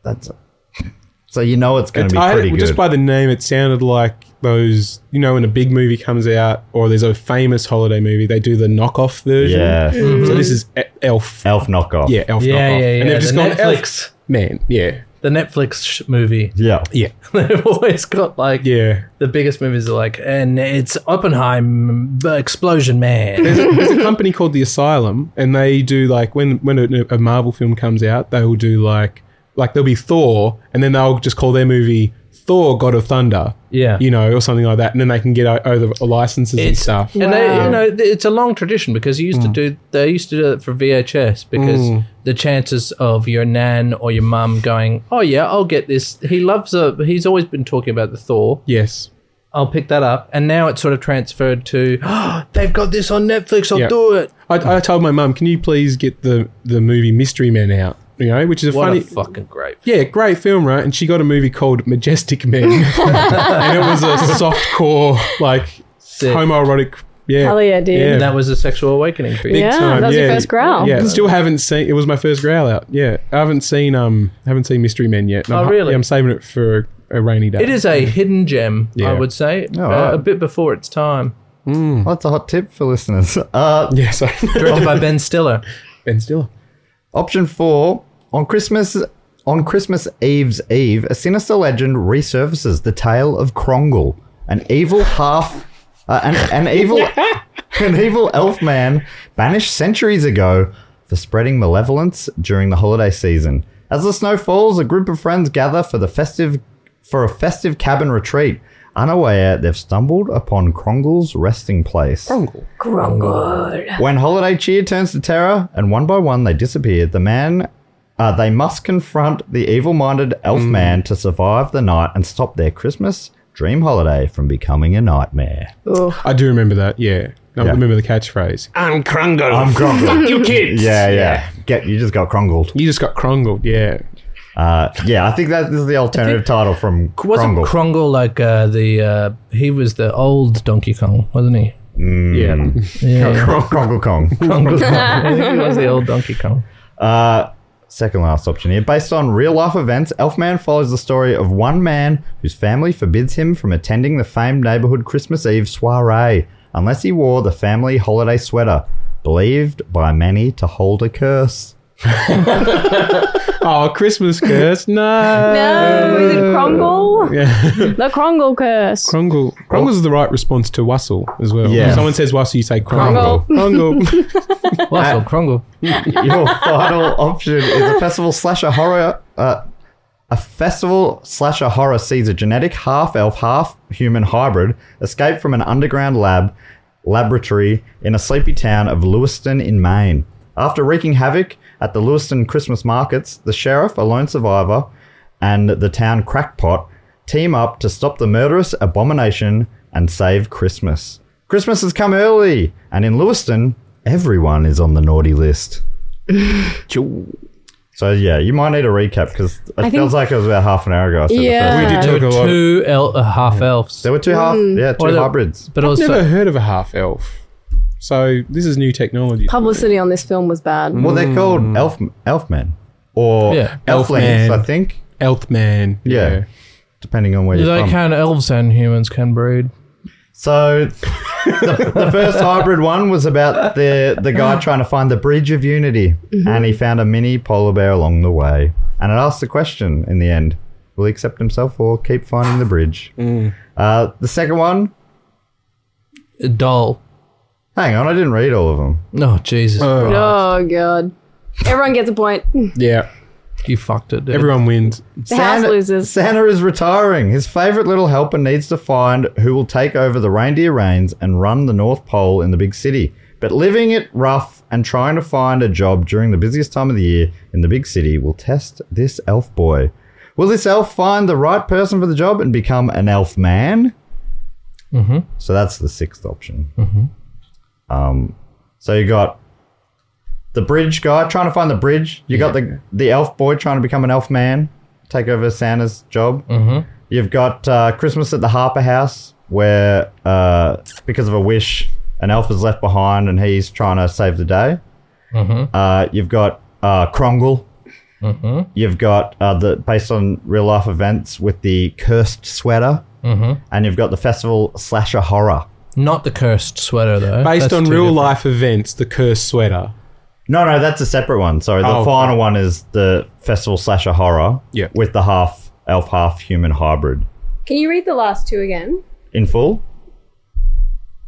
Speaker 2: That's. so you know it's going to
Speaker 3: It's-
Speaker 2: be
Speaker 3: I-
Speaker 2: pretty good.
Speaker 3: Just by the name, it sounded like those. You know, when a big movie comes out, or there's a famous holiday movie, they do the knockoff version.
Speaker 2: yeah.
Speaker 3: So this is E- Elf.
Speaker 2: Elf knockoff.
Speaker 3: Yeah, Elf
Speaker 4: Yeah,
Speaker 3: knockoff.
Speaker 4: yeah, yeah.
Speaker 3: And they've just
Speaker 4: the
Speaker 3: gone Elf.
Speaker 4: Netflix,
Speaker 3: Man, yeah,
Speaker 4: the Netflix sh- movie.
Speaker 2: Yeah.
Speaker 3: yeah,
Speaker 4: They've always got like
Speaker 3: yeah.
Speaker 4: the biggest movies are like, and it's Oppenheim, the Explosion Man.
Speaker 3: There's a company called the Asylum, and they do like when when a, a Marvel film comes out, they will do like like there'll be Thor, and then they'll just call their movie Thor: God of Thunder.
Speaker 4: Yeah.
Speaker 3: you know, or something like that, and then they can get o- over licenses and
Speaker 4: It's-
Speaker 3: stuff. Hmm.
Speaker 4: And they, you know, th- it's a long tradition because you used to do they used to do it for VHS because the chances of your nan or your mum going, "Oh yeah, I'll get this." He loves a. He's always been talking about the Thor.
Speaker 3: Yes,
Speaker 4: I'll pick that up, and now it's sort of transferred to. Oh, they've got this on Netflix. I'll
Speaker 3: Yeah.
Speaker 4: do it.
Speaker 3: I, I told my mum, can you please get the the movie Mystery Men out? You know, which is a
Speaker 4: What
Speaker 3: funny.
Speaker 4: a fucking great.
Speaker 3: yeah, great film, right? And she got a movie called Majestic Men, and it was a soft core, like
Speaker 4: Sick.
Speaker 3: homoerotic. Yeah,
Speaker 5: Hell yeah, dude.
Speaker 3: Yeah.
Speaker 4: And that was a sexual awakening for you.
Speaker 5: Yeah, that was your first growl.
Speaker 3: Yeah, still haven't seen. It was my first growl out. Yeah, I haven't seen um, haven't seen Mystery Men yet. And
Speaker 4: Oh,
Speaker 3: I'm,
Speaker 4: really?
Speaker 3: yeah, I'm saving it for a rainy day.
Speaker 4: It is a hidden gem, I
Speaker 3: Yeah.
Speaker 4: would say.
Speaker 2: Oh,
Speaker 4: uh,
Speaker 2: right.
Speaker 4: A bit before its time.
Speaker 2: Well, that's a hot tip for listeners. Uh,
Speaker 3: Yeah, sorry.
Speaker 4: Directed by Ben Stiller.
Speaker 3: ben Stiller.
Speaker 2: Option four: On Christmas, on Christmas Eve's Eve, a sinister legend resurfaces the tale of Krongle, an evil half, uh, an, an evil, an evil elf man banished centuries ago for spreading malevolence during the holiday season. As the snow falls, a group of friends gather for the festive, for a festive cabin retreat. Unaware, they've stumbled upon Krongle's resting place. When holiday cheer turns to terror, and one by one they disappear, the man. Uh, they must confront the evil minded elf man to survive the night and stop their Christmas dream holiday from becoming a nightmare.
Speaker 3: I do remember that. Yeah, I remember the catchphrase.
Speaker 4: Ah.
Speaker 8: I'm Krungle.
Speaker 2: I'm Krongle.
Speaker 8: you kids.
Speaker 2: yeah, yeah. Get, you just got Krongled.
Speaker 3: You just got krongled. Yeah,
Speaker 2: Uh, yeah, I think that is the alternative title from
Speaker 4: Wasn't
Speaker 2: Krongle.
Speaker 4: Krongle like uh, the? Uh, he was the old Donkey Kong, wasn't he? Mm.
Speaker 3: yeah.
Speaker 4: Yeah,
Speaker 2: Krongle Kong.
Speaker 4: Krongle. I think he was the old Donkey Kong.
Speaker 2: Uh, second last option here. Based on real life events, Elfman follows the story of one man whose family forbids him from attending the famed neighborhood Christmas Eve soiree unless he wore the family holiday sweater, believed by many to hold a curse.
Speaker 3: Oh, Christmas curse. No.
Speaker 5: No, is it Krongle?
Speaker 3: Yeah.
Speaker 5: The Krongle curse.
Speaker 3: Krongle. Krongle is the right response to wassail as well.
Speaker 2: Yeah.
Speaker 3: If someone says wassail, you say krongle. Krongle. Uh,
Speaker 4: What's old Krongle?
Speaker 2: Your final option is a festival slash a horror. Uh, a festival slash a horror sees a genetic half elf, half human hybrid escape from an underground lab laboratory in a sleepy town of Lewiston in Maine. After wreaking havoc at the Lewiston Christmas markets, the sheriff, a lone survivor, and the town crackpot team up to stop the murderous abomination and save Christmas. Christmas has come early, and in Lewiston, everyone is on the naughty list. so yeah, you might need a recap because it
Speaker 5: think-
Speaker 2: feels like it was about half an hour ago. I said the
Speaker 5: Yeah.
Speaker 2: first-
Speaker 3: We did
Speaker 4: There
Speaker 3: talk a
Speaker 4: were
Speaker 3: lot.
Speaker 4: two el- uh, half elves,
Speaker 2: There were two half,
Speaker 5: Mm.
Speaker 2: yeah, two
Speaker 4: Or the-
Speaker 2: hybrids.
Speaker 4: but also
Speaker 3: Never heard of a half elf. So this is new technology.
Speaker 5: Publicity on this film was bad.
Speaker 2: Well, they're called elf elfmen or
Speaker 4: Hmm. Yeah.
Speaker 2: elflings,
Speaker 3: Elfman.
Speaker 2: I think.
Speaker 3: Elf man.
Speaker 2: Yeah. Depending on where you're
Speaker 4: they
Speaker 2: from.
Speaker 4: can elves and humans can breed.
Speaker 2: So the, the first hybrid one was about the the guy trying to find the bridge of unity, and he found a mini polar bear along the way, and it asked the question in the end: Will he accept himself or keep finding the bridge? Uh, the second one.
Speaker 4: Doll.
Speaker 2: Hang on, I didn't read all of them.
Speaker 4: No, Jesus.
Speaker 3: Uh,
Speaker 5: Oh god. Everyone gets a point.
Speaker 3: Yeah.
Speaker 4: you fucked it, dude.
Speaker 3: Everyone wins.
Speaker 5: The house loses.
Speaker 2: Santa is retiring. His favorite little helper needs to find who will take over the reindeer reins and run the North Pole in the big city. But living it rough and trying to find a job during the busiest time of the year in the big city will test this elf boy. Will this elf find the right person for the job and become an elf man? Mm-hmm. So that's the sixth option. Mm-hmm. Um, so you got the bridge guy trying to find the bridge. You got the the elf boy trying to become an elf man, take over Santa's job. Mm-hmm. You've got uh, Christmas at the Harper House, where uh, because of a wish, an elf is left behind and he's trying to save the day. Uh, you've got uh, Krongle. You've got uh, the based on real life events with the cursed sweater, and you've got the festival slasher horror.
Speaker 4: Not the cursed sweater, though.
Speaker 3: Based
Speaker 4: That's
Speaker 3: on
Speaker 4: too
Speaker 3: real
Speaker 4: different.
Speaker 3: life events, the cursed sweater.
Speaker 2: No, no, that's a separate one. Sorry, the
Speaker 3: Oh,
Speaker 2: final one is the festival slasher horror.
Speaker 3: Yeah.
Speaker 2: with the half elf, half human hybrid
Speaker 5: Can you read the last two again?
Speaker 2: in full.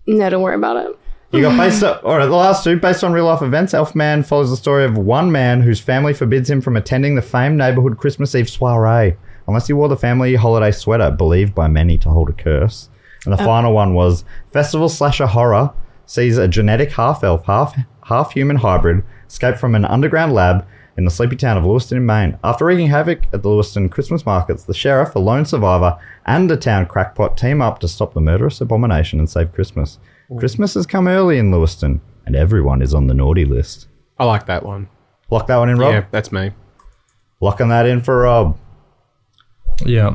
Speaker 5: No, don't worry about it.
Speaker 2: You got based on all right. The last two based on real life events. Elfman follows the story of one man whose family forbids him from attending the famed neighborhood Christmas Eve soiree unless he wore the family holiday sweater, believed by many to hold a curse. And the final one was festival slasher horror sees a genetic half elf, half half human hybrid escape from an underground lab in the sleepy town of Lewiston in Maine. After wreaking havoc at the Lewiston Christmas markets, the sheriff, a lone survivor, and a town crackpot team up to stop the murderous abomination and save Christmas. Christmas has come early in Lewiston, and everyone is on the naughty list.
Speaker 3: I like that one.
Speaker 2: Lock that one in, Rob.
Speaker 3: Yeah, that's me.
Speaker 2: Locking that in for Rob.
Speaker 4: Yeah.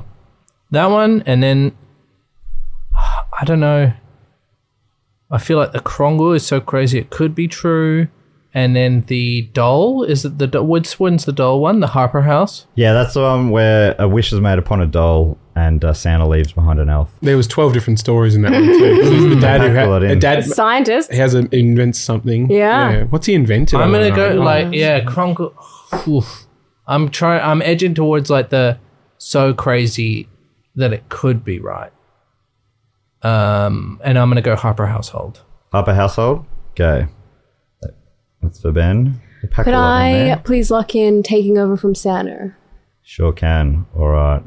Speaker 4: That one, and then I don't know. I feel like the Krongle is so crazy it could be true. And then the doll is it the do- which one's the doll one? The Harper House.
Speaker 2: Yeah, that's the one where a wish is made upon a doll and uh, Santa leaves behind an elf.
Speaker 3: There was twelve different stories in that one too. 'Cause there's the dad who
Speaker 2: Packed a lot
Speaker 3: had,
Speaker 2: in.
Speaker 3: a dad
Speaker 5: Scientist.
Speaker 3: has a, invents something.
Speaker 5: Yeah.
Speaker 3: What's he invented? I
Speaker 4: I'm
Speaker 3: don't
Speaker 4: gonna
Speaker 3: know.
Speaker 4: go like yeah, Krongle. oof. I'm trying. I'm edging towards like the so crazy that it could be right. Um, and I'm gonna go Harper Household.
Speaker 2: Upper household? Okay. That's for Ben. You packed
Speaker 5: Could
Speaker 2: a lot in
Speaker 5: I
Speaker 2: there.
Speaker 5: please lock in taking over from Santa?
Speaker 2: Sure can. All right.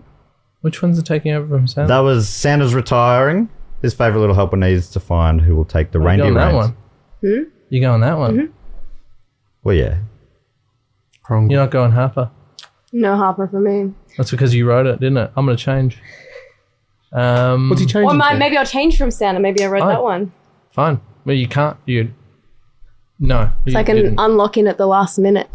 Speaker 4: Which one's the taking over from Sam?
Speaker 2: That was Santa's retiring. His favorite little helper needs to find who will take the
Speaker 4: you go
Speaker 2: reindeer
Speaker 4: on that
Speaker 2: reins.
Speaker 4: one. You go on that one.
Speaker 2: Well, yeah.
Speaker 3: Krongle.
Speaker 4: You're not going Harper.
Speaker 5: No Harper for me.
Speaker 4: That's because you wrote it, didn't it? I'm going to change. Um,
Speaker 3: What's he changing?
Speaker 5: Or my,
Speaker 3: to?
Speaker 5: maybe I'll change from Santa. Maybe I read
Speaker 4: Oh.
Speaker 5: that one.
Speaker 4: fine. Well, you can't. You no.
Speaker 5: So I can unlock in at the last minute.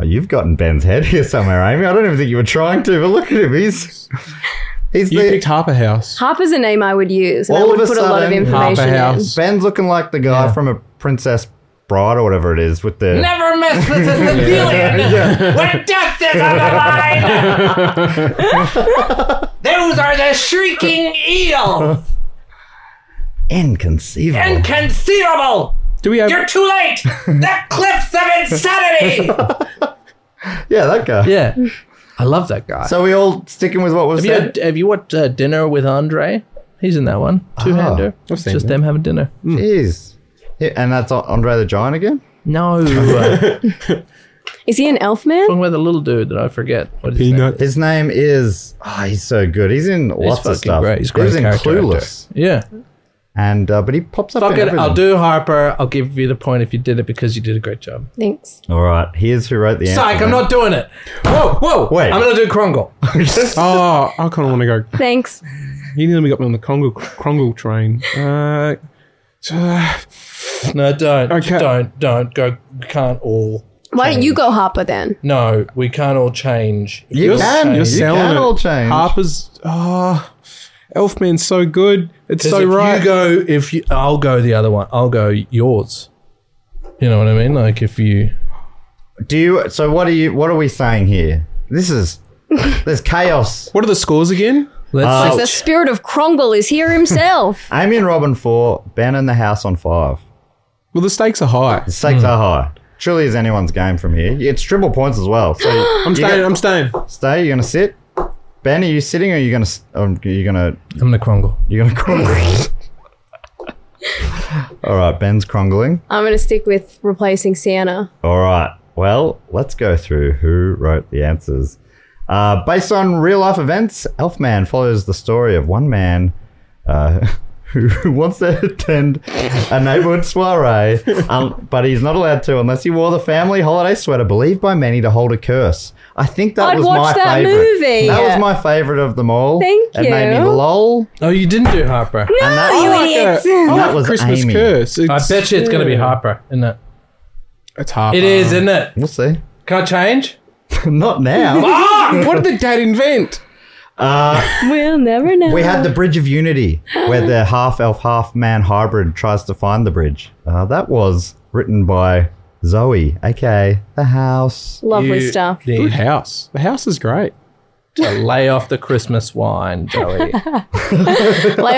Speaker 2: Oh, you've gotten Ben's head here somewhere, Amy. I don't even think you were trying to, but look at him. He's he's
Speaker 3: you picked
Speaker 2: the,
Speaker 3: Harper House.
Speaker 5: Harper's a name I would use, and
Speaker 2: All
Speaker 5: I would
Speaker 2: of a
Speaker 5: put a lot of
Speaker 2: sudden,
Speaker 5: information
Speaker 3: Harper
Speaker 5: in.
Speaker 3: House.
Speaker 2: Ben's looking like the guy from a Princess Bride or whatever it is with the
Speaker 4: Never mess with the civilian when death is on the line. Those are the shrieking eel,
Speaker 2: inconceivable.
Speaker 4: inconceivable.
Speaker 3: Do we have?
Speaker 4: too late. The cliffs of insanity.
Speaker 2: yeah, that guy.
Speaker 4: Yeah, I love that guy.
Speaker 2: So we all sticking with what was
Speaker 4: have, you
Speaker 2: said.
Speaker 4: had, have you watched uh, Dinner with Andre? He's in that one. Two hander.
Speaker 3: Ah, I've seen
Speaker 4: Just
Speaker 3: that.
Speaker 4: them having dinner.
Speaker 2: Jeez. Yeah, and that's Andre the Giant again.
Speaker 4: No, uh,
Speaker 5: Is he an elf man?
Speaker 4: talking about the little dude that I forget. What is his name?
Speaker 3: Peanut.
Speaker 2: His name is. Oh, he's so good. He's in lots of
Speaker 4: fucking
Speaker 2: stuff.
Speaker 4: great. He's a
Speaker 2: he was
Speaker 4: great
Speaker 2: in
Speaker 4: character
Speaker 2: Clueless,
Speaker 4: Yeah.
Speaker 2: and uh, but he pops up.
Speaker 4: Fuck
Speaker 2: in
Speaker 4: it. I'll
Speaker 2: everything.
Speaker 4: do Harper. I'll give you the point if you did it because you did a great job.
Speaker 5: Thanks.
Speaker 2: All right. Here's who wrote the answer.
Speaker 4: Psych, I'm not doing it. Whoa, whoa.
Speaker 2: Wait.
Speaker 4: I'm going to do Krongle.
Speaker 3: Oh, I kind of want to go.
Speaker 5: Thanks.
Speaker 3: He nearly got me on the Krongle, Krongle train. Uh, uh,
Speaker 4: No, don't.
Speaker 3: Okay.
Speaker 4: Don't, don't. Go. We can't all.
Speaker 5: Why don't you go Harper then?
Speaker 4: No, we can't all change. If
Speaker 2: You
Speaker 4: we all
Speaker 2: can.
Speaker 4: change-
Speaker 2: You
Speaker 3: you're selling
Speaker 2: can
Speaker 3: it.
Speaker 2: all change.
Speaker 3: Harper's. Oh, Elfman's so good. It's
Speaker 4: 'Cause
Speaker 3: so
Speaker 4: if
Speaker 3: right.
Speaker 4: you go, if you, I'll go the other one. I'll go yours. You know what I mean? Like if you.
Speaker 2: Do you? So what are you? What are we saying here? This is. There's chaos.
Speaker 3: what are the scores again?
Speaker 4: Let's
Speaker 5: The
Speaker 4: just,
Speaker 5: spirit of Krongle is here himself.
Speaker 2: Amy and Robin four. Ben and the house on five.
Speaker 3: Well, the stakes are high.
Speaker 4: Hmm.
Speaker 2: The stakes are high. Truly is anyone's game from here. It's triple points as well. So
Speaker 3: I'm staying. I'm staying.
Speaker 2: stay. You're gonna sit. Ben, are you sitting or are you gonna? s- Um, you're gonna.
Speaker 4: I'm the Krongle.
Speaker 2: You're gonna crumble. All right, Ben's crungling.
Speaker 5: I'm going to stick with replacing Sienna.
Speaker 2: All right. Well, let's go through who wrote the answers. Uh, based on real life events, Elfman follows the story of one man uh, who who wants to attend a neighborhood soiree, um, but he's not allowed to unless he wore the family holiday sweater believed by many to hold a curse. I think that
Speaker 5: I'd
Speaker 2: was
Speaker 5: watch
Speaker 2: my
Speaker 5: that
Speaker 2: favorite.
Speaker 5: movie.
Speaker 2: That
Speaker 5: Yeah.
Speaker 2: was my favorite of them all.
Speaker 5: Thank
Speaker 2: It made me
Speaker 5: you. Ah,
Speaker 2: lol.
Speaker 4: Oh, you didn't do Harper.
Speaker 2: and that, and Oh, that was
Speaker 3: Christmas
Speaker 2: Amy.
Speaker 3: curse.
Speaker 4: I bet you it's going to be
Speaker 3: yeah.
Speaker 4: Harper, isn't it?
Speaker 3: It's hard.
Speaker 4: It is, isn't it?
Speaker 2: We'll see.
Speaker 4: Can I change?
Speaker 2: not now.
Speaker 3: Ah, what did the dad invent?
Speaker 5: We'll never know.
Speaker 2: We had the Bridge of Unity, where the half elf, half man hybrid tries to find the bridge. Uh, that was written by Zoe, aka The House.
Speaker 5: Lovely
Speaker 3: You-
Speaker 5: stuff.
Speaker 3: Good house. The house is great.
Speaker 4: To lay off the Christmas wine, Joey.
Speaker 5: Lay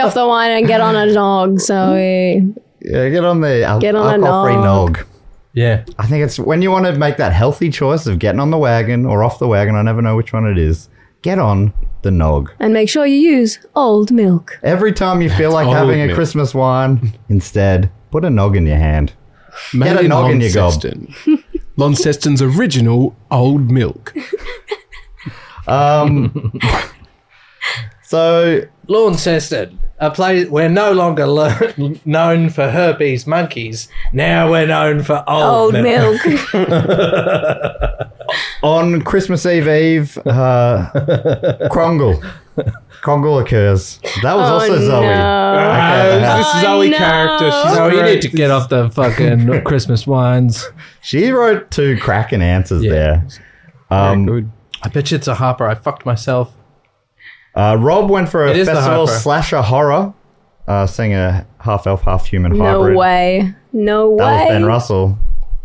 Speaker 5: off the wine and get on a dog, Zoe.
Speaker 2: Yeah, get on the al-
Speaker 5: Get on a
Speaker 2: alcohol free
Speaker 5: nog.
Speaker 2: nog.
Speaker 4: yeah.
Speaker 2: I think it's when you want to make that healthy choice of getting on the wagon or off the wagon, I never know which one it is. Get on the nog.
Speaker 5: And make sure you use old milk.
Speaker 2: Every time you feel like
Speaker 3: old
Speaker 2: having a
Speaker 3: milk.
Speaker 2: Christmas wine, instead, put a nog in your hand.
Speaker 3: Made
Speaker 2: a
Speaker 3: in
Speaker 2: nog in your gob.
Speaker 3: Launceston. Launceston's original old milk.
Speaker 2: So
Speaker 4: Launceston, a place we're no longer lo- known for herpes monkeys. Now we're known for old, milk.
Speaker 2: on Christmas Eve Eve, uh, Krongle. Krongle occurs. That
Speaker 5: Oh,
Speaker 2: was
Speaker 4: Oh,
Speaker 2: also Zoe.
Speaker 3: Uh, this is Zoe
Speaker 5: no.
Speaker 3: character. She's
Speaker 4: So you
Speaker 3: great.
Speaker 4: need to get off the fucking Christmas wines.
Speaker 2: She wrote two cracking answers there.
Speaker 3: Yeah, good.
Speaker 4: Um, I bet you it's a Harper. I fucked myself.
Speaker 2: Uh, Rob went for a
Speaker 4: It is the
Speaker 2: festival
Speaker 4: Harper.
Speaker 2: slasher horror, uh, saying a half elf, half human
Speaker 5: No
Speaker 2: hybrid.
Speaker 5: way. No
Speaker 2: That was
Speaker 5: way.
Speaker 2: Ben Russell.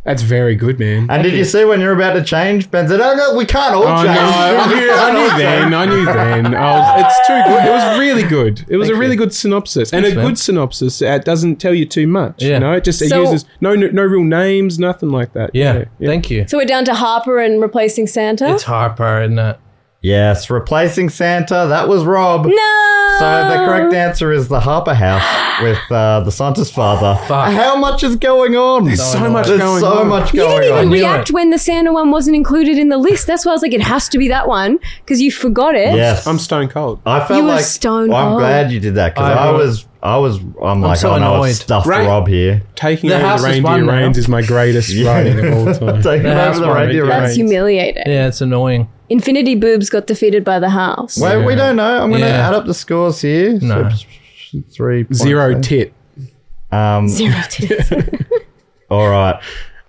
Speaker 3: That's very good, man.
Speaker 2: And did you see when you're about to change? Ben said, "Oh no, we can't all
Speaker 3: Oh, no.
Speaker 2: change."
Speaker 3: I knew, I knew then. I knew then. I was, it's too good. It was really good. It was a really good synopsis, and a
Speaker 4: man.
Speaker 3: good synopsis. uh doesn't tell you too much.
Speaker 4: Yeah.
Speaker 3: You know, it just it
Speaker 5: So-
Speaker 3: uses no no real names, nothing like that.
Speaker 4: Yeah, thank you.
Speaker 5: so we're down to Harper and replacing Santa?
Speaker 4: It's Harper, isn't it?
Speaker 2: Yes, replacing Santa. That was Rob.
Speaker 5: no!
Speaker 2: So the correct answer is the Harper House with uh, the Santa's father.
Speaker 4: Fuck.
Speaker 2: How much is going on? There's
Speaker 3: so much
Speaker 2: There's
Speaker 3: going
Speaker 2: so
Speaker 3: on.
Speaker 2: much
Speaker 5: You
Speaker 2: going
Speaker 5: didn't
Speaker 2: on.
Speaker 5: even
Speaker 4: knew
Speaker 5: react
Speaker 4: it.
Speaker 5: when the Santa one wasn't included in the list. That's why I was like, it has to be that one because you forgot it.
Speaker 2: yes,
Speaker 3: I'm stone cold.
Speaker 2: I felt
Speaker 5: You were
Speaker 2: like
Speaker 5: stone
Speaker 2: I'm
Speaker 5: cold.
Speaker 2: glad you did that because
Speaker 4: I
Speaker 2: I,
Speaker 4: know.
Speaker 2: was, I was, I'm like,
Speaker 4: so
Speaker 2: oh no,
Speaker 4: annoyed.
Speaker 2: I've stuffed
Speaker 3: Right.
Speaker 2: Rob here.
Speaker 3: Taking
Speaker 4: The house
Speaker 3: over
Speaker 4: is
Speaker 3: the reindeer
Speaker 4: won now.
Speaker 3: reigns is my greatest writing of all time.
Speaker 2: Taking
Speaker 4: that's
Speaker 2: over the
Speaker 4: fine.
Speaker 2: radio.
Speaker 5: That's
Speaker 2: reins.
Speaker 5: humiliating.
Speaker 4: Yeah, it's annoying.
Speaker 5: Infinity Boobs got defeated by the house.
Speaker 2: Wait, we don't know. I'm going to
Speaker 4: Yeah.
Speaker 2: add up the scores here. So
Speaker 4: No.
Speaker 2: three points
Speaker 3: Zero
Speaker 2: there.
Speaker 3: tit.
Speaker 2: Um,
Speaker 5: Zero to
Speaker 2: All right.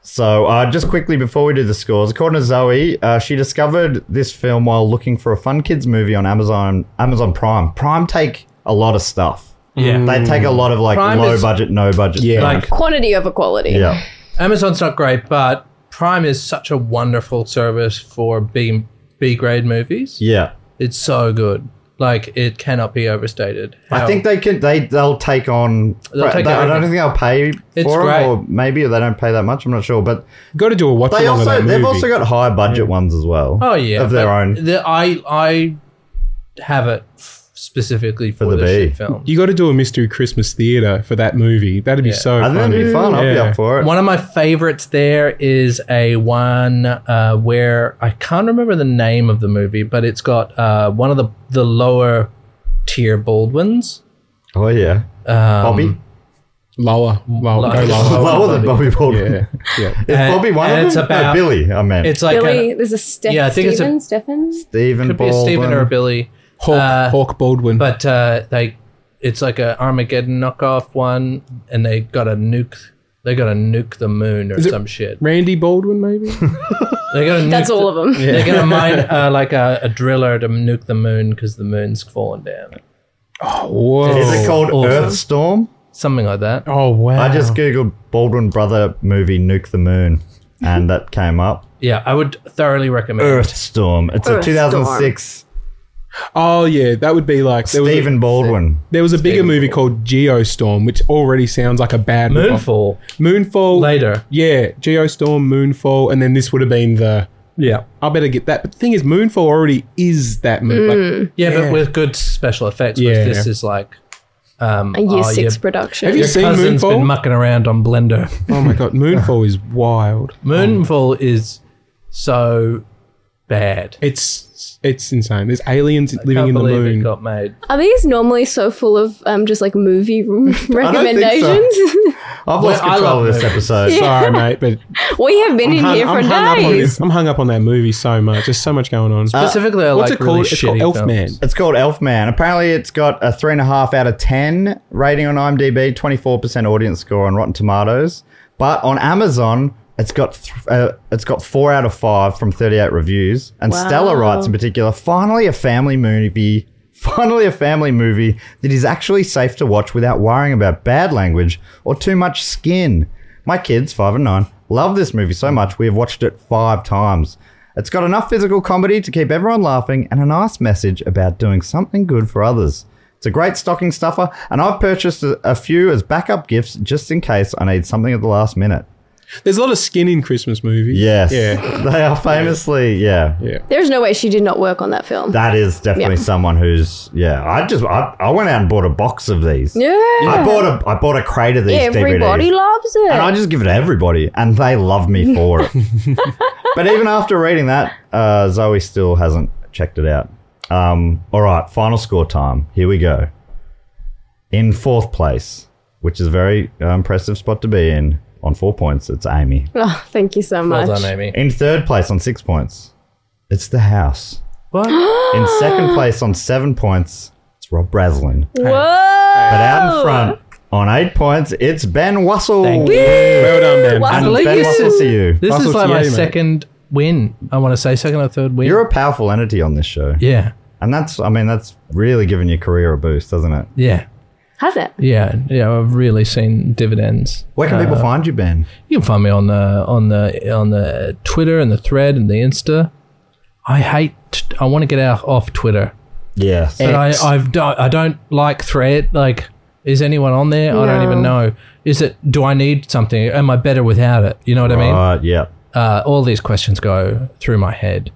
Speaker 2: So, uh, just quickly before we do the scores, according to Zoe, uh, she discovered this film while looking for a fun kids movie on Amazon Amazon Prime. Prime take a lot of stuff.
Speaker 4: Yeah.
Speaker 3: Mm.
Speaker 2: They take a lot of like
Speaker 4: Prime
Speaker 2: low
Speaker 4: is-
Speaker 2: budget, no budget.
Speaker 3: Yeah.
Speaker 2: films.
Speaker 4: Like
Speaker 5: Quantity over quality.
Speaker 2: yeah.
Speaker 4: Amazon's not great, but Prime is such a wonderful service for B B grade movies.
Speaker 2: Yeah.
Speaker 4: It's so good. Like it cannot be overstated.
Speaker 2: I
Speaker 4: How-
Speaker 2: think they can. They they'll take on.
Speaker 4: They'll take
Speaker 2: they- I don't
Speaker 4: everything.
Speaker 2: think they'll pay
Speaker 4: It's
Speaker 2: for
Speaker 4: great.
Speaker 2: them, or maybe they don't pay that much. I'm not sure, but
Speaker 3: Got to do a watch
Speaker 2: they
Speaker 3: along of
Speaker 2: also
Speaker 3: that
Speaker 2: they've
Speaker 3: movie.
Speaker 2: also got high budget ones as well.
Speaker 4: Oh yeah,
Speaker 2: of their
Speaker 4: but
Speaker 2: own.
Speaker 4: The, I I have it f- specifically for,
Speaker 2: the
Speaker 4: the,
Speaker 2: B.
Speaker 4: shit film.
Speaker 3: you got to do a mystery Christmas theater for that movie. That'd be so
Speaker 2: I think
Speaker 3: funny.
Speaker 2: that'd be fun. I'll be
Speaker 3: Yeah.
Speaker 2: up for it.
Speaker 4: One of my favorites there is a one uh, where I can't remember the name of the movie, but it's got uh, one of the the lower tier Baldwins.
Speaker 2: Oh yeah,
Speaker 4: Um,
Speaker 2: Bobby.
Speaker 3: Lower, lower,
Speaker 4: Lower.
Speaker 3: go lower.
Speaker 2: Lower than Bobby Baldwin.
Speaker 3: Yeah, yeah.
Speaker 2: Is
Speaker 4: And-
Speaker 2: Bobby one
Speaker 4: Uh, and
Speaker 2: of
Speaker 4: it's
Speaker 2: them? No,
Speaker 4: about-
Speaker 2: Billy, I meant.
Speaker 4: It's like
Speaker 5: Billy,
Speaker 4: a,
Speaker 5: there's a Ste-
Speaker 4: Yeah, I think it's a-
Speaker 5: Stephen. Stephen.
Speaker 2: Stephen
Speaker 4: could be a
Speaker 2: Baldwin.
Speaker 4: Stephen or a Billy,
Speaker 3: Hawk,
Speaker 4: Uh,
Speaker 3: Hawk Baldwin.
Speaker 4: but uh, they it's like a Armageddon knockoff one, and they got a nuke. They got to nuke the moon or
Speaker 3: it-
Speaker 4: some shit.
Speaker 3: Randy Baldwin, maybe.
Speaker 4: They got to nuke
Speaker 5: That's
Speaker 4: the-
Speaker 5: all of them.
Speaker 4: They're gonna mine uh, like a, a driller to nuke the moon because the moon's fallen down,
Speaker 3: Oh, Whoa!
Speaker 2: Is
Speaker 4: Oh,
Speaker 2: it called
Speaker 4: Awesome.
Speaker 2: Earthstorm?
Speaker 4: something like that.
Speaker 3: oh wow!
Speaker 2: I just googled Baldwin brother movie Nuke the Moon, and that came up.
Speaker 4: Yeah, I would thoroughly recommend.
Speaker 2: Earthstorm. It's a 2006
Speaker 3: Oh yeah, that would be like there was a-
Speaker 2: Stephen Baldwin.
Speaker 3: There was a bigger movie called Geostorm, which already sounds like a bad
Speaker 4: Moonfall.
Speaker 3: ripoff. Moonfall.
Speaker 4: Later.
Speaker 3: Yeah, Geostorm, Moonfall, and then this would have been the.
Speaker 4: Yeah.
Speaker 3: I better get that. But the thing is, Moonfall already is that movie. Like,
Speaker 4: Yeah,
Speaker 3: Yeah.
Speaker 4: but with good special effects.
Speaker 3: Yeah.
Speaker 4: Yeah. This is like um,
Speaker 5: A year
Speaker 4: oh,
Speaker 5: six
Speaker 4: your-
Speaker 5: production.
Speaker 3: Have you
Speaker 4: Your
Speaker 3: seen
Speaker 4: cousin's
Speaker 3: Moonfall?
Speaker 4: been mucking around on Blender.
Speaker 3: oh my god, Moonfall is wild.
Speaker 4: Moonfall is so bad.
Speaker 3: It's it's insane. There's aliens living
Speaker 4: Can't
Speaker 3: in the
Speaker 4: believe
Speaker 3: moon.
Speaker 4: it got made.
Speaker 5: Are these normally so full of um, just like movie recommendations?
Speaker 2: I've lost
Speaker 4: Well, I
Speaker 2: control of
Speaker 4: love
Speaker 2: this
Speaker 4: movies.
Speaker 2: episode.
Speaker 3: Sorry, mate, but
Speaker 5: we have been in
Speaker 3: hung-
Speaker 5: here for
Speaker 3: I'm hung up on
Speaker 5: days.
Speaker 3: this. I'm hung up on that movie so much. There's so much going on.
Speaker 4: Specifically, I
Speaker 3: Uh, what's
Speaker 4: like
Speaker 3: it
Speaker 4: really
Speaker 3: called? It's called
Speaker 4: shitty
Speaker 3: Elfman.
Speaker 4: films.
Speaker 2: It's called Elfman. Apparently, it's got a three and a half out of ten rating on IMDb, twenty four percent audience score on Rotten Tomatoes. But on Amazon, it's got th- uh, it's got four out of five from thirty eight reviews. And Stella writes in particular, finally a family movie. Finally, a family movie that is actually safe to watch without worrying about bad language or too much skin. My kids, five and nine, love this movie so much we have watched it five times. It's got enough physical comedy to keep everyone laughing and a nice message about doing something good for others. It's a great stocking stuffer, and I've purchased a, a few as backup gifts just in case I need something at the last minute.
Speaker 3: There's a lot of skin in Christmas movies.
Speaker 2: Yes.
Speaker 3: Yeah.
Speaker 2: They are famously, yeah.
Speaker 5: There's no way she did not work on that film.
Speaker 2: That is definitely
Speaker 5: Yeah.
Speaker 2: someone who's, yeah. I just, I, I went out and bought a box of these.
Speaker 5: yeah.
Speaker 2: I bought a, I bought a crate of these DVDs.
Speaker 5: Everybody loves it.
Speaker 2: And I just give it to everybody, and they love me for it. but even after reading that, uh, Zoe still hasn't checked it out. Um, all right, final score time. Here we go. In fourth place, which is a very uh, impressive spot to be in, on four points, it's Amy.
Speaker 5: oh, thank you so
Speaker 4: Well
Speaker 5: much.
Speaker 4: done, Amy.
Speaker 2: In third place, on six points, it's The House.
Speaker 4: What?
Speaker 2: In second place, on seven points, it's Rob Braslin.
Speaker 5: Whoa!
Speaker 2: But out in front, on eight points, it's Ben Wussel.
Speaker 4: Thank
Speaker 3: Well done, Ben.
Speaker 5: Wow.
Speaker 2: And
Speaker 4: Look
Speaker 2: Ben
Speaker 4: at
Speaker 2: Wussel to you.
Speaker 4: This
Speaker 3: Russell
Speaker 4: is like my
Speaker 3: T, mate.
Speaker 4: second win. I want to say second or third win.
Speaker 2: You're a powerful entity on this show.
Speaker 4: yeah,
Speaker 2: And that's, I mean, that's really given your career a boost, doesn't it?
Speaker 4: yeah,
Speaker 5: Has it?
Speaker 4: yeah, yeah. I've really seen dividends.
Speaker 2: Where can people find you, Ben?
Speaker 4: You can find me on the on the on the Twitter and the thread and the Insta. I hate. I want to get out off Twitter,
Speaker 2: Yes.
Speaker 4: but I
Speaker 2: X.
Speaker 4: I've don't, I don't like thread. Like, is anyone on there? I don't
Speaker 5: No.
Speaker 4: even know. Is it? Do I need something? Am I better without it? You know what I mean?
Speaker 2: Right, yeah.
Speaker 4: uh, all these questions go through my head.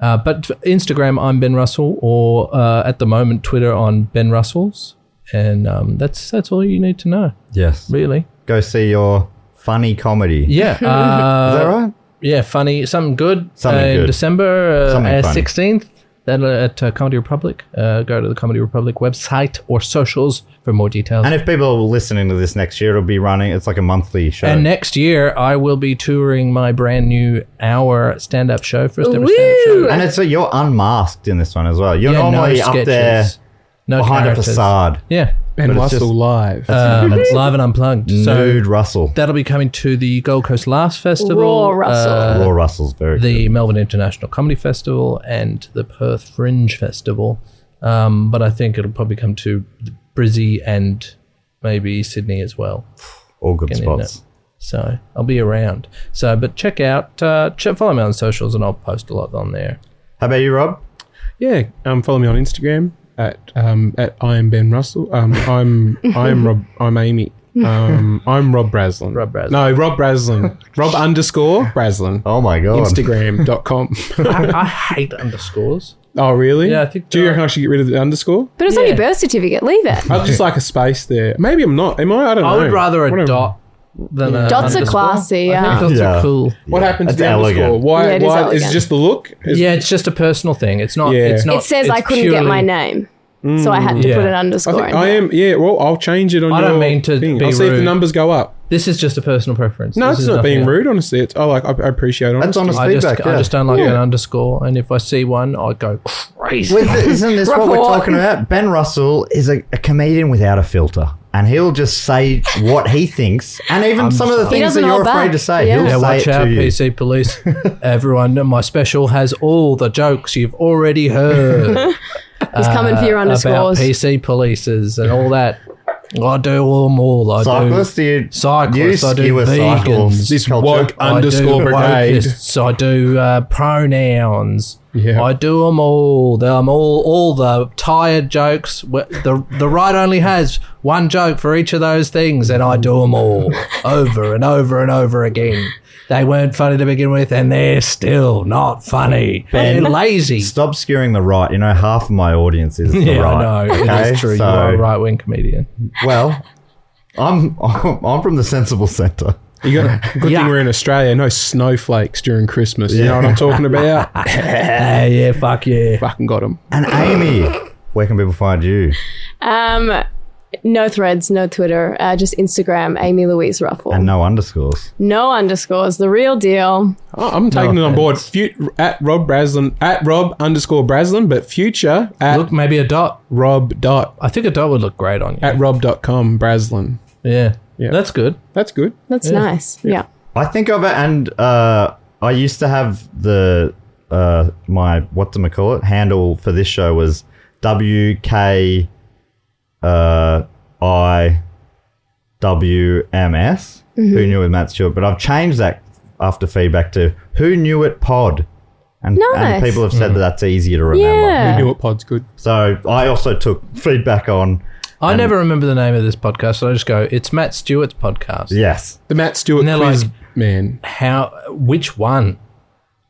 Speaker 4: Uh, but for Instagram, I'm Ben Russell, or uh, at the moment, Twitter on Ben Russells, and um, that's that's all you need to know,
Speaker 2: Yes.
Speaker 4: really.
Speaker 2: Go see your funny comedy.
Speaker 4: Yeah, uh,
Speaker 2: Is that right?
Speaker 4: yeah, funny, something good
Speaker 2: Something
Speaker 4: uh, in
Speaker 2: good.
Speaker 4: December
Speaker 2: Something
Speaker 4: uh,
Speaker 2: funny.
Speaker 4: sixteenth. That uh, at uh, Comedy Republic. Uh, go to the Comedy Republic website or socials for more details.
Speaker 2: And
Speaker 4: And,
Speaker 2: if people are listening to this next year, it'll be running. It's like a monthly show.
Speaker 4: next year, I will be touring my brand new hour stand-up show, first ever stand-up show.
Speaker 5: Woo!
Speaker 2: And it's a, you're unmasked in this one as well. You're
Speaker 4: Yeah,
Speaker 2: normally
Speaker 4: no
Speaker 2: up
Speaker 4: sketches,
Speaker 2: there
Speaker 4: no
Speaker 2: behind
Speaker 4: characters.
Speaker 2: a facade.
Speaker 4: Yeah,
Speaker 3: Ben
Speaker 2: But
Speaker 3: Russell
Speaker 2: it's just-
Speaker 3: live.
Speaker 4: um, live and unplugged. So
Speaker 2: Nude Russell.
Speaker 4: that'll be coming to the Gold Coast Laughs Festival, uh,
Speaker 5: Raw Russell.
Speaker 2: Raw Russell's very
Speaker 4: the
Speaker 2: good.
Speaker 4: Melbourne International Comedy Festival, and the Perth Fringe Festival. Um, but I think it'll probably come to Brizzy and maybe Sydney as well.
Speaker 2: All good
Speaker 4: Get in
Speaker 2: spots.
Speaker 4: it. So I'll be around. So, but check out, uh, check, follow me on socials, and I'll post a lot on there.
Speaker 2: How about you, Rob?
Speaker 3: Yeah, um, follow me on Instagram at um, at I am Ben Russell. Um, I'm I'm Rob. I'm Amy. Um, I'm Rob Braslin.
Speaker 4: Rob Braslin.
Speaker 3: No, Rob Braslin. Rob underscore Braslin.
Speaker 2: Oh my God.
Speaker 3: Instagram.com.
Speaker 4: I, I hate underscores.
Speaker 3: oh, really?
Speaker 4: Yeah, I think
Speaker 3: Do you
Speaker 4: they're-
Speaker 3: reckon I should get rid of the underscore?
Speaker 5: But it's on your
Speaker 4: Yeah.
Speaker 5: birth certificate. Leave it.
Speaker 3: I just like a space there. Maybe I'm not. Am I? I don't
Speaker 4: I
Speaker 3: know.
Speaker 4: would rather a
Speaker 3: Whatever.
Speaker 4: dot than a
Speaker 5: Dots are
Speaker 4: underscore.
Speaker 5: classy.
Speaker 4: I think
Speaker 5: Yeah.
Speaker 4: dots
Speaker 2: Yeah.
Speaker 4: are cool.
Speaker 3: What
Speaker 2: Yeah,
Speaker 3: happened to
Speaker 2: that's
Speaker 3: the underscore?
Speaker 2: elegant.
Speaker 3: Why?
Speaker 5: Yeah, it is
Speaker 3: why is,
Speaker 5: elegant.
Speaker 3: it just the look? Is-
Speaker 4: yeah, it's just a personal thing. It's not.
Speaker 3: Yeah.
Speaker 4: It's not.
Speaker 5: It says
Speaker 4: it's
Speaker 5: I couldn't get
Speaker 4: purely- Mm,
Speaker 5: my name, so I had to
Speaker 4: yeah.
Speaker 5: put an
Speaker 3: I
Speaker 5: underscore.
Speaker 3: think
Speaker 5: in
Speaker 3: I
Speaker 5: there.
Speaker 3: am. Yeah. Well, I'll change it on.
Speaker 4: I don't
Speaker 3: your
Speaker 4: mean to
Speaker 3: Thing.
Speaker 4: be
Speaker 3: I'll see if the
Speaker 4: rude.
Speaker 3: numbers go up.
Speaker 4: This is just a personal preference.
Speaker 3: No,
Speaker 4: This
Speaker 3: it's
Speaker 4: is
Speaker 3: not
Speaker 4: nothing
Speaker 3: being
Speaker 4: else.
Speaker 3: rude. Honestly, it's. I like. I, I appreciate it.
Speaker 2: That's honest
Speaker 4: I just,
Speaker 2: feedback.
Speaker 4: I
Speaker 2: yeah.
Speaker 4: just don't like
Speaker 3: Yeah.
Speaker 4: an underscore, and if I see one, I go crazy.
Speaker 2: Well, th- isn't this what we're
Speaker 5: Report.
Speaker 2: talking about? Ben Russell is a, a comedian without a filter, and he'll just say what he thinks, and even some of the
Speaker 5: He
Speaker 2: things that
Speaker 5: doesn't
Speaker 2: you're
Speaker 5: hold
Speaker 2: afraid
Speaker 5: back.
Speaker 2: to say.
Speaker 5: Yeah.
Speaker 2: He'll
Speaker 4: yeah,
Speaker 2: say
Speaker 4: watch
Speaker 2: it
Speaker 4: out,
Speaker 2: to you.
Speaker 4: PC police. Everyone, my special has all the jokes you've already heard
Speaker 5: He's coming for your
Speaker 4: uh, about
Speaker 5: underscores.
Speaker 4: PC polices and all that. I do all them all. I
Speaker 2: Cyclists,
Speaker 4: do.
Speaker 2: do you,
Speaker 4: Cyclists,
Speaker 2: you
Speaker 4: I do
Speaker 2: skewer cycle
Speaker 4: vegans.
Speaker 3: This
Speaker 2: culture?
Speaker 3: woke
Speaker 4: I do
Speaker 3: underscore brigade.
Speaker 4: wokeists, I do uh, pronouns.
Speaker 3: Yeah.
Speaker 4: I do them all. I'm all all the tired jokes. wh- The the right only has one joke for each of those things, and I do them all over and over and over again. They weren't funny to begin with, and they're still not funny.
Speaker 2: Ben,
Speaker 4: they're lazy.
Speaker 2: Stop skewing the right. You know, half of my audience is the
Speaker 4: yeah,
Speaker 2: right.
Speaker 4: no, it
Speaker 2: okay?
Speaker 4: is true.
Speaker 2: So,
Speaker 4: you are a right wing comedian.
Speaker 2: Well, I'm, I'm I'm from the sensible centre.
Speaker 3: You got good
Speaker 4: Yeah.
Speaker 3: thing we're in Australia. No snowflakes during Christmas. You know what I'm talking about?
Speaker 4: Ah, yeah, fuck yeah.
Speaker 3: Fucking got them.
Speaker 2: And Amy, where can people find you?
Speaker 5: Um, no threads, no Twitter, uh, just Instagram, Amy Louise Ruffle.
Speaker 2: And no underscores.
Speaker 5: no underscores, the real deal.
Speaker 3: I'm taking it on board. Fu- at Rob Braslin at Rob underscore Braslin, but future at
Speaker 4: Look, maybe a dot.
Speaker 3: Rob dot
Speaker 4: I think a dot would look great on you.
Speaker 3: at Rob dot com Braslin.
Speaker 4: yeah. that's good.
Speaker 3: That's good.
Speaker 5: That's nice. Yeah.
Speaker 2: I think of it, and uh, I used to have the uh, my what to call it handle for this show was W K uh, I W M S.
Speaker 5: Mm-hmm.
Speaker 2: Who knew it, with Matt Stewart? But I've changed that after feedback to Who knew it Pod, and,
Speaker 5: Nice.
Speaker 2: and people have said that that's easier to remember.
Speaker 5: Yeah.
Speaker 3: New at Pod's good.
Speaker 2: So I also took feedback on
Speaker 4: I never remember the name of this podcast, so I just go, it's Matt Stewart's podcast.
Speaker 2: yes
Speaker 3: The Matt Stewart
Speaker 4: And they're
Speaker 3: quiz
Speaker 4: like-
Speaker 3: man.
Speaker 4: How? Which one?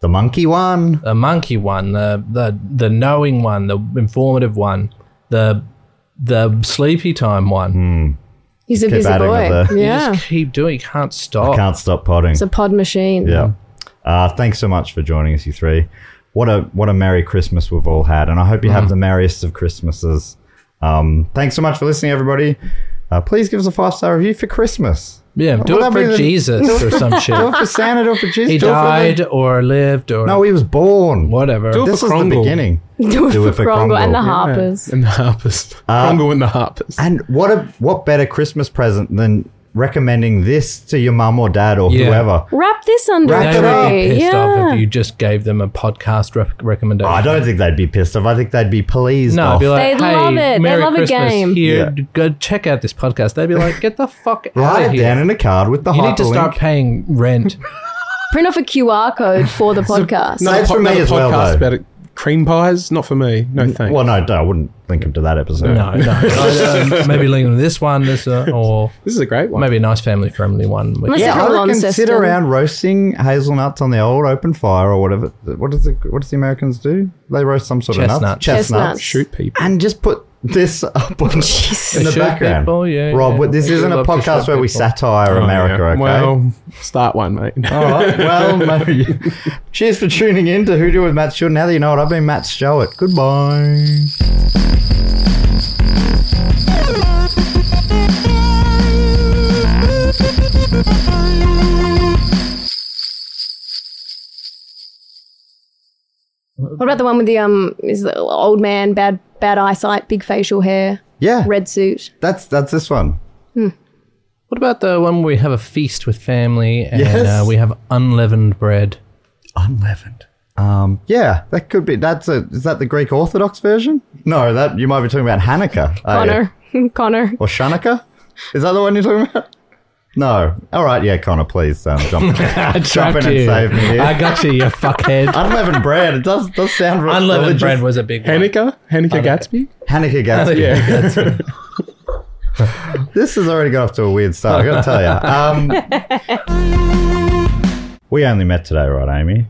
Speaker 2: the monkey one.
Speaker 4: The monkey one, the the the knowing one, the informative one, the the sleepy time one.
Speaker 2: Hmm.
Speaker 5: He's a
Speaker 2: Keep
Speaker 5: busy
Speaker 2: adding
Speaker 5: boy.
Speaker 2: it there.
Speaker 4: You
Speaker 5: Yeah.
Speaker 4: just keep doing. You can't
Speaker 2: I
Speaker 4: stop.
Speaker 2: can't stop potting.
Speaker 5: It's a pod machine.
Speaker 2: Yeah. Uh, thanks so much for joining us, you three. What a what a merry Christmas we've all had, and I hope you
Speaker 4: Mm.
Speaker 2: have the merriest of Christmases. Um, thanks so much for listening, everybody. Uh, please give us a five star review for Christmas.
Speaker 4: Yeah, do
Speaker 2: Well,
Speaker 4: it
Speaker 2: that
Speaker 4: for
Speaker 2: means-
Speaker 4: Jesus or some
Speaker 2: Do it
Speaker 4: shit.
Speaker 2: for Santa, do it for Jesus.
Speaker 4: He
Speaker 2: do it for
Speaker 4: died
Speaker 2: the-
Speaker 4: or lived or
Speaker 2: no, he was born.
Speaker 4: whatever.
Speaker 3: Do it
Speaker 2: This
Speaker 3: for
Speaker 2: is the
Speaker 3: Krongle.
Speaker 2: beginning.
Speaker 5: Do it
Speaker 2: Do
Speaker 5: for,
Speaker 2: it for
Speaker 5: Krongle and
Speaker 2: Krongle.
Speaker 5: the Harpers.
Speaker 3: And the harpers.
Speaker 4: Uh,
Speaker 3: Congo and the harpers.
Speaker 2: And what a what better Christmas present than recommending this to your mum or dad or
Speaker 4: Yeah.
Speaker 2: whoever?
Speaker 5: Wrap this under
Speaker 2: Wrap
Speaker 4: They
Speaker 5: a
Speaker 2: it up.
Speaker 4: would
Speaker 5: tree.
Speaker 4: be pissed off
Speaker 5: Yeah.
Speaker 4: if you just gave them a podcast rec- recommendation.
Speaker 2: I don't think they'd be pissed off. I think they'd be pleased.
Speaker 4: No, I'd
Speaker 2: off.
Speaker 4: be like,
Speaker 5: They
Speaker 4: hey,
Speaker 5: love it. They
Speaker 4: Merry
Speaker 5: love a
Speaker 4: Christmas.
Speaker 5: game."
Speaker 4: Here,
Speaker 2: Yeah.
Speaker 4: d- go check out this podcast. They'd be like, get the fuck out of
Speaker 2: write it
Speaker 4: here.
Speaker 2: down in a card with the
Speaker 4: you
Speaker 2: hyperlink.
Speaker 4: need to start paying rent.
Speaker 5: Print off a QR code for the podcast.
Speaker 2: No, it's for me
Speaker 3: another
Speaker 2: as well,
Speaker 3: podcast
Speaker 2: though.
Speaker 3: about it. cream pies. Not for me. No thanks.
Speaker 2: Well, no, no, I wouldn't link him to that episode.
Speaker 4: no, no. I, um, maybe link them to this one, this, uh, or
Speaker 3: this is a great one.
Speaker 4: maybe a nice family friendly one. Which,
Speaker 5: Yeah,
Speaker 2: Yeah, I
Speaker 5: Hold on,
Speaker 2: reckon sit
Speaker 5: sister.
Speaker 2: around roasting hazelnuts on the old open fire or whatever. What does the what does the Americans do? They roast some sort of
Speaker 4: Chestnuts.
Speaker 2: nuts, chestnuts,
Speaker 5: Chestnuts.
Speaker 3: Shoot people.
Speaker 2: and just put this up on in the
Speaker 4: Shoot
Speaker 2: background.
Speaker 4: people, yeah,
Speaker 2: Rob,
Speaker 4: yeah.
Speaker 2: what- this
Speaker 4: We
Speaker 2: isn't a
Speaker 4: love to
Speaker 2: podcast
Speaker 4: shoot
Speaker 2: where we
Speaker 4: people. Oh,
Speaker 2: satire America.
Speaker 3: Oh, Yeah.
Speaker 2: Okay.
Speaker 3: Well, start one, mate.
Speaker 2: All right. Well, maybe. Cheers for tuning in to Who Do with Matt Stewart. Now that you know it, I've been Matt Stewart. Goodbye.
Speaker 5: What about the one with the um is the old man, bad bad eyesight, big facial hair,
Speaker 2: Yeah,
Speaker 5: red suit?
Speaker 2: that's that's this one.
Speaker 4: what about the one where we have a feast with family and
Speaker 2: Yes.
Speaker 4: uh, we have unleavened bread?
Speaker 2: unleavened. Um, yeah, that could be. That's a. Is that the Greek Orthodox version? No, that you might be talking about Hanukkah are you?
Speaker 5: Connor. Connor.
Speaker 2: or Shanukah. Is that the one you're talking about? No. All right. Yeah, Connor, please um, jump, jump in
Speaker 4: Trapped
Speaker 2: and
Speaker 4: you.
Speaker 2: save me. Here.
Speaker 4: I got you, you fuckhead.
Speaker 2: unleavened bread. It does does sound re-
Speaker 4: unleavened
Speaker 2: religious.
Speaker 4: bread was a big one.
Speaker 3: Hanneke? Hanneke Gatsby?
Speaker 2: Hanukkah Gatsby. this has already got off to a weird start. I got to tell you. Um, we only met today, right, Amy?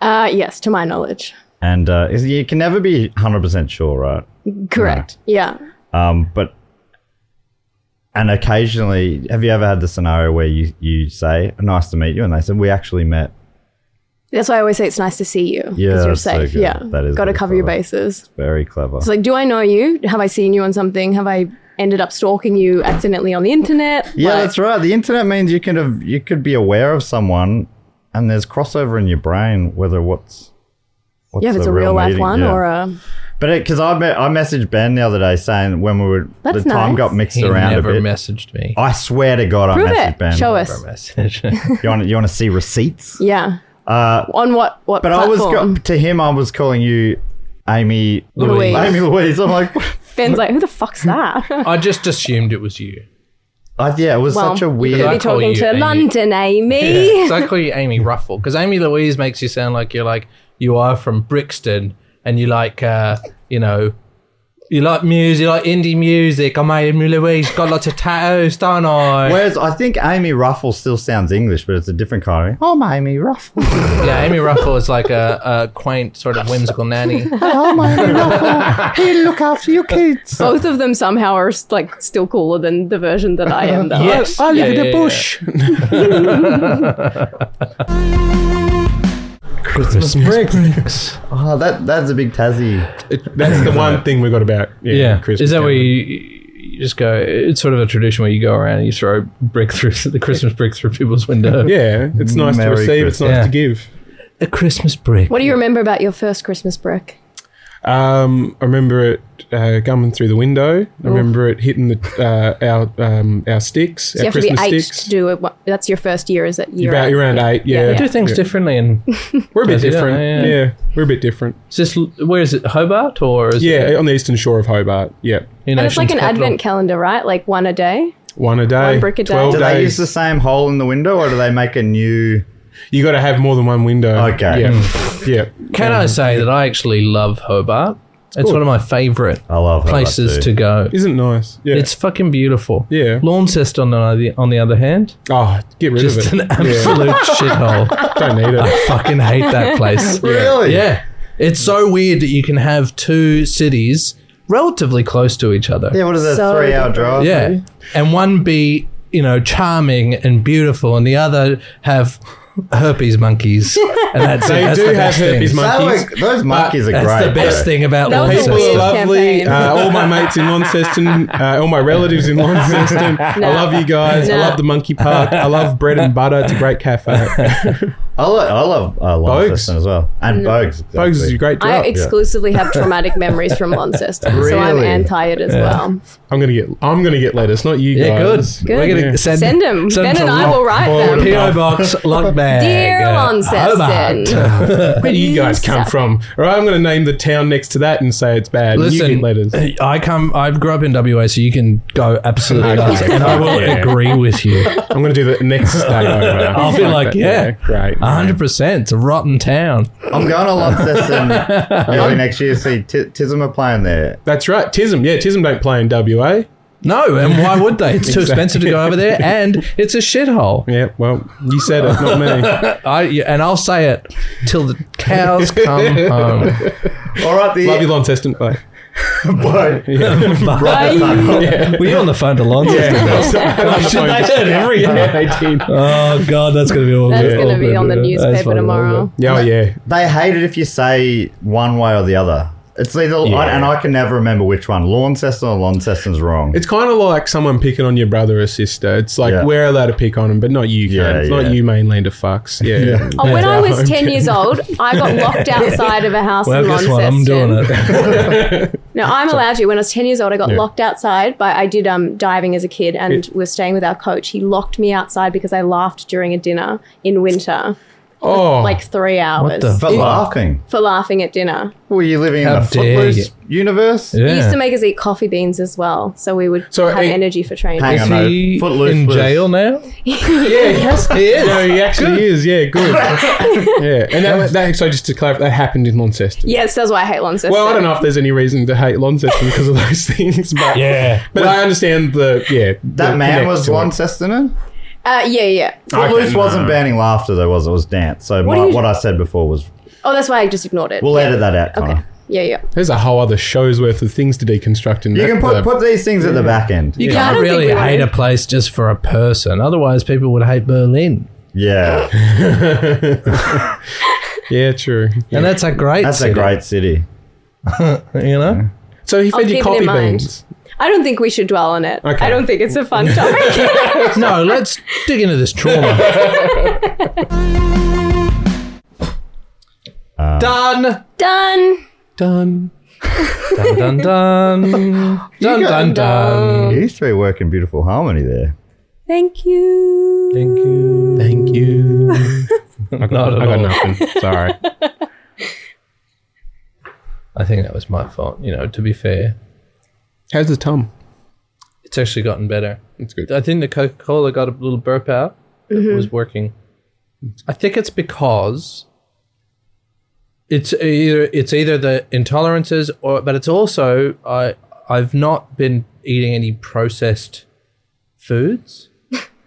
Speaker 5: Uh yes, to my knowledge.
Speaker 2: And uh, is- you can never be hundred percent sure, right?
Speaker 5: Correct. Yeah.
Speaker 2: Um, but and occasionally, have you ever had the scenario where you you say "nice to meet you" and they said "we actually met"?
Speaker 5: That's why I always say it's nice to see you. 'cause
Speaker 2: Yeah,
Speaker 5: you're
Speaker 2: that's so
Speaker 5: safe.
Speaker 2: good.
Speaker 5: yeah.
Speaker 2: That is
Speaker 5: Got to
Speaker 2: really
Speaker 5: cover your
Speaker 2: clever.
Speaker 5: bases.
Speaker 2: Very clever.
Speaker 5: It's like, do I know you? Have I seen you on something? Have I ended up stalking you accidentally on the internet?
Speaker 2: yeah,
Speaker 5: Like-
Speaker 2: that's right. The internet means you could have you could be aware of someone, and there's crossover in your brain whether what's. what's
Speaker 5: Yeah, if it's
Speaker 2: the
Speaker 5: a real life
Speaker 2: meeting,
Speaker 5: one
Speaker 2: yeah.
Speaker 5: or a
Speaker 2: but because I me- I messaged Ben the other day saying when we were
Speaker 5: That's
Speaker 2: the time
Speaker 5: nice.
Speaker 2: got mixed
Speaker 4: He
Speaker 2: around a
Speaker 4: never
Speaker 2: bit.
Speaker 4: messaged me.
Speaker 2: I swear to God,
Speaker 5: prove
Speaker 2: I messaged
Speaker 5: it.
Speaker 2: Ben.
Speaker 5: Show
Speaker 4: Never
Speaker 5: us.
Speaker 4: messaged.
Speaker 2: You want you want to see receipts?
Speaker 5: Yeah. Uh, on what what
Speaker 2: But
Speaker 5: platform?
Speaker 2: I was go- to him. I was calling you Amy
Speaker 5: Louise.
Speaker 2: Amy Louise. I'm like, what?
Speaker 5: Ben's like, who the fuck's
Speaker 2: Hmm.
Speaker 5: that?
Speaker 4: I just assumed it was you.
Speaker 2: I, yeah, it was
Speaker 5: Well,
Speaker 2: such a
Speaker 5: you could
Speaker 4: I
Speaker 5: be
Speaker 2: weird.
Speaker 4: call
Speaker 5: talking
Speaker 4: you
Speaker 5: to
Speaker 4: Amy.
Speaker 5: London, Amy.
Speaker 4: So I call you Amy Ruffle because Amy Louise makes you sound like you're like you are from Brixton and you like, uh, you know, you like music, you like indie music. I'm Amy Louise, got lots of tattoos, don't I?
Speaker 2: Whereas I think Amy Ruffles still sounds English, but it's a different kind of. Oh, I'm Amy Ruffles.
Speaker 4: Yeah, Amy Ruffle is like a, a quaint sort of whimsical nanny.
Speaker 2: I'm Amy Ruffles. Here to look after your kids.
Speaker 5: Both of them somehow are like still cooler than the version that I am. Though.
Speaker 4: Yes,
Speaker 3: I live
Speaker 4: yeah,
Speaker 3: in a
Speaker 4: yeah,
Speaker 3: bush.
Speaker 6: Christmas
Speaker 3: bricks.
Speaker 6: bricks.
Speaker 2: Oh, that that's a big Tassie.
Speaker 3: It- that's the one thing we got about. Yeah,
Speaker 4: Yeah,
Speaker 3: Christmas.
Speaker 4: is that where you, you just go? It's sort of a tradition where you go around and you throw brick through the Christmas brick through people's window.
Speaker 3: Yeah, it's nice
Speaker 2: Merry
Speaker 3: to receive. It's nice
Speaker 4: Yeah.
Speaker 3: to give.
Speaker 4: A Christmas brick.
Speaker 5: What do you remember about your first Christmas brick?
Speaker 3: Um, I remember it uh, coming through the window. I remember it hitting the uh, our um, our sticks,
Speaker 5: So you
Speaker 3: our
Speaker 5: have to be
Speaker 3: Christmas
Speaker 5: eight
Speaker 3: sticks.
Speaker 5: to do it. That's your first year, is that year?
Speaker 3: About
Speaker 5: eight?
Speaker 3: you're around eight, yeah.
Speaker 5: Yeah.
Speaker 4: do things
Speaker 3: Yeah.
Speaker 4: differently, and
Speaker 3: We're a bit
Speaker 4: Does it,
Speaker 3: different.
Speaker 4: yeah,
Speaker 3: Yeah.
Speaker 4: yeah.
Speaker 3: we're a bit different.
Speaker 4: is this where is it? Hobart or is
Speaker 3: Yeah,
Speaker 4: It
Speaker 3: on the eastern shore of Hobart. Yeah,
Speaker 4: your
Speaker 5: And it's like an
Speaker 4: nation's capital?
Speaker 5: advent calendar, right? Like one a day.
Speaker 3: one a day,
Speaker 5: brick a day.
Speaker 3: twelve
Speaker 2: Do
Speaker 5: Do
Speaker 2: they use
Speaker 3: days.
Speaker 2: the same hole in the window, or do they make a new?
Speaker 3: you got to have more than one window.
Speaker 2: Okay.
Speaker 3: Yeah, Mm. yeah.
Speaker 4: Hmm. Can I say that I actually love Hobart? It's, one of my favourite
Speaker 2: I love Hobart
Speaker 4: places
Speaker 2: too.
Speaker 4: to go.
Speaker 3: Isn't it nice. Yeah.
Speaker 4: It's fucking beautiful.
Speaker 3: Yeah.
Speaker 4: Launceston on the other- on the other hand,
Speaker 3: oh, get rid
Speaker 4: just
Speaker 3: of
Speaker 4: an
Speaker 3: it. yeah,
Speaker 4: absolute shithole.
Speaker 3: don't need it.
Speaker 4: fucking hate that place.
Speaker 2: Really?
Speaker 4: Yeah. It's so weird that you can have two cities relatively close to each other.
Speaker 2: Yeah. What is that?
Speaker 5: So
Speaker 2: Three-hour drive.
Speaker 4: Yeah. And one be, you know, charming and beautiful, and the other have herpes monkeys. And that's it.
Speaker 3: They
Speaker 4: That's
Speaker 3: do
Speaker 4: the
Speaker 3: have
Speaker 4: best thing.
Speaker 3: herpes
Speaker 2: That
Speaker 3: monkeys.
Speaker 2: was- those monkeys are
Speaker 4: that's
Speaker 2: great.
Speaker 4: the best
Speaker 2: though.
Speaker 4: thing about
Speaker 5: That was a
Speaker 3: People are
Speaker 5: weird
Speaker 4: Launceston.
Speaker 3: lovely.
Speaker 5: campaign.
Speaker 3: Uh, all my mates in Launceston, uh, all my relatives in Launceston. I love you guys. I
Speaker 5: No.
Speaker 3: love the Monkey Park. I love bread and butter. It's a great cafe.
Speaker 2: I love, I love uh, Launceston as well, and Bogues. Exactly.
Speaker 3: Bogues is a great
Speaker 5: I
Speaker 3: job.
Speaker 5: exclusively have traumatic memories from Launceston, so I'm
Speaker 2: Really?
Speaker 5: anti it as well.
Speaker 3: I'm gonna get. I'm gonna get lettuce, not you
Speaker 4: Yeah, good.
Speaker 3: guys.
Speaker 4: We're going to
Speaker 3: Yeah.
Speaker 4: send,
Speaker 5: Send them. Ben
Speaker 4: to
Speaker 5: and I
Speaker 4: Lock-
Speaker 5: will write them.
Speaker 4: P.O. Box, log bag.
Speaker 5: Dear
Speaker 4: uh, Hobart.
Speaker 5: Launceston.
Speaker 3: Where do you guys come
Speaker 5: suck.
Speaker 3: from? All right, I'm gonna name the town next to that and say it's bad. and you
Speaker 4: Listen,
Speaker 3: get letters.
Speaker 4: I come. I grew up in WA, so you can go absolutely nuts, and I will
Speaker 3: Yeah.
Speaker 4: agree with you.
Speaker 3: I'm gonna do the next day over.
Speaker 4: I'll be like,
Speaker 3: that.
Speaker 4: yeah.
Speaker 3: great.
Speaker 4: A hundred percent. It's a rotten town.
Speaker 2: I'm going to Launceston early next year to see T- Tism are playing there.
Speaker 3: That's right. Tism. Yeah, Tism don't play in WA.
Speaker 4: No, and why would they? It's too expensive to go over there, and it's a shithole.
Speaker 3: Yeah. Well, you said it, not me.
Speaker 4: I yeah, and I'll say it till the cows come home.
Speaker 2: All right, the
Speaker 3: Love you, Launceston. Bye.
Speaker 2: Bye.
Speaker 4: Were you on the phone to London?
Speaker 3: Should
Speaker 4: they do it every year? Oh god, that's gonna be awful.
Speaker 5: That's gonna be on the newspaper tomorrow.
Speaker 3: Yeah, oh, yeah.
Speaker 2: They hate it if you say one way or the other. It's either, I, and I can never remember which one. Launceston or Launceston's wrong.
Speaker 3: It's kind of like someone picking on your brother or sister. It's like
Speaker 2: Yeah.
Speaker 3: we're allowed to pick on them, but not you.
Speaker 2: Yeah,
Speaker 3: Yeah, it's
Speaker 2: yeah.
Speaker 3: Not you, mainlander fucks. Yeah.
Speaker 5: Oh, when I was 10 years old, I got locked outside of a house
Speaker 4: Well,
Speaker 5: in
Speaker 4: guess
Speaker 5: Launceston.
Speaker 4: what? I'm doing it.
Speaker 5: No, I'm allowed to. When I was 10 years old, I got locked outside. But I did um, diving as a kid and we're staying with our coach. He locked me outside because I laughed during a dinner in winter,
Speaker 3: Oh,
Speaker 5: like three hours
Speaker 4: the-
Speaker 2: for laughing.
Speaker 5: for laughing at dinner.
Speaker 2: Were you living in
Speaker 4: How
Speaker 2: the
Speaker 4: dare you.
Speaker 2: Footloose universe?
Speaker 5: He used to
Speaker 4: Yeah.
Speaker 5: make us eat coffee beans as well. So we would
Speaker 3: So,
Speaker 5: have
Speaker 3: eh,
Speaker 5: energy for training.
Speaker 2: Hang
Speaker 4: Is
Speaker 2: on,
Speaker 4: he
Speaker 2: though. Footloose
Speaker 4: in
Speaker 2: was-
Speaker 4: jail now?
Speaker 3: yeah, yes, he is. No, he actually is. Yeah, good. yeah, and that, that so just to clarify, that happened in Launceston.
Speaker 5: Yes, that's why I hate Launceston.
Speaker 3: Well, I don't know if there's any reason to hate Launceston because of those things, but
Speaker 4: Yeah.
Speaker 3: but I understand the yeah.
Speaker 2: That
Speaker 3: the
Speaker 2: man
Speaker 3: connect
Speaker 2: was
Speaker 3: to it.
Speaker 2: Launceston.
Speaker 5: Uh, yeah, yeah.
Speaker 2: Footloose wasn't banning laughter though, was it? It was dance. So
Speaker 5: What
Speaker 2: my,
Speaker 5: do you-
Speaker 2: what I said before was
Speaker 5: Oh, that's why I just ignored it.
Speaker 2: we'll edit that out, Connor.
Speaker 5: Okay. Yeah, yeah.
Speaker 3: There's a whole other show's worth of things to deconstruct in
Speaker 2: You
Speaker 3: that.
Speaker 2: can
Speaker 3: the-
Speaker 2: put put these things at the back end.
Speaker 4: You
Speaker 5: Yeah, I
Speaker 4: can't
Speaker 5: don't think
Speaker 4: really
Speaker 5: we would.
Speaker 4: hate a place just for a person. Otherwise, people would hate Berlin.
Speaker 2: Yeah,
Speaker 3: yeah, true.
Speaker 4: And that's a great
Speaker 2: that's a
Speaker 4: city,
Speaker 2: great city.
Speaker 4: You know?
Speaker 3: So he
Speaker 5: I'll
Speaker 3: fed you
Speaker 5: keep it in
Speaker 3: coffee
Speaker 5: mind.
Speaker 3: beans.
Speaker 5: I don't think we should dwell on it.
Speaker 3: Okay.
Speaker 5: I don't think it's a fun topic.
Speaker 4: no, let's dig into this trauma. Um, done.
Speaker 5: Done.
Speaker 4: Done. Dun dun dun. Dun dun dun.
Speaker 2: You three work in beautiful harmony there.
Speaker 5: Thank you.
Speaker 4: Thank you.
Speaker 3: Thank you. I got,
Speaker 4: Not at
Speaker 3: I got
Speaker 4: all.
Speaker 3: nothing. Sorry.
Speaker 4: I think that was my fault. You know, to be fair,
Speaker 3: How's the tum?
Speaker 4: it's actually gotten better.
Speaker 3: It's good.
Speaker 4: I think the Coca Cola got a little burp out. Mm-hmm. It was working. I think it's because it's either it's either the intolerances or but it's also I I've not been eating any processed foods.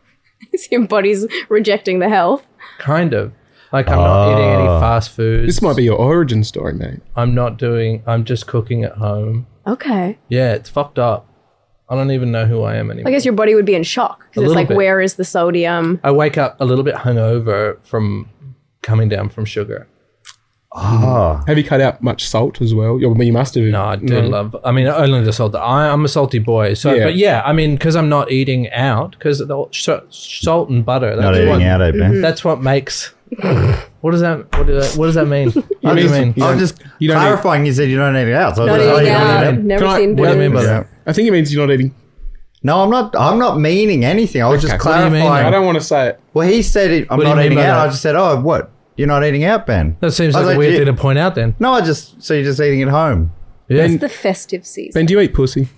Speaker 5: Your body's rejecting the health.
Speaker 4: Kind of. Like I'm not eating any
Speaker 2: Ah.
Speaker 4: fast foods.
Speaker 3: This might be your origin story, mate.
Speaker 4: I'm not doing I'm just cooking at home.
Speaker 5: Okay.
Speaker 4: Yeah, it's fucked up. I don't even know who I am anymore.
Speaker 5: I guess your body would be in shock
Speaker 4: A
Speaker 5: because it's
Speaker 4: little
Speaker 5: like,
Speaker 4: bit.
Speaker 5: where is the sodium?
Speaker 4: I wake up a little bit hungover from coming down from sugar.
Speaker 2: Ah,
Speaker 3: Have you cut out much salt as well? You, I mean, you must have.
Speaker 4: No, I do love. I mean, only the salt. I, I'm a salty boy. So,
Speaker 3: Mm. Yeah.
Speaker 4: but yeah, I mean, because I'm not eating out, because salt and butter.
Speaker 2: not
Speaker 4: That's
Speaker 2: eating
Speaker 4: what, Mm-hmm.
Speaker 2: out, eh, Ben?
Speaker 4: That's what makes. what does that? What, do that, what does that mean? What do you mean?
Speaker 3: You
Speaker 2: I'm
Speaker 3: don't-
Speaker 2: just
Speaker 3: you don't
Speaker 2: clarifying. you said you don't eat it out. So
Speaker 5: Not
Speaker 2: I just-
Speaker 5: eating
Speaker 2: I
Speaker 5: out.
Speaker 2: don't eat it
Speaker 5: Never
Speaker 3: Can I-
Speaker 5: seen
Speaker 4: what do you mean by
Speaker 5: those.
Speaker 4: that?
Speaker 2: Yeah.
Speaker 3: I think it means you're not eating.
Speaker 2: No, I'm not. I'm not meaning anything. I was just
Speaker 4: What do you mean?
Speaker 2: clarifying.
Speaker 3: I don't want to say it.
Speaker 2: well, he said it, I'm
Speaker 4: What do you
Speaker 2: not
Speaker 4: mean
Speaker 2: eating
Speaker 4: by
Speaker 2: out.
Speaker 4: that?
Speaker 2: I just said, oh, what? You're not eating out, Ben?
Speaker 4: That seems
Speaker 2: I was
Speaker 4: like a weird
Speaker 2: "You-
Speaker 4: thing to point out. Then,
Speaker 2: No, I just so you're just eating at home.
Speaker 4: yeah.
Speaker 3: Ben,
Speaker 5: The festive season.
Speaker 3: ben, do you eat pussy?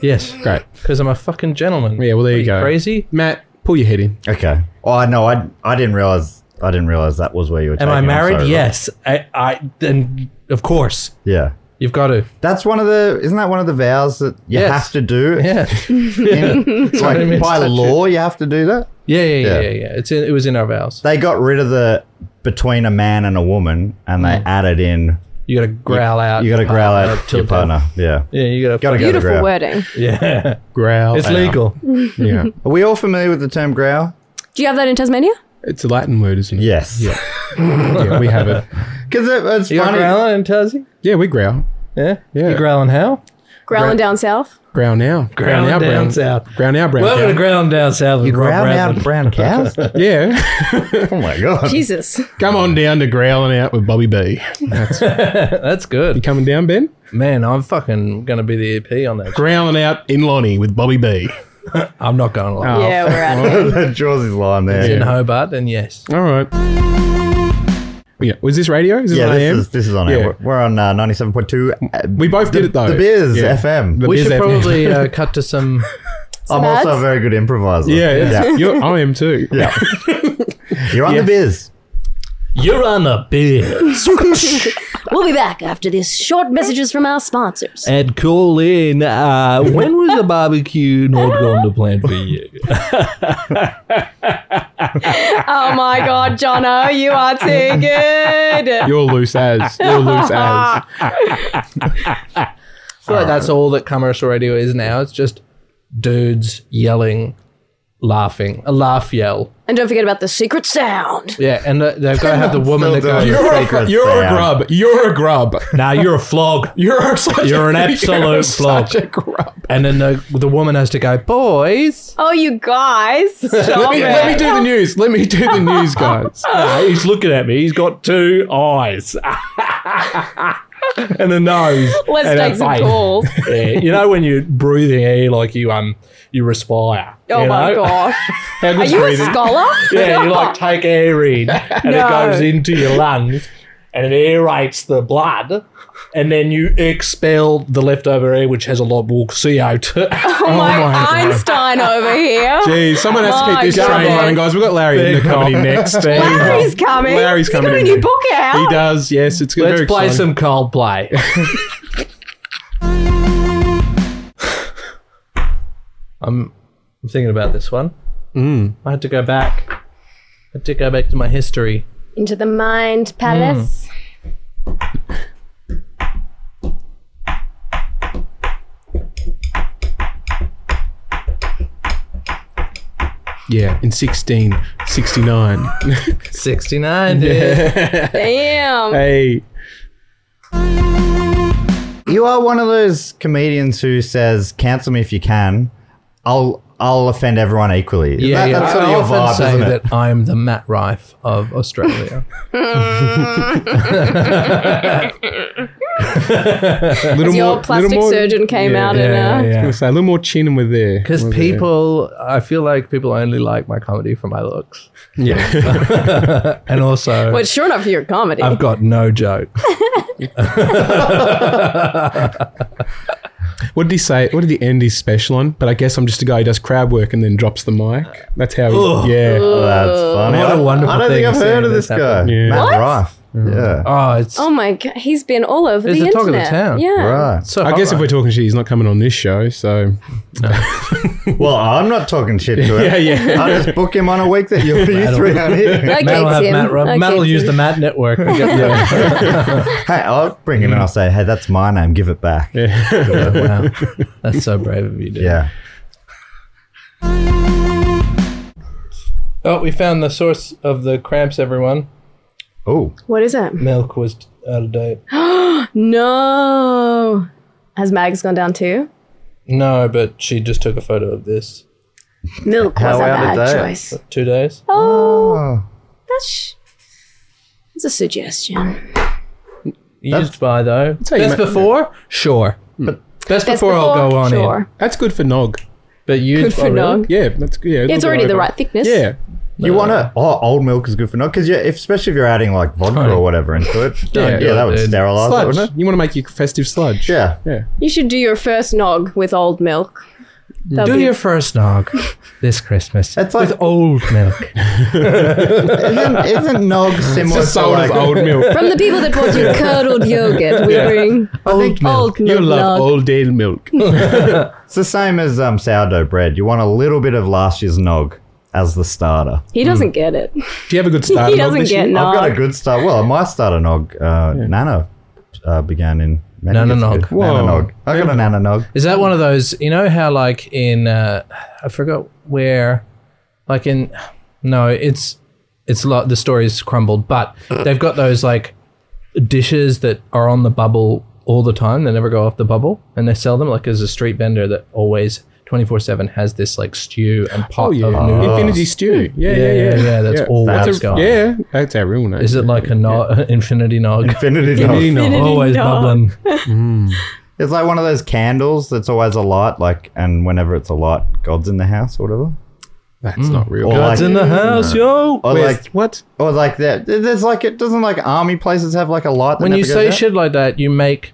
Speaker 4: yes, great. Because I'm a fucking gentleman.
Speaker 3: Yeah, well, there
Speaker 4: What,
Speaker 3: you
Speaker 4: are
Speaker 3: go.
Speaker 4: Crazy?
Speaker 3: Matt, pull your head in.
Speaker 2: Okay. Oh no, I I didn't realize I didn't realize that was where you were.
Speaker 4: Am
Speaker 2: taking it.
Speaker 4: I
Speaker 2: I'm
Speaker 4: married?
Speaker 2: sorry, Rob.
Speaker 4: yes. I, I. Then, of course,
Speaker 2: Yeah.
Speaker 4: you've got to.
Speaker 2: That's one of the isn't that one of the vows that you
Speaker 4: Yes.
Speaker 2: have to do?
Speaker 4: Yeah.
Speaker 2: In, like, by law, you have to do that.
Speaker 4: Yeah, yeah, yeah,
Speaker 2: Yeah.
Speaker 4: yeah, yeah. It's in, it was in our vows.
Speaker 2: They got rid of the between a man and a woman, and they added in
Speaker 4: You got to growl out.
Speaker 2: you got to
Speaker 4: Mm. your
Speaker 2: growl
Speaker 4: partner
Speaker 2: at
Speaker 4: till
Speaker 2: your
Speaker 4: death.
Speaker 2: partner. Yeah.
Speaker 4: Yeah, you got to.
Speaker 2: Got to go to
Speaker 5: Beautiful
Speaker 2: growl.
Speaker 5: wording.
Speaker 4: Yeah,
Speaker 3: Growl.
Speaker 4: it's
Speaker 3: out.
Speaker 4: legal.
Speaker 3: Yeah.
Speaker 2: Are we all familiar with the term growl?
Speaker 5: Do you have that in Tasmania?
Speaker 3: It's a Latin word, isn't it?
Speaker 2: Yes.
Speaker 3: Yeah. yeah, we have it.
Speaker 2: Because it, it's
Speaker 4: You got
Speaker 2: funny.
Speaker 4: growling in Tassie?
Speaker 3: Yeah, we growl.
Speaker 4: Yeah,
Speaker 3: Yeah.
Speaker 4: You growling how?
Speaker 5: Growling down south.
Speaker 3: Growl now. Growl
Speaker 4: Growling
Speaker 3: now,
Speaker 4: down
Speaker 3: brown.
Speaker 4: south.
Speaker 3: Growl now, brown.
Speaker 4: Welcome
Speaker 3: cow.
Speaker 4: to growling down south. with
Speaker 2: You
Speaker 4: Rob
Speaker 2: growl out
Speaker 4: Bradford.
Speaker 2: brown cows?
Speaker 3: yeah.
Speaker 2: oh my god.
Speaker 5: Jesus.
Speaker 3: Come on down to growling out with Bobby B.
Speaker 4: That's
Speaker 3: You
Speaker 4: good,
Speaker 3: coming down, Ben?
Speaker 4: man. I'm fucking gonna be the EP on that.
Speaker 3: Growling out in Lonnie with Bobby B.
Speaker 4: I'm not going along.
Speaker 5: yeah, we're out. of here.
Speaker 2: that draws his line there.
Speaker 4: In
Speaker 2: Yeah,
Speaker 4: Hobart, then yes.
Speaker 3: All right. Yeah. Was this radio? Is this what I
Speaker 2: this
Speaker 3: am?
Speaker 2: is this is on
Speaker 3: Yeah.
Speaker 2: air. We're on uh, ninety-seven point two.
Speaker 3: we both did it though.
Speaker 2: The Biz
Speaker 3: Yeah.
Speaker 2: FM.
Speaker 3: The
Speaker 4: we
Speaker 3: Biz
Speaker 4: should
Speaker 3: FM.
Speaker 4: probably uh, cut to some.
Speaker 2: I'm
Speaker 5: ads?
Speaker 2: also a very good improviser.
Speaker 3: Yeah, it's- You're, I am too.
Speaker 2: yeah. yeah. You're on the Biz.
Speaker 4: You're on a biz.
Speaker 5: We'll be back after these short messages from our sponsors.
Speaker 4: and call in. Uh, when was the barbecue not going to plan for you?
Speaker 5: Oh my God, Jono, you are too good.
Speaker 3: You're loose as. You're loose as.
Speaker 4: I feel like that's all that commercial radio is now. It's just dudes yelling, laughing, a laugh yell.
Speaker 5: And don't forget about the secret sound.
Speaker 4: Yeah, and the, they've got to have the woman that
Speaker 2: Still
Speaker 4: goes,
Speaker 2: doing
Speaker 4: "You're-
Speaker 3: You're a,
Speaker 2: Secret
Speaker 3: you're a
Speaker 2: sound.
Speaker 3: grub. You're a grub.
Speaker 4: "Now you're a flog."
Speaker 3: You're a, such
Speaker 4: You're
Speaker 3: a,
Speaker 4: an absolute
Speaker 3: such
Speaker 4: flog.
Speaker 3: a grub.
Speaker 4: And then the, the woman has to go, "Boys,
Speaker 5: Oh, you guys.
Speaker 3: Let
Speaker 5: Stop
Speaker 3: me,
Speaker 5: it.
Speaker 3: let me do the news. Let me do the news, guys.
Speaker 6: he's looking at me. He's got two eyes and a nose.
Speaker 5: Let's
Speaker 6: and a
Speaker 5: take some
Speaker 6: face.
Speaker 5: calls.
Speaker 6: Yeah, you know when you're breathing air, like you um, you respire.
Speaker 5: Oh
Speaker 6: you
Speaker 5: my
Speaker 6: know?
Speaker 5: gosh.
Speaker 6: How
Speaker 5: Are
Speaker 6: does
Speaker 5: you a
Speaker 6: breathing-
Speaker 5: scholar?
Speaker 6: Yeah, you like take air in, and it
Speaker 5: No.
Speaker 6: goes into your lungs, and it aerates the blood, and then you expel the leftover air, which has a lot more CO two.
Speaker 5: Oh my, Einstein over here.
Speaker 3: Jeez, someone has to
Speaker 5: My
Speaker 3: keep this train
Speaker 5: God.
Speaker 3: running, guys. We've got Larry in the company next.
Speaker 5: Larry's coming.
Speaker 3: Larry's
Speaker 5: He's
Speaker 3: coming.
Speaker 5: got a
Speaker 3: in.
Speaker 5: new book
Speaker 3: He
Speaker 5: out.
Speaker 3: does. Yes, it's good.
Speaker 4: let's
Speaker 3: very
Speaker 4: play
Speaker 3: exciting.
Speaker 4: some Coldplay." I'm I'm thinking about this one.
Speaker 2: Hmm.
Speaker 4: I had to go back. I had to go back to my history.
Speaker 5: Into the mind palace.
Speaker 3: Yeah, in 1669.
Speaker 4: 69, dude.
Speaker 5: Damn.
Speaker 3: hey,
Speaker 2: You are one of those comedians who says, "Cancel me if you can. I'll I'll offend everyone equally."
Speaker 4: Yeah,
Speaker 2: That-
Speaker 4: yeah.
Speaker 2: That's sort
Speaker 4: I
Speaker 2: of your
Speaker 4: often
Speaker 2: vibe,
Speaker 4: say
Speaker 2: isn't it?
Speaker 4: that I'm the Matt Rife of Australia.
Speaker 3: little
Speaker 5: As your plastic surgeon came
Speaker 3: yeah,
Speaker 5: out
Speaker 3: Yeah,
Speaker 5: in uh,
Speaker 4: yeah,
Speaker 5: a.
Speaker 3: I was gonna say, a little more chin and we're there.
Speaker 4: Because
Speaker 3: We're there.
Speaker 4: people, I feel like people only like my comedy for my looks,
Speaker 3: Yeah.
Speaker 4: and also
Speaker 5: Well, sure enough, you're comedy.
Speaker 4: I've got no joke.
Speaker 3: what did he say? What did he end his special on? But I guess I'm just a guy who does crab work and then drops the mic. That's how he. Yeah.
Speaker 2: That's funny.
Speaker 4: What a
Speaker 2: I-
Speaker 4: wonderful
Speaker 2: I don't
Speaker 4: thing
Speaker 2: think I've
Speaker 4: to see
Speaker 2: heard of
Speaker 4: this
Speaker 2: this guy,
Speaker 4: happen.
Speaker 3: Yeah.
Speaker 2: Matt
Speaker 3: What?
Speaker 2: Rife. Yeah.
Speaker 4: Oh, it's
Speaker 5: Oh my god, he's been all over
Speaker 4: He's
Speaker 5: the,
Speaker 4: the talk of the
Speaker 5: internet.
Speaker 4: town.
Speaker 5: Yeah.
Speaker 2: Right.
Speaker 4: so.
Speaker 3: I guess if we're
Speaker 4: hot.
Speaker 3: talking shit, he's not coming on this show. So
Speaker 2: Well, I'm not talking shit to him.
Speaker 3: yeah, yeah.
Speaker 2: I just book him on a week that you're you three on here.
Speaker 5: That
Speaker 4: Matt will
Speaker 5: kicks
Speaker 4: have
Speaker 5: him.
Speaker 4: Matt. Rub-
Speaker 5: That
Speaker 4: Matt will
Speaker 5: kicks
Speaker 4: use
Speaker 5: him.
Speaker 4: the Matt network.
Speaker 2: Hey, I'll bring him and I'll say, hey, that's my name. Give it back. Yeah.
Speaker 4: wow, that's so brave of you, dude. Oh, we found the source of the cramps, everyone.
Speaker 2: Oh,
Speaker 5: What is it?
Speaker 4: Milk was out of date.
Speaker 5: No. Has Mags gone down too?
Speaker 4: No, but she just took a photo of this.
Speaker 5: Milk
Speaker 2: How
Speaker 5: was a
Speaker 2: out of
Speaker 5: bad
Speaker 2: date.
Speaker 5: choice.
Speaker 4: Two days.
Speaker 5: Oh, that's that's a suggestion.
Speaker 4: Used by though. Best before? Sure. Best, before, I'll go on
Speaker 5: sure.
Speaker 4: in.
Speaker 3: that's good for Nog.
Speaker 4: But used
Speaker 5: Good for
Speaker 4: oh, really?
Speaker 5: dog.
Speaker 3: Yeah, that's good. Yeah, look
Speaker 5: It's already the
Speaker 3: over.
Speaker 5: right thickness.
Speaker 3: Yeah,
Speaker 2: you want
Speaker 3: Uh,
Speaker 2: to? Oh, old milk is good for not because yeah, if, especially if you're adding like vodka or whatever into it.
Speaker 3: Yeah,
Speaker 2: yeah,
Speaker 3: yeah,
Speaker 2: that would
Speaker 4: dude.
Speaker 2: sterilize it,
Speaker 3: sludge.
Speaker 2: wouldn't it?
Speaker 3: You want to make your festive sludge.
Speaker 2: Yeah.
Speaker 3: yeah.
Speaker 5: You should do your first nog with old milk. That'll
Speaker 4: Do
Speaker 5: be-
Speaker 4: your first nog this Christmas
Speaker 2: It's like-
Speaker 4: with old milk.
Speaker 2: Isn't, isn't nog similar
Speaker 3: Just
Speaker 2: to
Speaker 3: sold as
Speaker 2: like,
Speaker 3: old milk.
Speaker 5: From the people that bought you curdled yogurt, we bring old milk.
Speaker 3: You love
Speaker 5: nog.
Speaker 3: old day milk.
Speaker 2: it's the same as um, sourdough bread. You want a little bit of last year's nog as the starter.
Speaker 5: He doesn't get it.
Speaker 3: Do you have a good start?
Speaker 5: he
Speaker 3: Nog,
Speaker 5: doesn't
Speaker 3: this
Speaker 5: get
Speaker 3: year?
Speaker 2: I've got a
Speaker 5: nog.
Speaker 2: good start. Well, my starter nog, uh, Nano, uh, began in
Speaker 4: Nano nog.
Speaker 3: Whoa.
Speaker 2: Nano nog. I got a Nano nog.
Speaker 4: Is that one of those? You know how like in uh, I forgot where, like in no, it's it's a lot. The story's crumbled, but they've got those like dishes that are on the bubble all the time. They never go off the bubble, and they sell them like as a street vendor that always twenty four seven has this like stew and pot
Speaker 3: Oh yeah,
Speaker 4: of noodles.
Speaker 3: Infinity Stew. Yeah,
Speaker 4: Yeah,
Speaker 3: yeah, yeah.
Speaker 4: yeah, yeah, that's all
Speaker 3: That's
Speaker 4: that's
Speaker 3: a-
Speaker 4: gone.
Speaker 3: Yeah, that's our real name.
Speaker 4: Is it like a no- infinity nog?
Speaker 2: Infinity nog.
Speaker 3: Infinity nog.
Speaker 4: always
Speaker 5: nog.
Speaker 4: bubbling.
Speaker 2: It's like one of those candles that's always a light, like, and whenever it's a light, God's in the house or whatever.
Speaker 3: That's not real.
Speaker 2: Or
Speaker 4: It's in
Speaker 2: like,
Speaker 4: the house, yo.
Speaker 2: or
Speaker 3: Where's-
Speaker 2: like,
Speaker 3: what?
Speaker 2: or like that. There's like, it doesn't like army places have like a light. That
Speaker 4: when you
Speaker 2: never goes
Speaker 4: say
Speaker 2: out?
Speaker 4: shit like that, you make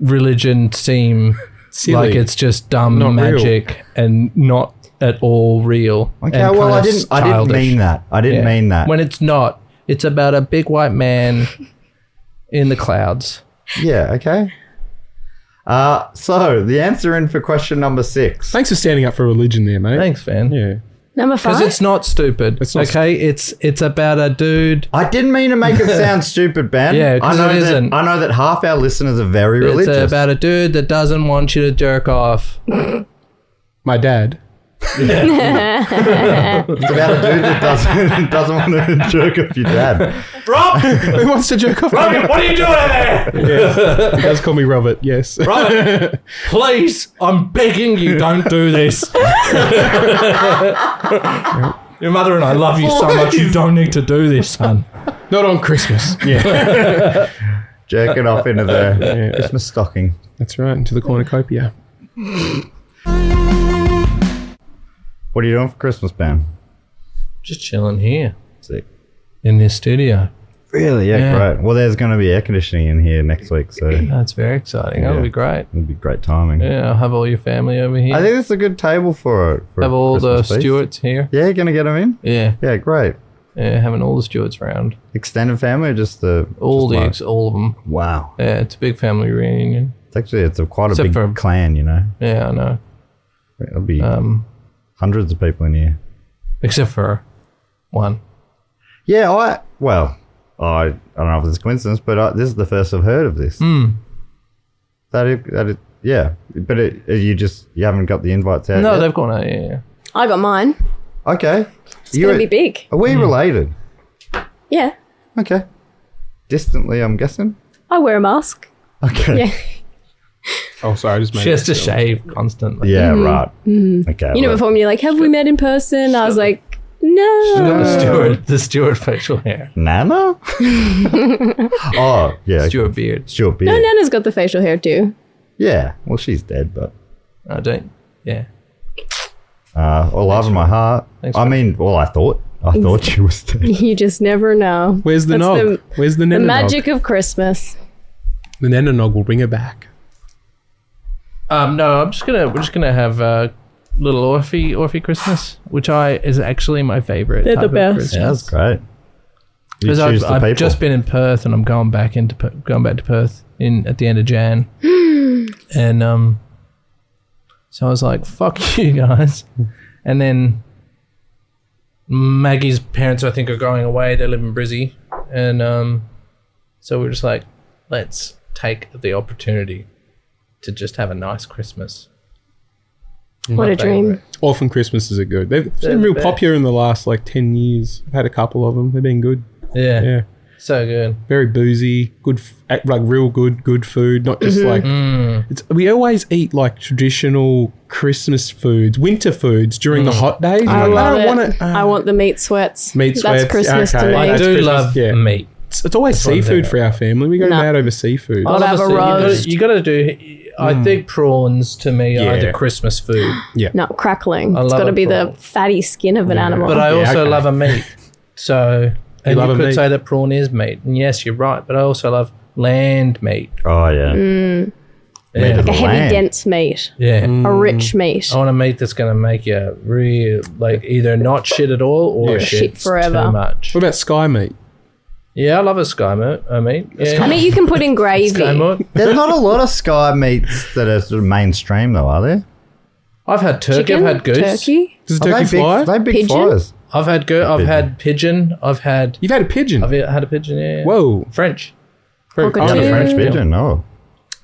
Speaker 4: religion seem
Speaker 3: Silly.
Speaker 4: like it's just dumb
Speaker 3: Not real.
Speaker 4: magic and not at all real.
Speaker 2: Okay,
Speaker 4: and
Speaker 2: well,
Speaker 4: kind
Speaker 2: I
Speaker 4: of
Speaker 2: didn't. I didn't
Speaker 4: childish.
Speaker 2: mean that. I didn't
Speaker 4: Yeah.
Speaker 2: mean that.
Speaker 4: When it's not, it's about a big white man in the clouds.
Speaker 2: yeah. Okay. Uh, so the answer in for question number six.
Speaker 3: Thanks for standing up for religion, there, mate.
Speaker 4: Thanks, man.
Speaker 3: Yeah.
Speaker 5: Number
Speaker 4: Because
Speaker 5: five.
Speaker 4: it's not stupid.
Speaker 3: It's not
Speaker 4: okay, it's it's about a dude.
Speaker 2: I didn't mean to make it sound stupid, Ben.
Speaker 4: Yeah,
Speaker 2: I
Speaker 4: 'cause
Speaker 2: know
Speaker 4: it
Speaker 2: that,
Speaker 4: isn't.
Speaker 2: I know that half our listeners are very religious.
Speaker 4: It's about a dude that doesn't want you to jerk off.
Speaker 3: My dad.
Speaker 2: It's about a dude that doesn't doesn't want to jerk off your dad.
Speaker 6: Rob,
Speaker 3: Who wants to jerk off?
Speaker 6: Rob, what are you doing over there?
Speaker 3: He does call me Robert. Yes.
Speaker 6: Rob, please, I'm begging you, don't do this. Your mother and I love you so much. You don't need to do this, son.
Speaker 3: Not on Christmas. Yeah.
Speaker 2: Jerking off into the Christmas stocking.
Speaker 3: That's right. Into the cornucopia.
Speaker 2: What are you doing for Christmas, Ben?
Speaker 4: Just chilling here
Speaker 2: Sick.
Speaker 4: in this studio.
Speaker 2: Really? Yeah,
Speaker 4: Yeah.
Speaker 2: great. Well, there's going to be air conditioning in here next week, so it'll
Speaker 4: That's very exciting. That'll
Speaker 2: Yeah.
Speaker 4: be great.
Speaker 2: be great timing.
Speaker 4: Yeah, I'll have all your family over here.
Speaker 2: I think it's a good table for it. For
Speaker 4: have all
Speaker 2: Christmas
Speaker 4: the
Speaker 2: feast.
Speaker 4: Stuarts here.
Speaker 2: Yeah, you're going to get them in?
Speaker 4: Yeah,
Speaker 2: Yeah, great.
Speaker 4: yeah, having all the Stuarts around,
Speaker 2: Extended family or just the.
Speaker 4: all
Speaker 2: just
Speaker 4: the
Speaker 2: like-
Speaker 4: ex, all of them.
Speaker 2: Wow.
Speaker 4: Yeah, it's a big family reunion.
Speaker 2: It's actually it's a, quite a
Speaker 4: Except
Speaker 2: big
Speaker 4: for-
Speaker 2: clan, you know?
Speaker 4: Yeah, I know.
Speaker 2: It'll be
Speaker 4: Um,
Speaker 2: hundreds of people in here.
Speaker 4: except for one.
Speaker 2: Yeah, I well, I I don't know if it's a coincidence, but I, this is the first I've heard of this.
Speaker 4: Hmm.
Speaker 2: That it, that it, yeah, but it, you just you haven't got the invites out.
Speaker 4: No,
Speaker 2: yet?
Speaker 4: they've gone. out, Yeah, yeah.
Speaker 5: I got mine.
Speaker 2: okay.
Speaker 5: It's gonna be big.
Speaker 2: Are
Speaker 4: Hmm.
Speaker 2: we related?
Speaker 5: Yeah.
Speaker 2: Okay, distantly, I'm guessing.
Speaker 5: I wear a mask.
Speaker 2: Okay.
Speaker 5: Yeah.
Speaker 3: Oh, sorry. I just made
Speaker 4: She has to shave constantly.
Speaker 2: Yeah, right. Okay.
Speaker 5: Mm-hmm. You know,
Speaker 2: well,
Speaker 5: before me, like, have we met in person? I was like, no.
Speaker 4: The Stuart, the Stuart facial hair,
Speaker 2: Nana. oh yeah, Stuart,
Speaker 4: Stuart beard.
Speaker 2: Beard.
Speaker 5: No, Nana's got the facial hair too.
Speaker 2: Yeah. Well, she's dead, but
Speaker 4: I don't. Yeah,
Speaker 2: uh, all love in my heart.
Speaker 4: Thanks,
Speaker 2: I mean, well, I thought I thought she was dead.
Speaker 5: You just never know.
Speaker 3: Where's the
Speaker 5: That's
Speaker 3: nog?
Speaker 5: the-
Speaker 3: Where's the
Speaker 5: The
Speaker 3: nananog?
Speaker 5: magic of Christmas.
Speaker 3: The nananog will bring her back.
Speaker 4: Um, no, I'm just gonna we're just gonna have uh, little Orphy Orphy Christmas, which I is actually my favorite. They're
Speaker 5: the best.
Speaker 2: Yeah, that's great. You
Speaker 4: Because I've,
Speaker 2: choose the
Speaker 4: I've
Speaker 2: people.
Speaker 4: just been in Perth and I'm going back into Per- going back to Perth in at the end of Jan, and um, so I was like, "Fuck you guys," and then Maggie's parents, I think, are going away. They live in Brizzy, and um, so we we're just like, "Let's take the opportunity to just have a nice Christmas."
Speaker 5: What a dream.
Speaker 3: Orphan Christmases are good. They've been
Speaker 4: the
Speaker 3: real
Speaker 4: best.
Speaker 3: popular in the last like ten years. I've had a couple of them. They've been good.
Speaker 4: Yeah,
Speaker 3: Yeah,
Speaker 4: so good.
Speaker 3: very boozy. Good, f- act- like real good, good food. Not
Speaker 5: Mm-hmm.
Speaker 3: just like it's. We always eat like traditional Christmas foods, winter foods during the hot days.
Speaker 5: I
Speaker 3: Like,
Speaker 5: love
Speaker 3: don't
Speaker 5: it.
Speaker 3: wanna, uh,
Speaker 5: I want the meat sweats.
Speaker 3: meat sweats.
Speaker 5: That's Christmas
Speaker 3: Okay,
Speaker 5: to me.
Speaker 4: I
Speaker 3: that's
Speaker 4: do
Speaker 3: Christmas,
Speaker 4: love
Speaker 3: yeah.
Speaker 4: meat.
Speaker 3: It's, it's always
Speaker 4: one
Speaker 3: seafood
Speaker 4: thing.
Speaker 3: for our family. We go
Speaker 5: No.
Speaker 3: mad over seafood.
Speaker 5: I'll have a
Speaker 4: Obviously,
Speaker 5: roast.
Speaker 4: You got to do. I think prawns to me are
Speaker 3: Hmm. Yeah.
Speaker 4: the Christmas food,
Speaker 5: Not crackling.
Speaker 4: I
Speaker 5: It's
Speaker 4: love
Speaker 5: got to
Speaker 4: a
Speaker 5: be
Speaker 4: prawn.
Speaker 5: the fatty skin of an animal.
Speaker 4: but I
Speaker 3: Yeah,
Speaker 4: also
Speaker 3: okay.
Speaker 4: love a meat. So and you
Speaker 3: love a
Speaker 4: could
Speaker 3: meat.
Speaker 4: say that prawn is meat, and yes, you're right. But I also love land meat.
Speaker 2: Oh yeah. Meat
Speaker 4: Yeah,
Speaker 2: of
Speaker 5: a
Speaker 2: the
Speaker 5: heavy,
Speaker 2: land.
Speaker 5: dense meat.
Speaker 4: yeah.
Speaker 3: Mm.
Speaker 5: A rich meat.
Speaker 4: I want a meat that's going to make you real, like either not shit at all or shit,
Speaker 5: Shit forever.
Speaker 4: Too much.
Speaker 3: What about sky meat?
Speaker 4: Yeah, I love a sky meat. I mean, yeah.
Speaker 5: I mean, you can put in gravy.
Speaker 4: Sky meat.
Speaker 2: There's not a lot of sky meats that are sort of mainstream though, are there?
Speaker 4: I've had turkey.
Speaker 5: Chicken,
Speaker 4: I've had goose.
Speaker 5: turkey.
Speaker 3: Does a
Speaker 2: Are
Speaker 3: turkey
Speaker 2: they big,
Speaker 3: fly?
Speaker 2: are they big
Speaker 5: Pigeon?
Speaker 2: flyers?
Speaker 4: I've had goose. I've
Speaker 2: Pigeon.
Speaker 4: had pigeon. I've had.
Speaker 3: You've had a pigeon.
Speaker 4: I've had a pigeon. Yeah. yeah.
Speaker 3: Whoa.
Speaker 4: French.
Speaker 3: Oh,
Speaker 2: Yeah, the
Speaker 5: Cockatoo.
Speaker 2: French pigeon. Oh.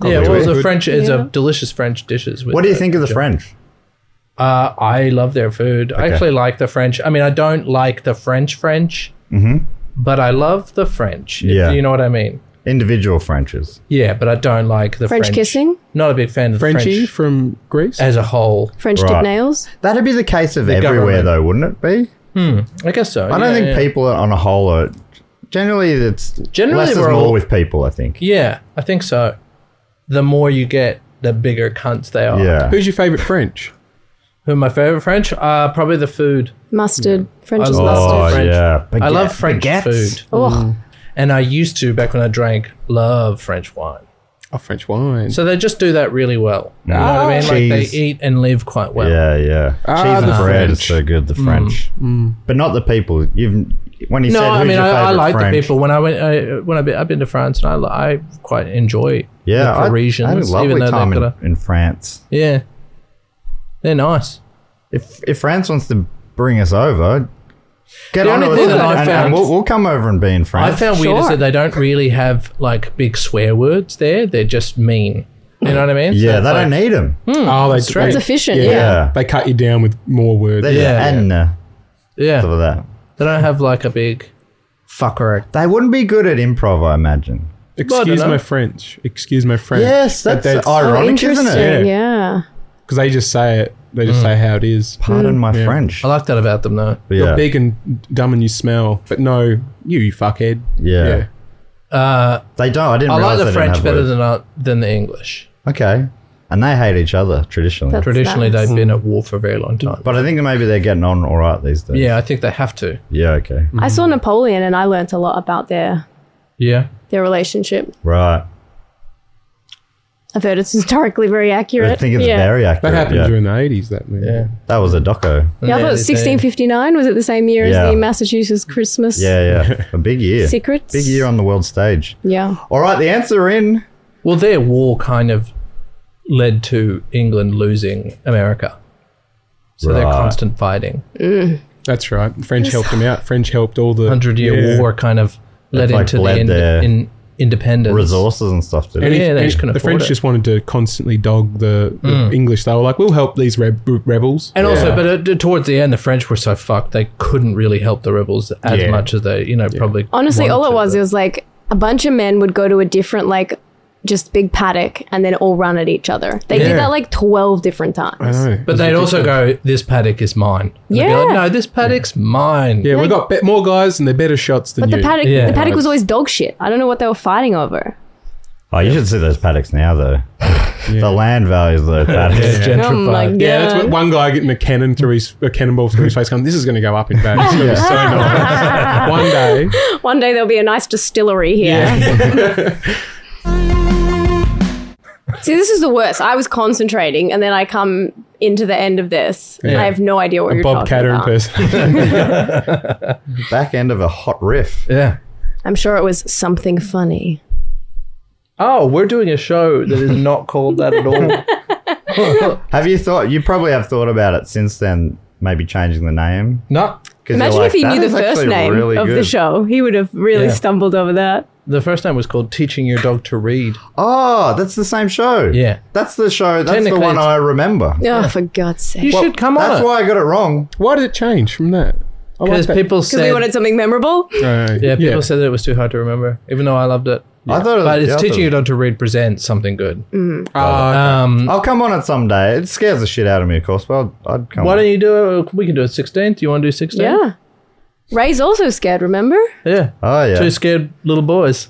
Speaker 4: Yeah,
Speaker 3: Cockatoo.
Speaker 4: well,
Speaker 3: Good.
Speaker 4: the French is
Speaker 5: Yeah.
Speaker 4: a delicious French dishes. With
Speaker 2: What do you
Speaker 4: the-
Speaker 2: think of the French?
Speaker 4: Uh, I love their food. I actually like the French. I mean, I don't like the French French, but I love the French. if
Speaker 2: Mm-hmm. Yeah.
Speaker 4: you know what I mean.
Speaker 2: Individual Frenches.
Speaker 4: Yeah, but I don't like the
Speaker 5: French
Speaker 4: French,
Speaker 5: kissing?
Speaker 4: Not a big fan of
Speaker 3: Frenchie
Speaker 4: French Uh,
Speaker 3: from Greece.
Speaker 4: as a whole.
Speaker 5: French
Speaker 2: Right.
Speaker 5: dip nails.
Speaker 2: That'd be the case of everywhere
Speaker 4: government.
Speaker 2: though, wouldn't it be?
Speaker 4: I guess so.
Speaker 2: I don't
Speaker 4: yeah,
Speaker 2: think
Speaker 4: yeah.
Speaker 2: people on a whole are generally it's
Speaker 4: Generally
Speaker 2: less is
Speaker 4: we're
Speaker 2: more
Speaker 4: all-
Speaker 2: with people, I think.
Speaker 4: Yeah, I think so. The more you get, the bigger cunts they are.
Speaker 2: Yeah.
Speaker 3: Who's your favourite French?
Speaker 4: Who are my favorite French? Uh, probably the food.
Speaker 5: Mustard. French
Speaker 4: I
Speaker 5: is
Speaker 4: love
Speaker 2: Oh
Speaker 5: mustard.
Speaker 4: French.
Speaker 2: yeah.
Speaker 4: I love
Speaker 2: Baguette-
Speaker 4: French
Speaker 2: baguettes.
Speaker 4: food.
Speaker 5: Oh,
Speaker 2: Mm.
Speaker 4: And I used to, back when I drank, love French wine.
Speaker 3: Oh, French wine.
Speaker 4: So they just do that really well. You know what I mean? Like
Speaker 2: Cheese.
Speaker 4: they eat and live quite well.
Speaker 2: Yeah, yeah.
Speaker 3: Ah,
Speaker 2: Cheese and
Speaker 3: the
Speaker 2: bread is
Speaker 3: French.
Speaker 2: so good, the French. But not the people. You've when you
Speaker 4: Mm. No,
Speaker 2: said who's
Speaker 4: I mean
Speaker 2: your
Speaker 4: I,
Speaker 2: favorite
Speaker 4: I like
Speaker 2: French,
Speaker 4: the people. When I went, I, when I've been, I've been to France, and I, li- I quite enjoy
Speaker 2: Yeah, I-
Speaker 4: the Parisians,
Speaker 2: I, had a
Speaker 4: even
Speaker 2: lovely
Speaker 4: though
Speaker 2: time
Speaker 4: they've got
Speaker 2: in,
Speaker 4: a,
Speaker 2: in France.
Speaker 4: yeah, they're nice.
Speaker 2: If if France wants to bring us over, get
Speaker 4: The
Speaker 2: on
Speaker 4: only
Speaker 2: with
Speaker 4: thing
Speaker 2: it,
Speaker 4: that I
Speaker 2: and, and
Speaker 4: found-
Speaker 2: we'll, we'll come over and be in
Speaker 4: I
Speaker 2: France.
Speaker 4: found weird is
Speaker 5: Sure.
Speaker 4: that they don't really have like big swear words there. They're just mean. You know what I mean? So
Speaker 2: yeah,
Speaker 4: it's
Speaker 2: they
Speaker 4: like-
Speaker 2: don't need them.
Speaker 3: oh, they,
Speaker 4: true.
Speaker 3: they-
Speaker 5: it's efficient.
Speaker 3: yeah.
Speaker 5: Yeah.
Speaker 2: Yeah.
Speaker 3: They cut you down with more words.
Speaker 2: They
Speaker 4: Yeah,
Speaker 2: yeah,
Speaker 4: yeah.
Speaker 2: and uh, stuff
Speaker 4: Yeah,
Speaker 2: like that.
Speaker 4: they don't have like a big fucker.
Speaker 2: They wouldn't be good at improv, I imagine.
Speaker 3: Excuse
Speaker 4: dunno.
Speaker 3: my French. Excuse my French.
Speaker 2: Yes, that's,
Speaker 5: Oh,
Speaker 2: ironic,
Speaker 5: interesting.
Speaker 2: isn't it?
Speaker 5: Yeah.
Speaker 3: Because they just say it. They
Speaker 4: Mm.
Speaker 3: just say how it is.
Speaker 2: Pardon my French.
Speaker 4: I like that about them though.
Speaker 2: But
Speaker 3: You're
Speaker 2: yeah,
Speaker 3: big and dumb and you smell, but no, you, you fuckhead.
Speaker 2: yeah. They don't. I didn't
Speaker 4: I
Speaker 2: realize
Speaker 4: Uh, like the
Speaker 2: they didn't
Speaker 4: French
Speaker 2: have
Speaker 4: better
Speaker 2: words.
Speaker 4: than uh, than the English.
Speaker 2: Okay, and they hate each other traditionally.
Speaker 5: That's
Speaker 4: Traditionally,
Speaker 5: nice.
Speaker 4: they've been at war for a very long time.
Speaker 2: But I think maybe they're getting on all right these days.
Speaker 4: Yeah, I think they have to.
Speaker 2: Yeah. Okay.
Speaker 5: I
Speaker 4: Mm.
Speaker 5: saw Napoleon and I learnt a lot about their
Speaker 4: Yeah.
Speaker 5: their relationship.
Speaker 2: Right.
Speaker 5: I've heard it's historically very accurate.
Speaker 2: I think it's
Speaker 5: yeah.
Speaker 2: very accurate.
Speaker 3: That happened
Speaker 2: yeah.
Speaker 3: during the 80s, that movie. Yeah.
Speaker 2: That was a doco.
Speaker 5: Yeah, I thought it was 1659. Was it the same year
Speaker 2: Yeah.
Speaker 5: as the Massachusetts Christmas
Speaker 2: Yeah. Yeah. a big year.
Speaker 5: secrets?
Speaker 2: Big year on the world stage.
Speaker 5: Yeah.
Speaker 2: All right. The answer in.
Speaker 4: Well, their war kind of led to England losing America. So their
Speaker 2: Right.
Speaker 4: constant fighting.
Speaker 3: That's right. French helped them out. French helped all the.
Speaker 4: Hundred year
Speaker 3: Yeah.
Speaker 4: war kind of led
Speaker 2: It's like
Speaker 4: into
Speaker 2: led
Speaker 4: the
Speaker 2: their
Speaker 4: in, in independence.
Speaker 2: Resources and stuff to do.
Speaker 3: And
Speaker 4: Yeah,
Speaker 3: if-
Speaker 4: they
Speaker 3: and
Speaker 4: just couldn't
Speaker 3: the
Speaker 4: afford
Speaker 3: French
Speaker 4: it. Mm.
Speaker 3: just wanted to constantly dog the, the English. They were like, "We'll help these reb- rebels."
Speaker 4: And also,
Speaker 3: Yeah.
Speaker 4: but uh, towards the end, the French were so fucked they couldn't really help the rebels as
Speaker 3: Yeah.
Speaker 4: much as they, you know, probably.
Speaker 5: Honestly,
Speaker 4: wanted
Speaker 5: all it
Speaker 4: to,
Speaker 5: was,
Speaker 4: but-
Speaker 5: it was like a bunch of men would go to a different, like, just big paddock and then all run at each other. They
Speaker 3: Yeah.
Speaker 5: did that like 12 different
Speaker 3: I
Speaker 5: times.
Speaker 3: know. It
Speaker 4: But
Speaker 3: was
Speaker 4: they'd also
Speaker 3: ridiculous.
Speaker 4: go, "This paddock is mine." And they'd be
Speaker 5: Yeah.
Speaker 4: like, no, this paddock's mine.
Speaker 3: "Yeah, we got bet more guys and they're better shots than
Speaker 5: But
Speaker 3: you."
Speaker 5: the paddock,
Speaker 4: Yeah.
Speaker 5: the paddock was always dog shit. I don't know what they were fighting over.
Speaker 2: Oh, you should see those paddocks now, though. The land values of those paddocks.
Speaker 4: It's gentrified.
Speaker 5: Oh my god!
Speaker 3: yeah, that's what one guy getting a cannon through his a cannonball through his face. Going, this is going to go up in value. It's gonna be so nice. One day,
Speaker 5: One day there'll be a nice distillery here. See, this is the worst. I was concentrating, and then I come into the end of this. and I have no idea what
Speaker 3: a
Speaker 5: you're
Speaker 3: Bob
Speaker 5: talking
Speaker 3: Catter in
Speaker 5: about.
Speaker 3: person.
Speaker 2: Back end of a hot riff.
Speaker 4: Yeah.
Speaker 5: I'm sure it was something funny.
Speaker 4: Oh, we're doing a show that is not called that at all.
Speaker 2: Have you thought? You probably have thought about it since then. Maybe changing the name.
Speaker 4: no.
Speaker 2: 'Cause you're
Speaker 5: Imagine
Speaker 2: like,
Speaker 5: if he
Speaker 2: "That
Speaker 5: knew the
Speaker 2: is
Speaker 5: first
Speaker 2: actually
Speaker 5: name
Speaker 2: really
Speaker 5: of the
Speaker 2: good."
Speaker 5: show. He would have really
Speaker 4: Yeah.
Speaker 5: stumbled over that.
Speaker 4: The first name was called Teaching Your Dog to Read.
Speaker 2: Oh, that's the same show.
Speaker 4: Yeah.
Speaker 2: that's the show. That's the
Speaker 4: Technically,
Speaker 2: one
Speaker 4: it's-
Speaker 2: I remember.
Speaker 5: Oh, for God's
Speaker 4: You
Speaker 5: sake.
Speaker 4: should come on
Speaker 2: That's
Speaker 4: it.
Speaker 2: why I got it wrong.
Speaker 3: Why did it change from that? I like
Speaker 4: Because
Speaker 3: that.
Speaker 4: people
Speaker 5: Because we
Speaker 4: said,
Speaker 5: wanted something memorable.
Speaker 3: Uh,
Speaker 4: yeah, people said that it was too hard to remember, even though I loved it.
Speaker 2: I thought it was.
Speaker 4: But
Speaker 2: yeah, I
Speaker 4: it's
Speaker 2: thought
Speaker 4: teaching
Speaker 2: it
Speaker 4: your
Speaker 2: was-
Speaker 4: dog to read presents something good.
Speaker 3: Ah,
Speaker 4: Um,
Speaker 2: I'll come on it someday. It scares the shit out of me, of course, but I'd, I'd come.
Speaker 4: why
Speaker 2: on.
Speaker 4: don't you do it? We can do it 16th. You want to do 16th?
Speaker 5: Yeah. Ray's also scared, remember?
Speaker 4: Yeah.
Speaker 2: Oh yeah.
Speaker 4: Two scared little boys.